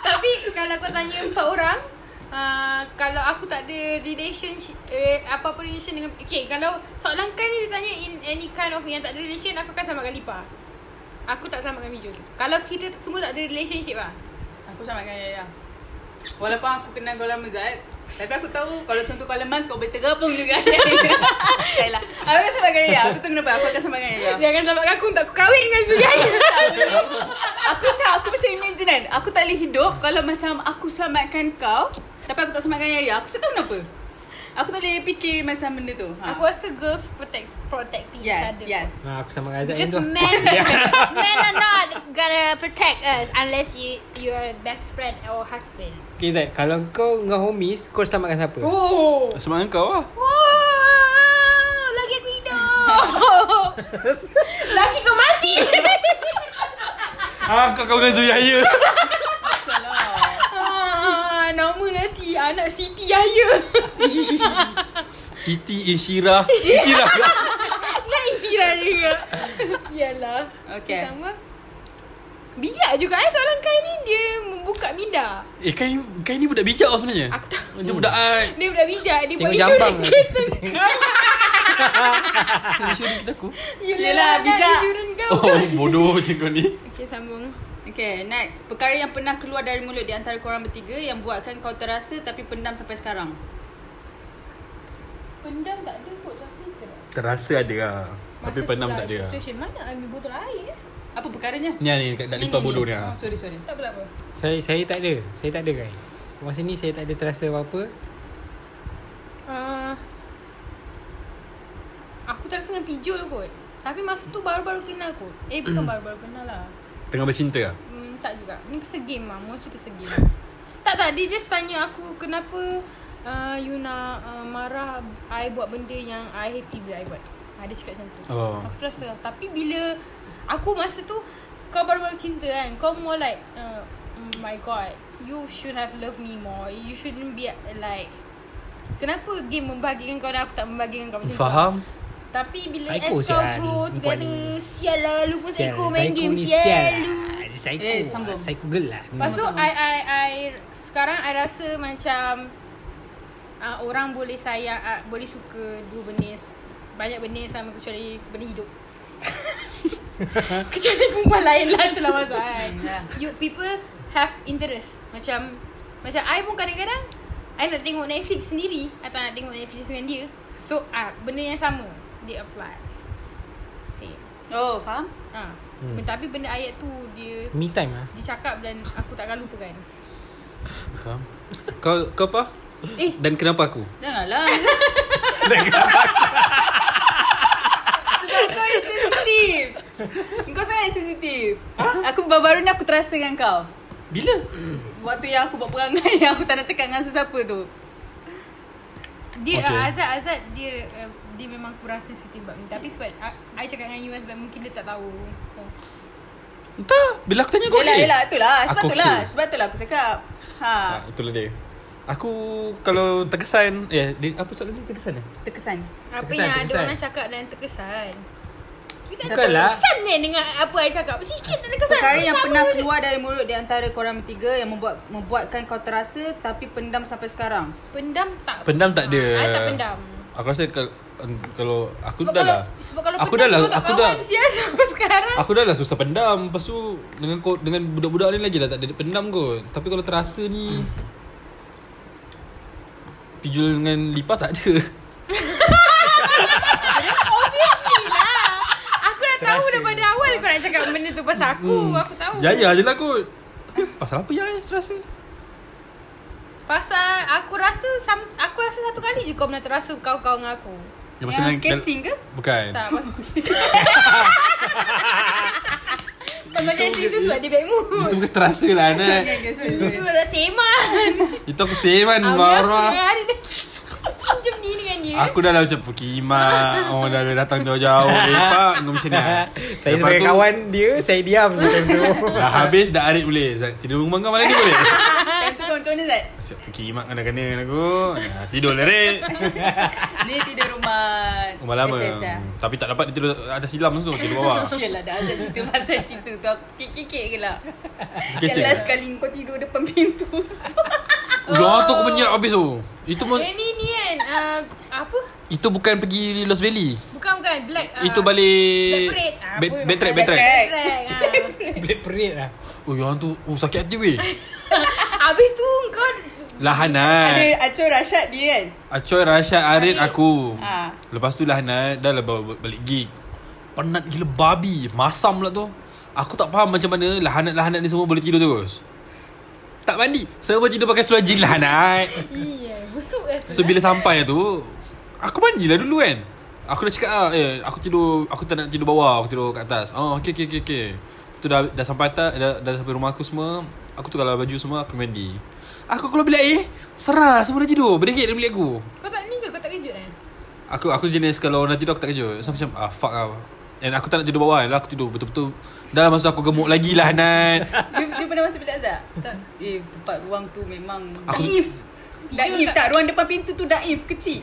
Speaker 1: Tapi kalau kau tanya empat orang uh, Kalau aku tak ada relation uh, Apa-apa relation dengan Okay kalau soalan kan dia tanya In any kind of yang tak ada relation Aku akan selamatkan Lipa Aku tak selamatkan Bijul Kalau kita semua tak ada relationship lah
Speaker 3: Aku sama dengan Yahya Walaupun aku kenal kau lama Zat Tapi aku tahu Kalau contoh kau lemas Kau boleh terapung (laughs) juga Tak lah Aku akan sama dengan Yahya Aku tahu kenapa Aku akan sama dengan Yahya
Speaker 1: Dia akan selamatkan aku Untuk aku kahwin dengan Sujaya
Speaker 3: (laughs) Aku macam Aku macam imagine kan Aku tak boleh hidup Kalau macam Aku selamatkan kau Tapi aku tak selamatkan Yahya Aku tak tahu kenapa Aku tak boleh fikir Macam benda tu Ha.
Speaker 1: Aku rasa girls protect protecting
Speaker 3: Yes
Speaker 1: each other
Speaker 3: Yes
Speaker 4: Ha, aku sama dengan Azad ni
Speaker 1: Because
Speaker 4: tu.
Speaker 1: men men are not gonna protect us unless you you are best friend or husband.
Speaker 4: Okay Zat, kalau kau dengan homies, kau selamatkan siapa?
Speaker 1: Oh.
Speaker 2: Semangat kau lah.
Speaker 1: Wow, lagi aku hidup. (laughs) lagi kau mati. (laughs)
Speaker 2: Ah, kau kau dengan Yaya.
Speaker 1: ah, nama nanti anak Siti Yahya. (laughs)
Speaker 2: Siti Inshira. Inshira.
Speaker 1: Nak Ira juga. Sialah.
Speaker 3: Okay.
Speaker 1: Sama. Bijak juga eh soalan kau ni dia membuka minda.
Speaker 2: eh, kau ni, kau ni budak bijak tau sebenarnya.
Speaker 1: Aku tak
Speaker 2: Dia budak ah. art.
Speaker 1: dia budak bijak Dia buat
Speaker 4: Tengok
Speaker 1: isu
Speaker 4: jambang.
Speaker 1: kita (laughs)
Speaker 2: Inshira kita aku.
Speaker 3: Yelah, bijak.
Speaker 1: Insurans kau
Speaker 2: Oh, bodoh macam kau ni.
Speaker 1: Okay sambung
Speaker 3: Okay, next. Perkara yang pernah keluar dari mulut di antara korang bertiga yang buatkan kau terasa tapi pendam sampai sekarang.
Speaker 1: Pendam tak ada kot Tapi tak
Speaker 2: Terasa ada lah. Tapi penam tak ada lah.
Speaker 1: Situation mana ambil botol air eh?
Speaker 3: Apa perkaranya?
Speaker 2: Ni lah ni dekat dak lipat bodoh ni lah.
Speaker 3: Oh, sorry, sorry.
Speaker 1: Tak apa-apa
Speaker 4: Saya saya tak ada. Saya tak ada kan. Masa ni saya tak ada terasa apa-apa.
Speaker 1: uh, Aku terasa dengan pijol kot Tapi masa tu baru-baru kenal kot Eh
Speaker 2: (clears throat)
Speaker 1: bukan baru-baru kenal lah
Speaker 2: Tengah bercinta lah.
Speaker 1: hmm, Tak juga Ni pasal game lah Mostly pasal game Tak tak Dia just tanya aku Kenapa uh, You nak uh, marah I buat benda yang I happy bila I buat ha, Dia cakap macam tu
Speaker 2: Oh.
Speaker 1: Aku rasa Tapi bila Aku masa tu Kau baru-baru cinta kan Kau more like uh, oh My god You should have loved me more You shouldn't be like Kenapa game membahagikan kau Dan aku tak membahagikan kau macam tu?
Speaker 2: Faham?
Speaker 1: Tapi bila as
Speaker 4: Psycho
Speaker 1: kau
Speaker 4: sial,
Speaker 1: grow
Speaker 4: perempuan
Speaker 1: together
Speaker 4: ni.
Speaker 1: Sial lah Lupa
Speaker 4: Sial,
Speaker 1: psycho main
Speaker 4: psycho
Speaker 1: game
Speaker 4: ni
Speaker 1: Sial
Speaker 4: sial
Speaker 1: lu
Speaker 4: lah. Dia Psycho.
Speaker 3: Eh,
Speaker 4: Eh,
Speaker 3: sambung.
Speaker 4: psycho Hmm. gelap.
Speaker 1: Lepas tu I, I, I Sekarang I rasa macam uh, Orang boleh sayang uh, Boleh suka Dua benda yang s- Banyak benda yang sama Kecuali benda hidup Kecuali perempuan lain lah Itulah masalah
Speaker 3: Ya.
Speaker 1: You people Have interest Macam Macam I pun kadang-kadang I nak tengok Netflix sendiri I tak nak tengok Netflix dengan dia So uh, Benda yang sama Dia apply Same
Speaker 3: Oh, faham?
Speaker 1: Ah, hmm. Tapi benda ayat tu Dia
Speaker 4: Me time ah.
Speaker 1: Dia cakap dan Aku takkan lupakan
Speaker 2: Faham? Kau kau apa?
Speaker 1: Eh.
Speaker 2: Dan kenapa aku?
Speaker 3: Janganlah. Sebab kau yang sensitif. Kau sangat sensitif. Aku baru-baru ni aku terasa dengan kau.
Speaker 2: Bila?
Speaker 3: Waktu yang aku buat perangai (laughs) yang aku tak nak cakap dengan sesiapa tu.
Speaker 1: Dia
Speaker 2: Okay.
Speaker 1: okay. uh, Azad Azad dia uh, dia memang kurang sensitif bab ni tapi sebab uh, I cakap dengan you sebab mungkin dia tak tahu. Oh.
Speaker 2: Entah. Bila aku tanya kau
Speaker 3: Yelah,
Speaker 2: okey.
Speaker 3: yelah. Itulah. Sebab
Speaker 2: Aku
Speaker 3: itulah.
Speaker 2: okey.
Speaker 3: Sebab itulah aku cakap.
Speaker 2: Ah,
Speaker 3: Ha.
Speaker 2: itulah dia. Aku kalau terkesan eh dia, apa soalan dia terkesan eh?
Speaker 3: Terkesan.
Speaker 1: Apa
Speaker 4: Terkesan,
Speaker 1: yang ada
Speaker 4: terkesan.
Speaker 1: orang cakap dan terkesan. You tak
Speaker 2: lah.
Speaker 4: Bukanlah.
Speaker 1: terkesan ni dengan apa I cakap. Sikit tak terkesan.
Speaker 3: Perkara yang
Speaker 1: Sama
Speaker 3: pernah
Speaker 1: je.
Speaker 3: keluar dari mulut di antara korang bertiga yang membuat membuatkan kau terasa tapi pendam sampai sekarang.
Speaker 1: pendam tak
Speaker 2: Pendam tak ada.
Speaker 1: Ah, I tak pendam.
Speaker 2: Aku rasa kalau, kalau aku
Speaker 1: Sebab
Speaker 2: dah
Speaker 1: kalau
Speaker 2: lah.
Speaker 1: sebab kalau
Speaker 2: aku dah
Speaker 1: pendam
Speaker 2: lah
Speaker 1: kau tak
Speaker 2: aku dah
Speaker 1: kawan sia sampai (laughs) sekarang.
Speaker 2: Aku dah lah susah pendam Lepas tu Dengan kau, dengan budak-budak ni lagi dah tak ada pendam kot Tapi kalau terasa
Speaker 1: Hmm.
Speaker 2: ni Pijul dengan Lipa tak ada
Speaker 1: lah.
Speaker 2: Hmm.
Speaker 1: Aku dah tahu daripada awal kau nak cakap benda tu pasal aku. Aku tahu.
Speaker 2: Yaya je lah kot Pasal apa yang I terasa?
Speaker 1: Pasal aku rasa sam, Aku rasa satu kali je kau pernah terasa Kau-kau dengan aku
Speaker 2: Yang pasal
Speaker 3: Yang
Speaker 2: dengan-
Speaker 3: casing ke?
Speaker 2: Bukan. (laughs)
Speaker 1: Tak
Speaker 5: Pasal casing tu sebab dia baik mood
Speaker 2: Itu bukan terasa lah Nat.
Speaker 1: Itu dah seman
Speaker 2: Itu aku kan, seman
Speaker 1: Aku
Speaker 2: marah.
Speaker 1: dah hari ni (laughs) Macam ni dengan dia
Speaker 2: lah. Aku dah lah macam Pukima Oh dah datang jauh-jauh Eh pak Kau macam ni ah.
Speaker 4: (laughs) Saya
Speaker 2: Lepas
Speaker 4: sebagai
Speaker 2: tu,
Speaker 4: kawan dia Saya
Speaker 3: (laughs)
Speaker 4: diam je time tu
Speaker 2: Dah habis Dah arit boleh Zat, Tidur rumah kau malam ni boleh
Speaker 5: Time tu kau macam mana Zat?
Speaker 2: Macam Pukima kena-kena dengan aku Nah, Tidur lah Rik
Speaker 3: Dia tidur rumah
Speaker 2: Rumah lama
Speaker 3: SS lah.
Speaker 2: Hmm, Tapi tak dapat Dia tidur atas silam tu Tidur
Speaker 1: (laughs)
Speaker 2: bawah
Speaker 5: (laughs) lah,
Speaker 3: Yelah dah ajak cerita pasal cerita tu Aku kikik-kikik ke lah
Speaker 2: Casing
Speaker 5: Last kali kau tidur depan pintu
Speaker 1: Oh.
Speaker 2: Dah Ya, tu aku penyak habis tu Itu pun
Speaker 1: Eh ni ni kan uh, Apa
Speaker 2: Itu bukan pergi Los Valley
Speaker 1: Bukan-bukan Black ah,
Speaker 2: Itu
Speaker 1: Black
Speaker 2: balik
Speaker 1: Parade Ah,
Speaker 2: Bad
Speaker 1: apa
Speaker 2: bad track Bad
Speaker 1: Black
Speaker 2: track
Speaker 5: Parade.
Speaker 1: Black, ah.
Speaker 4: Blade parade lah
Speaker 2: Oh yang tu Oh sakit hati weh
Speaker 1: Habis tu kau
Speaker 5: Ada
Speaker 1: (laughs)
Speaker 2: Lahanat
Speaker 5: Acor Rashad dia kan
Speaker 2: Acoy Rashad Arin
Speaker 1: Arin.
Speaker 2: aku
Speaker 5: Ah.
Speaker 2: Lepas tu Lahanat Dah lah bawa- balik gig Penat gila babi Masam pula tu Aku tak faham macam mana Lahanat-lahanat ni semua boleh tidur terus Tak mandi Semua tidur pakai selajin Lahanat
Speaker 1: Iya Busuk lah
Speaker 2: So bila sampai tu Aku mandilah dulu kan Aku dah cakap ah, eh, Aku tidur Aku tak nak tidur bawah Aku tidur kat atas Oh okay okay okay, okay. Lepas tu dah, dah sampai atas dah, dah sampai rumah aku semua Aku tukar lah baju semua Aku mandi Aku keluar bilik air Serah semua dah tidur Berdekit dalam bilik aku
Speaker 1: Kau tak ni ke? Kau tak kejut eh?
Speaker 2: Aku aku jenis kalau orang dah tidur aku tak kerja So macam ah fuck lah And aku tak nak tidur bawah kan lah Aku tidur betul-betul Dah masa aku gemuk lagi lah Nat
Speaker 3: dia, dia pernah masuk bilik Azhar? Tak Eh tempat ruang tu memang
Speaker 2: Aku-
Speaker 5: Daif Daif
Speaker 1: tak-
Speaker 5: tak Ruang depan pintu tu daif Kecil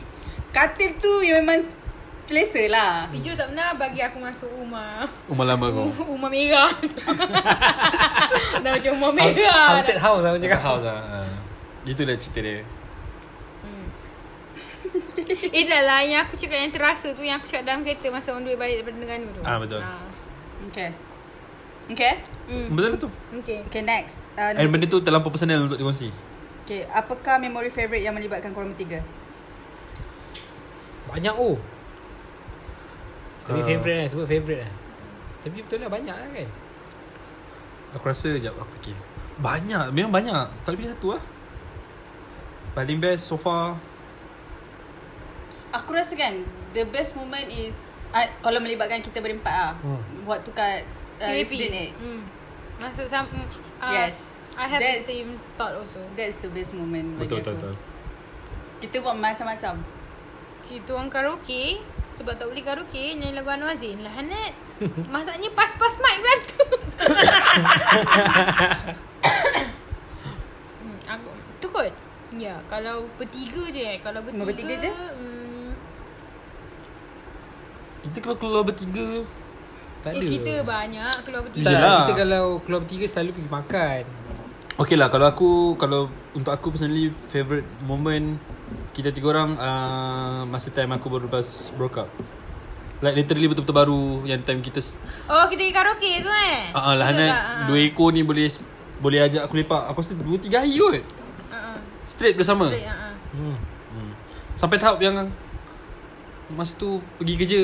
Speaker 5: Katil tu yang memang Selesa lah
Speaker 1: Ijo tak pernah bagi aku masuk rumah
Speaker 2: Umur lama Oh, aku
Speaker 1: Rumah
Speaker 3: (laughs)
Speaker 1: merah Dah macam rumah merah
Speaker 4: Haunted house lah macam
Speaker 2: Dekat house lah ha. Itulah cerita dia
Speaker 1: Eh dah lah Yang aku cakap yang terasa tu Yang aku cakap dalam kereta Masa on the way balik daripada Terengganu tu
Speaker 2: Ah, betul.
Speaker 5: Okay Okay
Speaker 1: Hmm.
Speaker 2: Betul tu
Speaker 1: Okay
Speaker 5: Okay next uh,
Speaker 2: And benda tu terlampau personal untuk dikongsi
Speaker 5: Okay Apakah memori favourite yang melibatkan korang bertiga?
Speaker 4: (laughs) Banyak oh Tapi
Speaker 2: Ah.
Speaker 4: favourite lah Sebut favourite lah Tapi betul lah banyak lah kan
Speaker 2: Aku rasa jap aku fikir. Banyak, memang banyak. Tak boleh pilih satu lah. Paling best so far
Speaker 3: Aku rasa kan The best moment is uh, Kalau melibatkan kita berempat lah
Speaker 4: Hmm.
Speaker 3: Waktu kat uh,
Speaker 1: KAP
Speaker 3: Resident eh
Speaker 1: hmm. Masuk sam uh,
Speaker 3: Yes.
Speaker 1: I have
Speaker 3: That's-
Speaker 1: the same thought also
Speaker 3: That's the best moment bagi
Speaker 2: betul betul
Speaker 3: aku.
Speaker 2: betul.
Speaker 3: Kita buat macam-macam
Speaker 1: Kita orang karaoke Sebab tak boleh karaoke Nyanyi lagu Anwar Zain lah Hanat Masaknya pas-pas mic pula tu hmm, aku, Tu kot Ya Kalau bertiga je eh. Kalau bertiga
Speaker 5: Cuma bertiga je?
Speaker 1: hmm,
Speaker 2: Kita kalau keluar bertiga
Speaker 1: eh,
Speaker 4: Tak ada
Speaker 1: Kita banyak Kalau bertiga
Speaker 4: tak,
Speaker 2: Yelah.
Speaker 4: Kita kalau keluar bertiga selalu pergi makan
Speaker 2: Okay lah kalau aku Kalau untuk aku personally Favourite moment Kita tiga orang uh, Masa time aku baru lepas Broke up Like literally betul-betul baru Yang time kita
Speaker 1: Oh kita pergi karaoke tu eh
Speaker 2: uh, Lah
Speaker 1: Betul
Speaker 2: Hanat
Speaker 1: tak? Ah.
Speaker 2: Dua ekor ni boleh Boleh ajak aku lepak Aku rasa dua tiga hari kot
Speaker 1: Ah, ah.
Speaker 2: Straight bersama
Speaker 1: Betul, ah, ah.
Speaker 4: hmm.
Speaker 2: Hmm. Sampai tahap yang Masa tu pergi kerja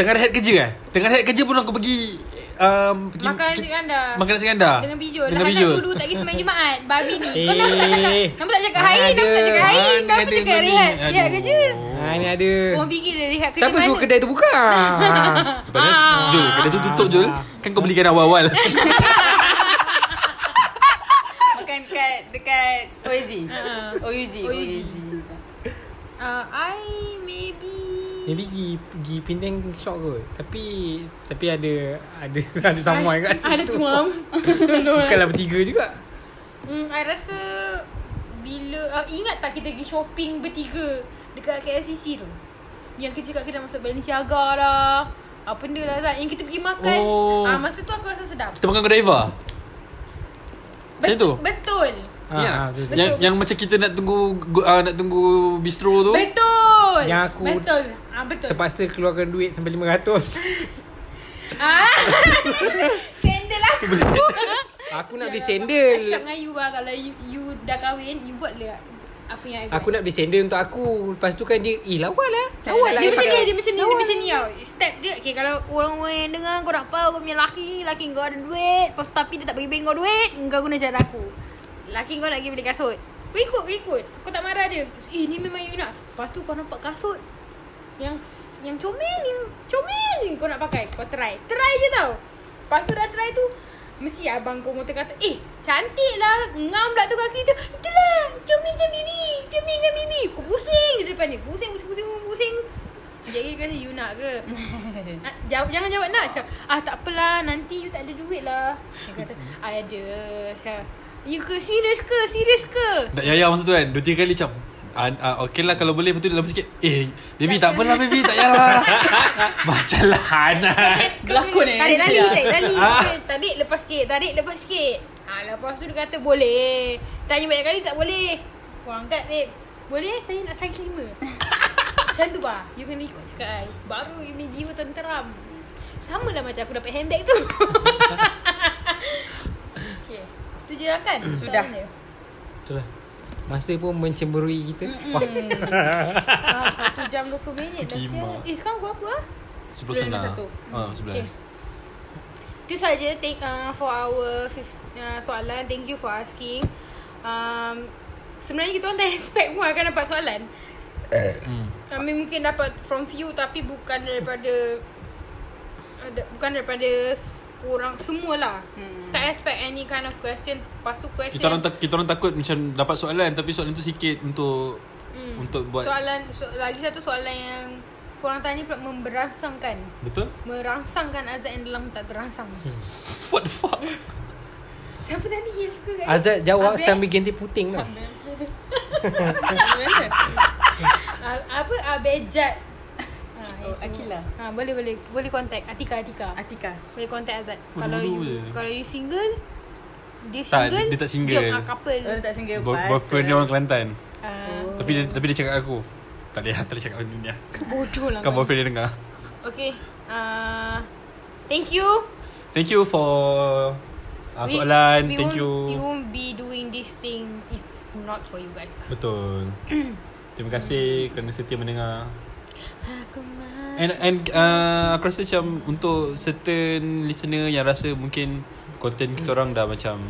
Speaker 2: Tengah rehat kerja eh Tengah rehat kerja pun aku pergi um, pergi,
Speaker 1: Makan nasi kandar.
Speaker 2: Makan nasi kandar
Speaker 1: Dengan bijul
Speaker 2: Dengan
Speaker 1: Dengan Lah
Speaker 2: bijul
Speaker 1: Hanat dulu tak pergi sembahyang Jumaat Babi ni Kau
Speaker 4: Eh.
Speaker 1: nama tak cakap Nama tak cakap Hai Nama tak cakap Hai Nama
Speaker 2: Ah,
Speaker 1: cakap
Speaker 2: ni ada
Speaker 1: rehat
Speaker 2: ni.
Speaker 1: Rehat
Speaker 2: Aduh.
Speaker 1: kerja
Speaker 2: Oh.
Speaker 4: Ha ni ada
Speaker 1: Orang pinggir dia rehat kerja
Speaker 4: Siapa suruh
Speaker 1: Oh, mana?
Speaker 4: kedai tu buka Ah.
Speaker 2: Lepas tu Jul kedai tu tutup Jul Kan kau belikan awal-awal
Speaker 3: Makan kat Dekat OAG
Speaker 1: Ah.
Speaker 3: OUG
Speaker 1: OUG. Ah, I maybe
Speaker 4: Maybe pergi, pergi Penang shop kot Tapi Tapi ada Ada (laughs) ada sama
Speaker 1: I-
Speaker 4: kat
Speaker 1: Ada
Speaker 4: situ. (laughs)
Speaker 1: tuam Tolong
Speaker 4: Bukanlah bertiga juga
Speaker 1: Hmm, I rasa Bila uh, Ingat tak kita pergi shopping bertiga Dekat KLCC tu Yang kita cakap kita masuk Balenciaga lah Apa benda lah tak Yang kita pergi makan
Speaker 2: Oh.
Speaker 1: Ah Masa tu aku rasa sedap
Speaker 2: Kita makan kedai Eva Macam tu?
Speaker 1: Betul
Speaker 4: Ha,
Speaker 2: Ya.
Speaker 4: ha, betul, betul.
Speaker 2: yang, yang macam kita nak tunggu go- ah, Nak tunggu bistro tu
Speaker 1: Betul
Speaker 4: Yang aku-
Speaker 1: Betul ah, Betul
Speaker 4: Terpaksa keluarkan duit sampai
Speaker 1: ah, (laughs)
Speaker 4: 500 Aku nak beli
Speaker 1: Aku
Speaker 4: sandal (laughs)
Speaker 1: lah, cakap dengan you lah Kalau you, you dah kahwin You buat lah Apa yang I buat
Speaker 4: Aku nak beli sandal untuk aku Lepas tu kan dia Eh lawa lah Lawa
Speaker 1: Awal dia
Speaker 4: lah
Speaker 1: macam ni
Speaker 4: pakai.
Speaker 1: Dia macam ni Dia macam ni tau Step dia Okay kalau orang-orang yang dengar Kau nak apa Kau punya laki Laki kau ada duit Lepas tu tapi dia tak bagi bank kau duit Kau guna cara aku Laki kau nak pergi beli kasut Kau ikut Kau ikut Kau tak marah dia Eh ni memang you nak Lepas tu kau nampak kasut Yang yang comel ni Comel ni kau nak pakai Kau try Try je tau Lepas tu dah try tu Mesti abang promoter kata Eh cantik lah Ngam pula tu kat kereta Itulah Cermin kan bibi Cermin kan bibi Kau pusing je depan ni Pusing pusing pusing pusing Sekejap lagi dia kata you nak ke ah, jawab, Jangan jawab nak Cakap ah tak apalah Nanti you tak ada duit lah Dia kata I ada Cakap You ke serius ke Serius ke
Speaker 2: Nak yaya masa tu kan Dua tiga kali macam ah, ah, Okay lah kalau boleh Lepas tu dia lama sikit Eh baby tak apalah baby Tak payah lah Macam
Speaker 3: (laughs)
Speaker 2: lahan
Speaker 3: Berlakon eh.
Speaker 1: Tarik tali,
Speaker 3: Ya.
Speaker 1: tarik
Speaker 3: (laughs)
Speaker 1: tali. Okay, Tarik lepas sikit, tarik lepas sikit. Ha, lepas tu dia kata boleh. Tanya banyak kali tak boleh. Kau angkat babe. Boleh eh? saya nak sagi lima. (laughs) Macam tu bah. You kena ikut cakap I. Baru you punya jiwa tenteram. Sama lah macam aku dapat handbag tu. (laughs) okay. Tu je lah kan?
Speaker 5: Sudah.
Speaker 1: soalan dia?
Speaker 4: Itulah Masa pun mencemberui kita Wah
Speaker 1: Ah, satu jam 20 minit dah
Speaker 2: Kimak.
Speaker 1: siap. Eh, sekarang gua apa ah?
Speaker 2: Sebelah
Speaker 1: Bulan
Speaker 2: sebelah
Speaker 1: satu.
Speaker 2: Ha sebelah
Speaker 1: Okay. Itu saja thank uh, for our fif- uh, soalan. Thank you for asking. Um, sebenarnya kita orang tak expect pun akan dapat soalan.
Speaker 2: hmm.
Speaker 1: Kami mungkin dapat from few tapi bukan daripada ada bukan daripada s- orang semualah. Hmm. Tak expect any kind of question. Lepas tu question
Speaker 2: Kita orang tak, kita orang takut macam dapat soalan tapi soalan tu sikit untuk hmm. untuk buat
Speaker 1: soalan so, lagi satu soalan yang korang tanya pula memberangsangkan.
Speaker 2: betul?
Speaker 1: Merangsangkan azab yang dalam tak terangsang.
Speaker 2: Hmm. What the fuck?
Speaker 1: Siapa tadi yang suka kat
Speaker 4: Azad jawab
Speaker 1: Abang.
Speaker 4: sambil ganti puting tau
Speaker 1: A- apa abejat
Speaker 3: Oh, Akila.
Speaker 1: Ha, Ah, boleh boleh boleh contact Atika Atika.
Speaker 3: Atika.
Speaker 1: Boleh contact Azad.
Speaker 2: Oh,
Speaker 1: kalau
Speaker 2: dulu
Speaker 1: you
Speaker 2: je.
Speaker 1: kalau you single dia
Speaker 2: Tak,
Speaker 1: single.
Speaker 2: dia- dia tak single.
Speaker 1: Jom ah, couple.
Speaker 3: Orang tak single
Speaker 2: Bo-
Speaker 3: pasal-
Speaker 2: boyfriend dia orang Kelantan.
Speaker 1: Ah,
Speaker 2: Oh. Tapi dia tapi dia cakap aku. Tak boleh, lah, tak boleh cakap dengan dia.
Speaker 1: (laughs) bodoh lah.
Speaker 2: Kan boyfriend dia dengar.
Speaker 1: Okay. Ah, thank you.
Speaker 2: Thank you for uh, soalan.
Speaker 1: We, we
Speaker 2: Thank
Speaker 1: won't,
Speaker 2: you.
Speaker 1: We won't be doing this thing if not for you guys. (coughs)
Speaker 2: Betul. Terima kasih kerana setia mendengar.
Speaker 1: Aku mah.
Speaker 2: And and uh, aku rasa macam untuk certain listener yang rasa mungkin content
Speaker 1: (coughs)
Speaker 2: kita orang dah macam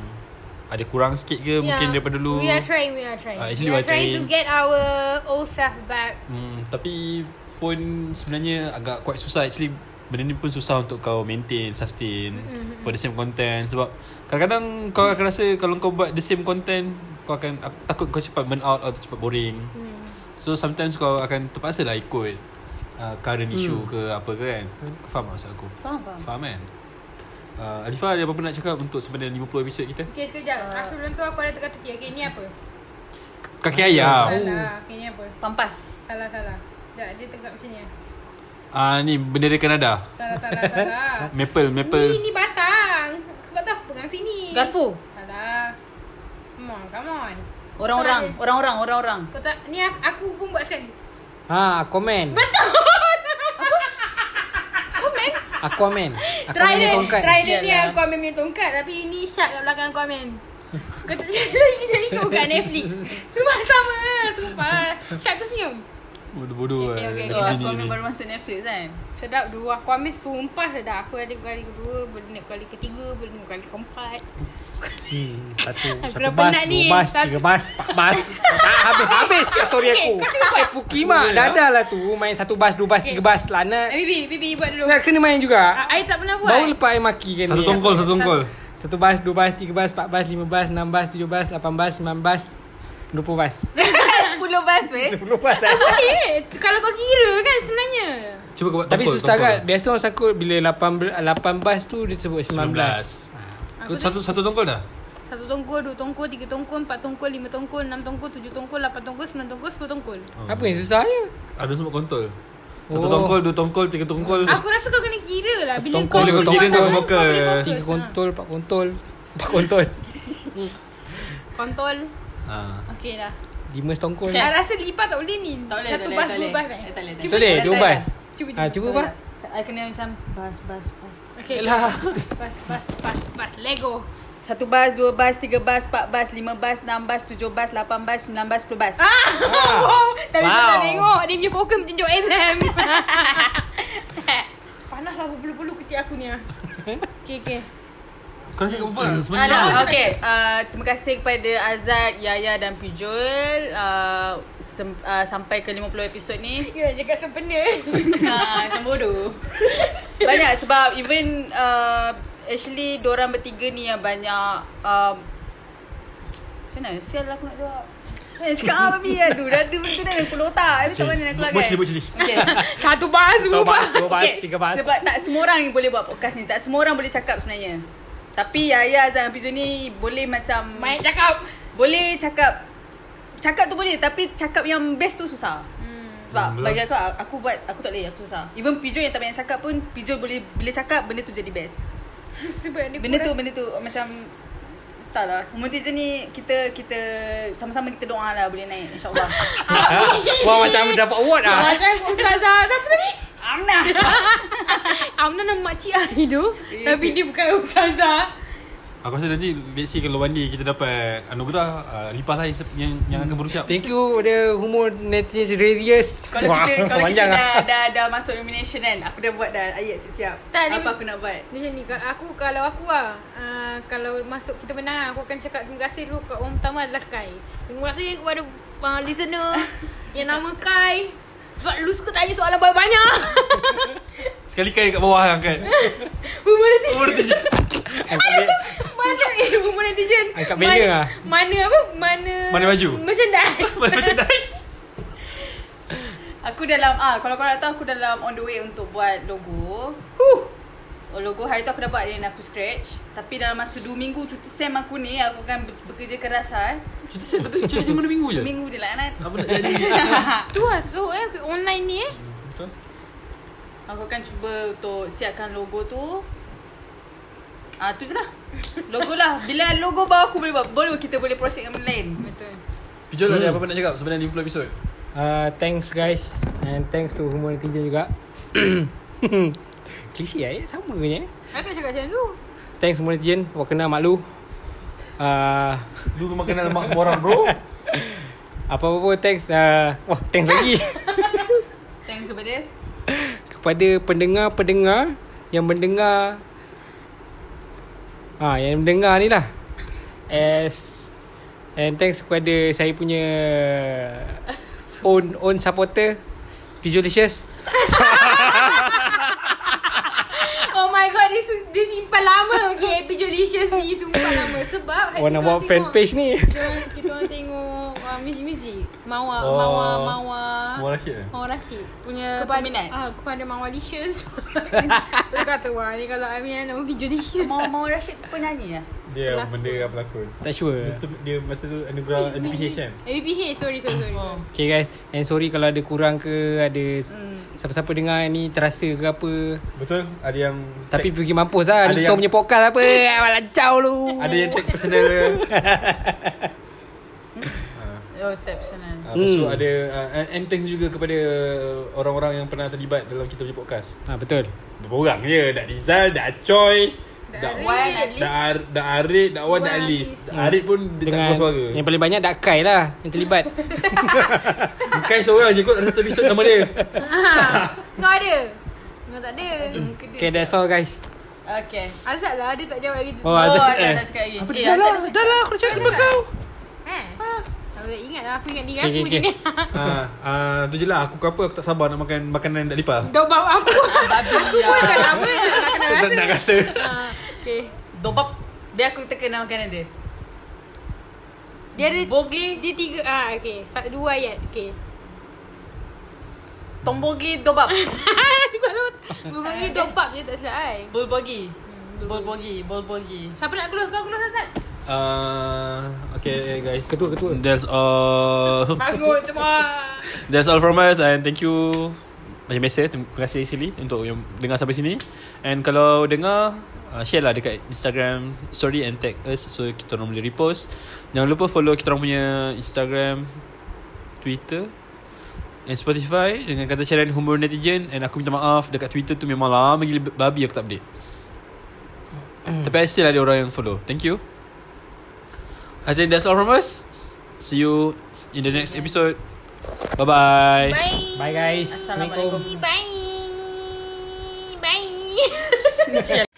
Speaker 2: ada kurang sikit ke yeah. Eh, mungkin daripada dulu.
Speaker 1: ya. We are trying, we are trying.
Speaker 2: Ah,
Speaker 1: we
Speaker 2: actually
Speaker 1: are
Speaker 2: we are
Speaker 1: trying to
Speaker 2: trying.
Speaker 1: get our old self back.
Speaker 2: Hmm, tapi pun sebenarnya agak quite susah actually benda ni pun susah untuk kau maintain sustain mm-hmm. for the same content sebab kadang-kadang kau akan rasa kalau kau buat the same content kau akan aku takut kau cepat burn out atau cepat boring. Mm.
Speaker 1: Hmm.
Speaker 2: So sometimes kau akan terpaksa lah ikut uh, current issue ke apa ke kan. Kau faham tak maksud aku?
Speaker 3: Faham, faham.
Speaker 2: Faham kan? Uh, Alifah ada apa-apa nak cakap untuk sebenarnya 50 episod kita?
Speaker 1: Okay, sekejap. Aku tentu aku ada teka-teki. Okay, ni apa?
Speaker 2: Kaki ayam.
Speaker 1: Salah. Okay, ni apa?
Speaker 3: Pampas.
Speaker 1: Salah, salah. Sekejap, dia tegak macam ni.
Speaker 2: Ah uh, ni bendera Kanada.
Speaker 1: Salah, salah, salah.
Speaker 2: Maple,
Speaker 1: ni,
Speaker 2: maple.
Speaker 1: ni batang. Sebab tu aku pegang sini.
Speaker 3: Eh, Garfu.
Speaker 1: Salah. Come on, come on.
Speaker 3: Orang-orang,
Speaker 1: Kau
Speaker 3: orang-orang, orang-orang.
Speaker 1: tak- Kau tak, ni aku, aku pun buat sekali.
Speaker 4: Ha komen Ah, Aquaman Aquaman
Speaker 1: try dia,
Speaker 4: tongkat Hmm,
Speaker 1: try dia
Speaker 3: Sial
Speaker 1: ni
Speaker 3: lah.
Speaker 1: aku ambil main tongkat. Tapi ini shark kat belakang aku ambil. Kau tak jadi lagi jadi kau buka Netflix. Semua sama. Sumpah. Shark tu senyum.
Speaker 2: Bodoh-bodoh
Speaker 1: Okay,
Speaker 2: lah.
Speaker 1: okay, okay.
Speaker 3: Oh,
Speaker 2: Lagi
Speaker 3: aku
Speaker 2: bini
Speaker 3: memang
Speaker 2: ni.
Speaker 3: baru masuk Netflix kan.
Speaker 1: Sedap dua aku ambil sumpah sedap. Aku ada kali kedua, boleh naik kali ketiga, boleh naik kali keempat.
Speaker 4: Hmm, satu,
Speaker 1: Aku
Speaker 4: satu
Speaker 1: dah
Speaker 4: bas,
Speaker 1: penat
Speaker 4: dua
Speaker 1: ni.
Speaker 4: bas,
Speaker 1: Satu-
Speaker 4: tiga bas, empat bas Tak habis-habis kat story aku Eh Pukima dah ada lah tu Main satu bas, dua bas, tiga bas
Speaker 1: Eh,
Speaker 4: Lanat
Speaker 1: Bibi, Bibi buat dulu.
Speaker 4: Nak kena main juga
Speaker 1: Ah, I tak pernah buat.
Speaker 4: Baru
Speaker 1: (laughs)
Speaker 4: lepas I maki kan
Speaker 2: Satu
Speaker 4: ni.
Speaker 2: tongkol, satu tongkol.
Speaker 4: Satu bas, dua bas, tiga bas, empat bas, lima bas, enam bas, tujuh bas, lapan bas, sembilan bas Dua puluh bas
Speaker 5: 10 bas
Speaker 4: (laughs)
Speaker 5: weh.
Speaker 4: Sepuluh bas eh? dah
Speaker 1: Boleh Eh, Kalau kau kira kan sebenarnya
Speaker 2: Cuba kau buat
Speaker 4: Tapi
Speaker 2: tongkol,
Speaker 4: susah
Speaker 2: tongkol.
Speaker 4: kan Biasa orang sangkut Bila lapan, ber- lapan bas tu Dia sebut sembilan belas
Speaker 2: Kau satu satu tongkol dah?
Speaker 1: Satu tongkol, dua tongkol, tiga tongkol, empat tongkol, lima tongkol, enam tongkol, tujuh tongkol, lapan tongkol, sembilan tongkol, sepuluh tongkol
Speaker 4: Oh. Apa yang ya? susahnya?
Speaker 2: Oh. Ada semua kontol. Satu
Speaker 4: Oh.
Speaker 2: tongkol, dua tongkol, tiga tongkol.
Speaker 1: Aku rasa kau kena kira lah Bila
Speaker 2: Tongkol
Speaker 1: kau
Speaker 2: dia kau
Speaker 1: kau
Speaker 2: kira kau
Speaker 1: pandang,
Speaker 2: fokus.
Speaker 1: boleh fokus.
Speaker 4: Tiga
Speaker 1: Ha.
Speaker 4: kontol, empat kontol (laughs) Empat kontol
Speaker 1: Ah. Kontol
Speaker 2: Ha.
Speaker 1: Okay lah
Speaker 4: Lima setongkol
Speaker 1: I rasa lipat tak boleh ni
Speaker 3: Tak boleh,
Speaker 1: Satu
Speaker 3: tak
Speaker 1: bas,
Speaker 3: boleh,
Speaker 1: dua
Speaker 3: tak
Speaker 1: bas
Speaker 3: boleh.
Speaker 1: eh.
Speaker 3: Tak boleh, tak
Speaker 1: Cuba
Speaker 4: Betul eh,
Speaker 1: cuba.
Speaker 4: dua bas
Speaker 1: Cuba
Speaker 4: ha, Cuba bah
Speaker 3: I kena macam bas, bas, bas.
Speaker 1: Okay
Speaker 2: Elah.
Speaker 1: Bas, bas, bas, bas Lego
Speaker 5: Satu bas, dua bas, tiga bas, empat bas, lima bas, enam bas, tujuh bas, lapan bas, sembilan bas, sepuluh bas.
Speaker 1: Ah, (laughs) wow. Tadi wow.
Speaker 4: Wow.
Speaker 1: tak tengok dia punya fokus tunjuk (laughs) exam. Panas lah bulu-bulu ketiak aku (laughs) ni. ah. Okey okey.
Speaker 2: Kau nak cakap apa?
Speaker 3: Ah,
Speaker 2: Sebenarnya
Speaker 3: dah, okay. Uh, terima kasih kepada Azad, Yaya dan Pijul uh, sem- uh, sampai ke 50 episod ni. (laughs)
Speaker 1: Ya, cakap (laughs) sempena.
Speaker 3: Ah, macam bodoh. Banyak sebab even uh, actually diorang bertiga ni yang banyak um, macam mana? Sial lah aku nak jawab.
Speaker 5: Saya cakap ah babi aduh dah ada benda dah keluar otak. Habis tak mana nak keluar
Speaker 2: Buat sini, buat sini.
Speaker 3: Okay.
Speaker 1: Satu bas,
Speaker 4: Dua
Speaker 1: dua
Speaker 4: bas,
Speaker 1: bas.
Speaker 4: dua bas,
Speaker 3: Sikit.
Speaker 4: tiga bas.
Speaker 3: Sebab tak semua orang yang boleh buat podcast ni. Tak semua orang boleh cakap sebenarnya. Tapi Yaya Azan dan Pijul ni boleh macam
Speaker 1: Main cakap. (laughs)
Speaker 3: Boleh cakap Cakap tu boleh Tapi cakap yang best tu susah hmm. Sebab
Speaker 2: Hmm,
Speaker 3: hmm, bagi aku a- Aku buat Aku tak boleh Aku susah Even Pijo yang tak banyak cakap pun Pijo boleh Bila cakap Benda tu jadi best
Speaker 1: Sebab dia
Speaker 3: Benda tu
Speaker 1: (laughs) kurang-
Speaker 3: Benda tu Macam Tak lah Umur tu je ni Kita Kita Sama-sama kita doa lah Boleh naik InsyaAllah
Speaker 4: (laughs)
Speaker 1: (laughs)
Speaker 4: Wah macam dapat award ah.
Speaker 1: Macam Ustazah Siapa (laughs) tadi?
Speaker 3: Amnah
Speaker 1: Amna nama makcik lah hidup Tapi dia bukan Ustazah
Speaker 2: Aku rasa nanti Let's see kalau one day Kita dapat anugerah uh, Lipas lah yang, yang, yang akan berucap
Speaker 4: Thank you the Homo Natus Radius.
Speaker 3: Kalau kita Kalau kita
Speaker 4: panjang
Speaker 3: dah,
Speaker 4: ah.
Speaker 3: dah, dah, masuk nomination kan Aku dah buat dah Ayat siap-siap
Speaker 1: Tak, dia
Speaker 3: Apa
Speaker 1: mesti-
Speaker 3: aku nak buat
Speaker 1: Dia Macam ni kalau aku Kalau aku lah uh, Kalau masuk kita menang Aku akan cakap terima kasih dulu Kat orang pertama adalah Kai Terima kasih kepada uh, listener Yang nama Kai Sebab lu suka tanya soalan banyak-banyak (laughs)
Speaker 2: Sekali kan kat bawah angkat
Speaker 1: Bumbu nanti
Speaker 2: Umur tu je
Speaker 1: Mana eh Bumbu nanti je
Speaker 4: Angkat banner
Speaker 1: Mana-
Speaker 4: lah.
Speaker 1: Mana apa Mana
Speaker 2: Mana baju?
Speaker 1: Macam dah
Speaker 2: (laughs) Mana macam nice
Speaker 3: Aku dalam ah kalau korang nak tahu aku dalam on the way untuk buat logo.
Speaker 1: Huh
Speaker 3: Oh, logo hari tu aku dah buat dan aku scratch. Tapi dalam masa 2 minggu cuti sem aku ni aku akan be- bekerja keras ah.
Speaker 2: Cuti saya tapi Cuti saya mana minggu
Speaker 4: Ya.
Speaker 2: je
Speaker 3: Minggu je lah kan.
Speaker 2: Apa nak jadi
Speaker 1: (laughs) Tu lah tu eh Online ni eh
Speaker 2: Betul
Speaker 3: Aku akan cuba untuk siapkan logo tu. Ah tu je lah. Logo lah. Bila logo baru aku boleh buat, boleh kita boleh proceed dengan benda lain.
Speaker 1: Betul
Speaker 2: Pijol ada apa nak cakap Sebenarnya 50 episod
Speaker 4: Uh, thanks guys and thanks to Homo Netizen (coughs) juga. Klise eh sama je. eh.
Speaker 1: Aku tak cakap macam tu
Speaker 4: Thanks Homo Netizen wakena malu. Uh,
Speaker 2: Dulu makan dalam mak semua orang (laughs) bro
Speaker 4: apa-apa pun thanks uh, wah thanks (laughs) lagi
Speaker 3: Thanks kepada
Speaker 4: kepada pendengar-pendengar yang mendengar ah yang mendengar ni lah. As and thanks kepada saya (laughs) punya own own supporter Visualicious
Speaker 1: Oh my god Dia, su- dia simpan lama Okay Happy Jolicious ni Simpan lama Sebab hari
Speaker 4: Warna
Speaker 1: tu
Speaker 4: buat
Speaker 1: orang
Speaker 4: fan
Speaker 1: tengok-
Speaker 4: page ni
Speaker 1: Kita orang, kita orang tengok uh, Muzik-muzik Mawa oh. Mawa Mawa
Speaker 2: Mawar Rashid eh?
Speaker 1: Mawa Rashid
Speaker 3: punya
Speaker 1: kepada,
Speaker 3: peminat.
Speaker 1: ah, kepada Mawa Licious (laughs) Dia kata Wah ni kalau Amina Nama Happy Jolicious
Speaker 3: Mau mau Rashid penyanyi ah.
Speaker 2: Dia
Speaker 1: Pelakon. benda
Speaker 2: pelakon
Speaker 4: Tak sure
Speaker 2: Dia masa tu anugerah
Speaker 1: MBH sorry sorry sorry
Speaker 3: Oh.
Speaker 4: Okay guys And sorry kalau ada kurang ke Ada s- siapa-siapa dengar ni Terasa ke apa
Speaker 2: Betul Ada yang
Speaker 4: Tapi pergi mampus lah
Speaker 2: Ada
Speaker 4: Ada
Speaker 2: yang-
Speaker 4: yang... punya
Speaker 2: (laughs)
Speaker 4: podcast apa Awal lancau lu
Speaker 2: yang take
Speaker 1: (laughs)
Speaker 2: personal uh,
Speaker 3: Oh, tak personal.
Speaker 2: Uh, Lepas tu
Speaker 4: Hmm.
Speaker 2: ada uh, and- And thanks juga kepada uh, Orang-orang yang pernah terlibat Dalam kita punya podcast
Speaker 4: ha, Betul
Speaker 2: Berapa orang je Dak Rizal Dak Choi Dak
Speaker 1: Dak
Speaker 3: Wan
Speaker 1: Arid.
Speaker 3: Ali.
Speaker 2: Dak Ar- Dak Arif Dak Wan Dak
Speaker 1: Wan,
Speaker 2: Alis
Speaker 1: Alis.
Speaker 2: Dak Arif pun Dia tak
Speaker 4: Dengan
Speaker 2: keluar suara
Speaker 4: Yang paling banyak Dak Kai lah Yang terlibat
Speaker 2: Bukan seorang je kot Satu episod nama
Speaker 1: (laughs)
Speaker 2: dia
Speaker 1: (laughs) ah, Kau ada Kau tak ada
Speaker 4: Okay that's all guys
Speaker 3: Okay.
Speaker 1: Azad lah Dia tak jawab lagi tu
Speaker 4: Oh,
Speaker 3: Oh,
Speaker 4: Azad,
Speaker 3: Azad
Speaker 4: eh.
Speaker 3: tak cakap lagi. Eh,
Speaker 4: dah
Speaker 3: Azad
Speaker 4: lah
Speaker 3: dah cakap.
Speaker 4: Dah lah aku dah cakap dengan kau
Speaker 1: Eh Aku tak ingat lah Aku ingat diri
Speaker 4: Okay,
Speaker 1: aku
Speaker 4: okay,
Speaker 1: je (laughs) ni
Speaker 2: Ah, ah, tu je lah Aku cover Aku tak sabar nak makan Makanan Dak Lipas
Speaker 1: Dobab aku Aku pun
Speaker 3: ya.
Speaker 1: dah lama dah Tak kena
Speaker 2: Tak
Speaker 1: rasa
Speaker 2: nak rasa
Speaker 1: Ah, Okay
Speaker 3: Dobap. Biar aku terkenal makanan dia.
Speaker 1: Dia ada
Speaker 3: Bogi,
Speaker 1: Dia tiga ah okey. Satu dua ayat. Okey. (laughs)
Speaker 3: tombogi, dobap.
Speaker 1: Kalau bunga (laughs) ni dobap je tak silap kan? ai.
Speaker 3: Bulbogi.
Speaker 1: Hmm,
Speaker 3: Bulbogi, bulbogi.
Speaker 1: Siapa nak close kau close tak?
Speaker 2: Ah, Okay guys
Speaker 4: Ketua ketua
Speaker 2: That's all
Speaker 1: Bangun semua.
Speaker 2: That's all from us And thank you Macam biasa Terima kasih Silly Untuk yang dengar sampai sini And kalau dengar uh, Share lah dekat Instagram Story and tag us So kita orang boleh repost Jangan lupa follow kita orang punya Instagram Twitter And Spotify Dengan kata carian Humor Netizen And aku minta maaf Dekat Twitter tu memang lama gila Babi aku tak update Tapi still ada orang yang follow Thank you I think that's all from us. See you in the next episode. Bye-bye.
Speaker 1: Bye.
Speaker 4: Bye guys. Assalamualaikum.
Speaker 1: Bye. Bye.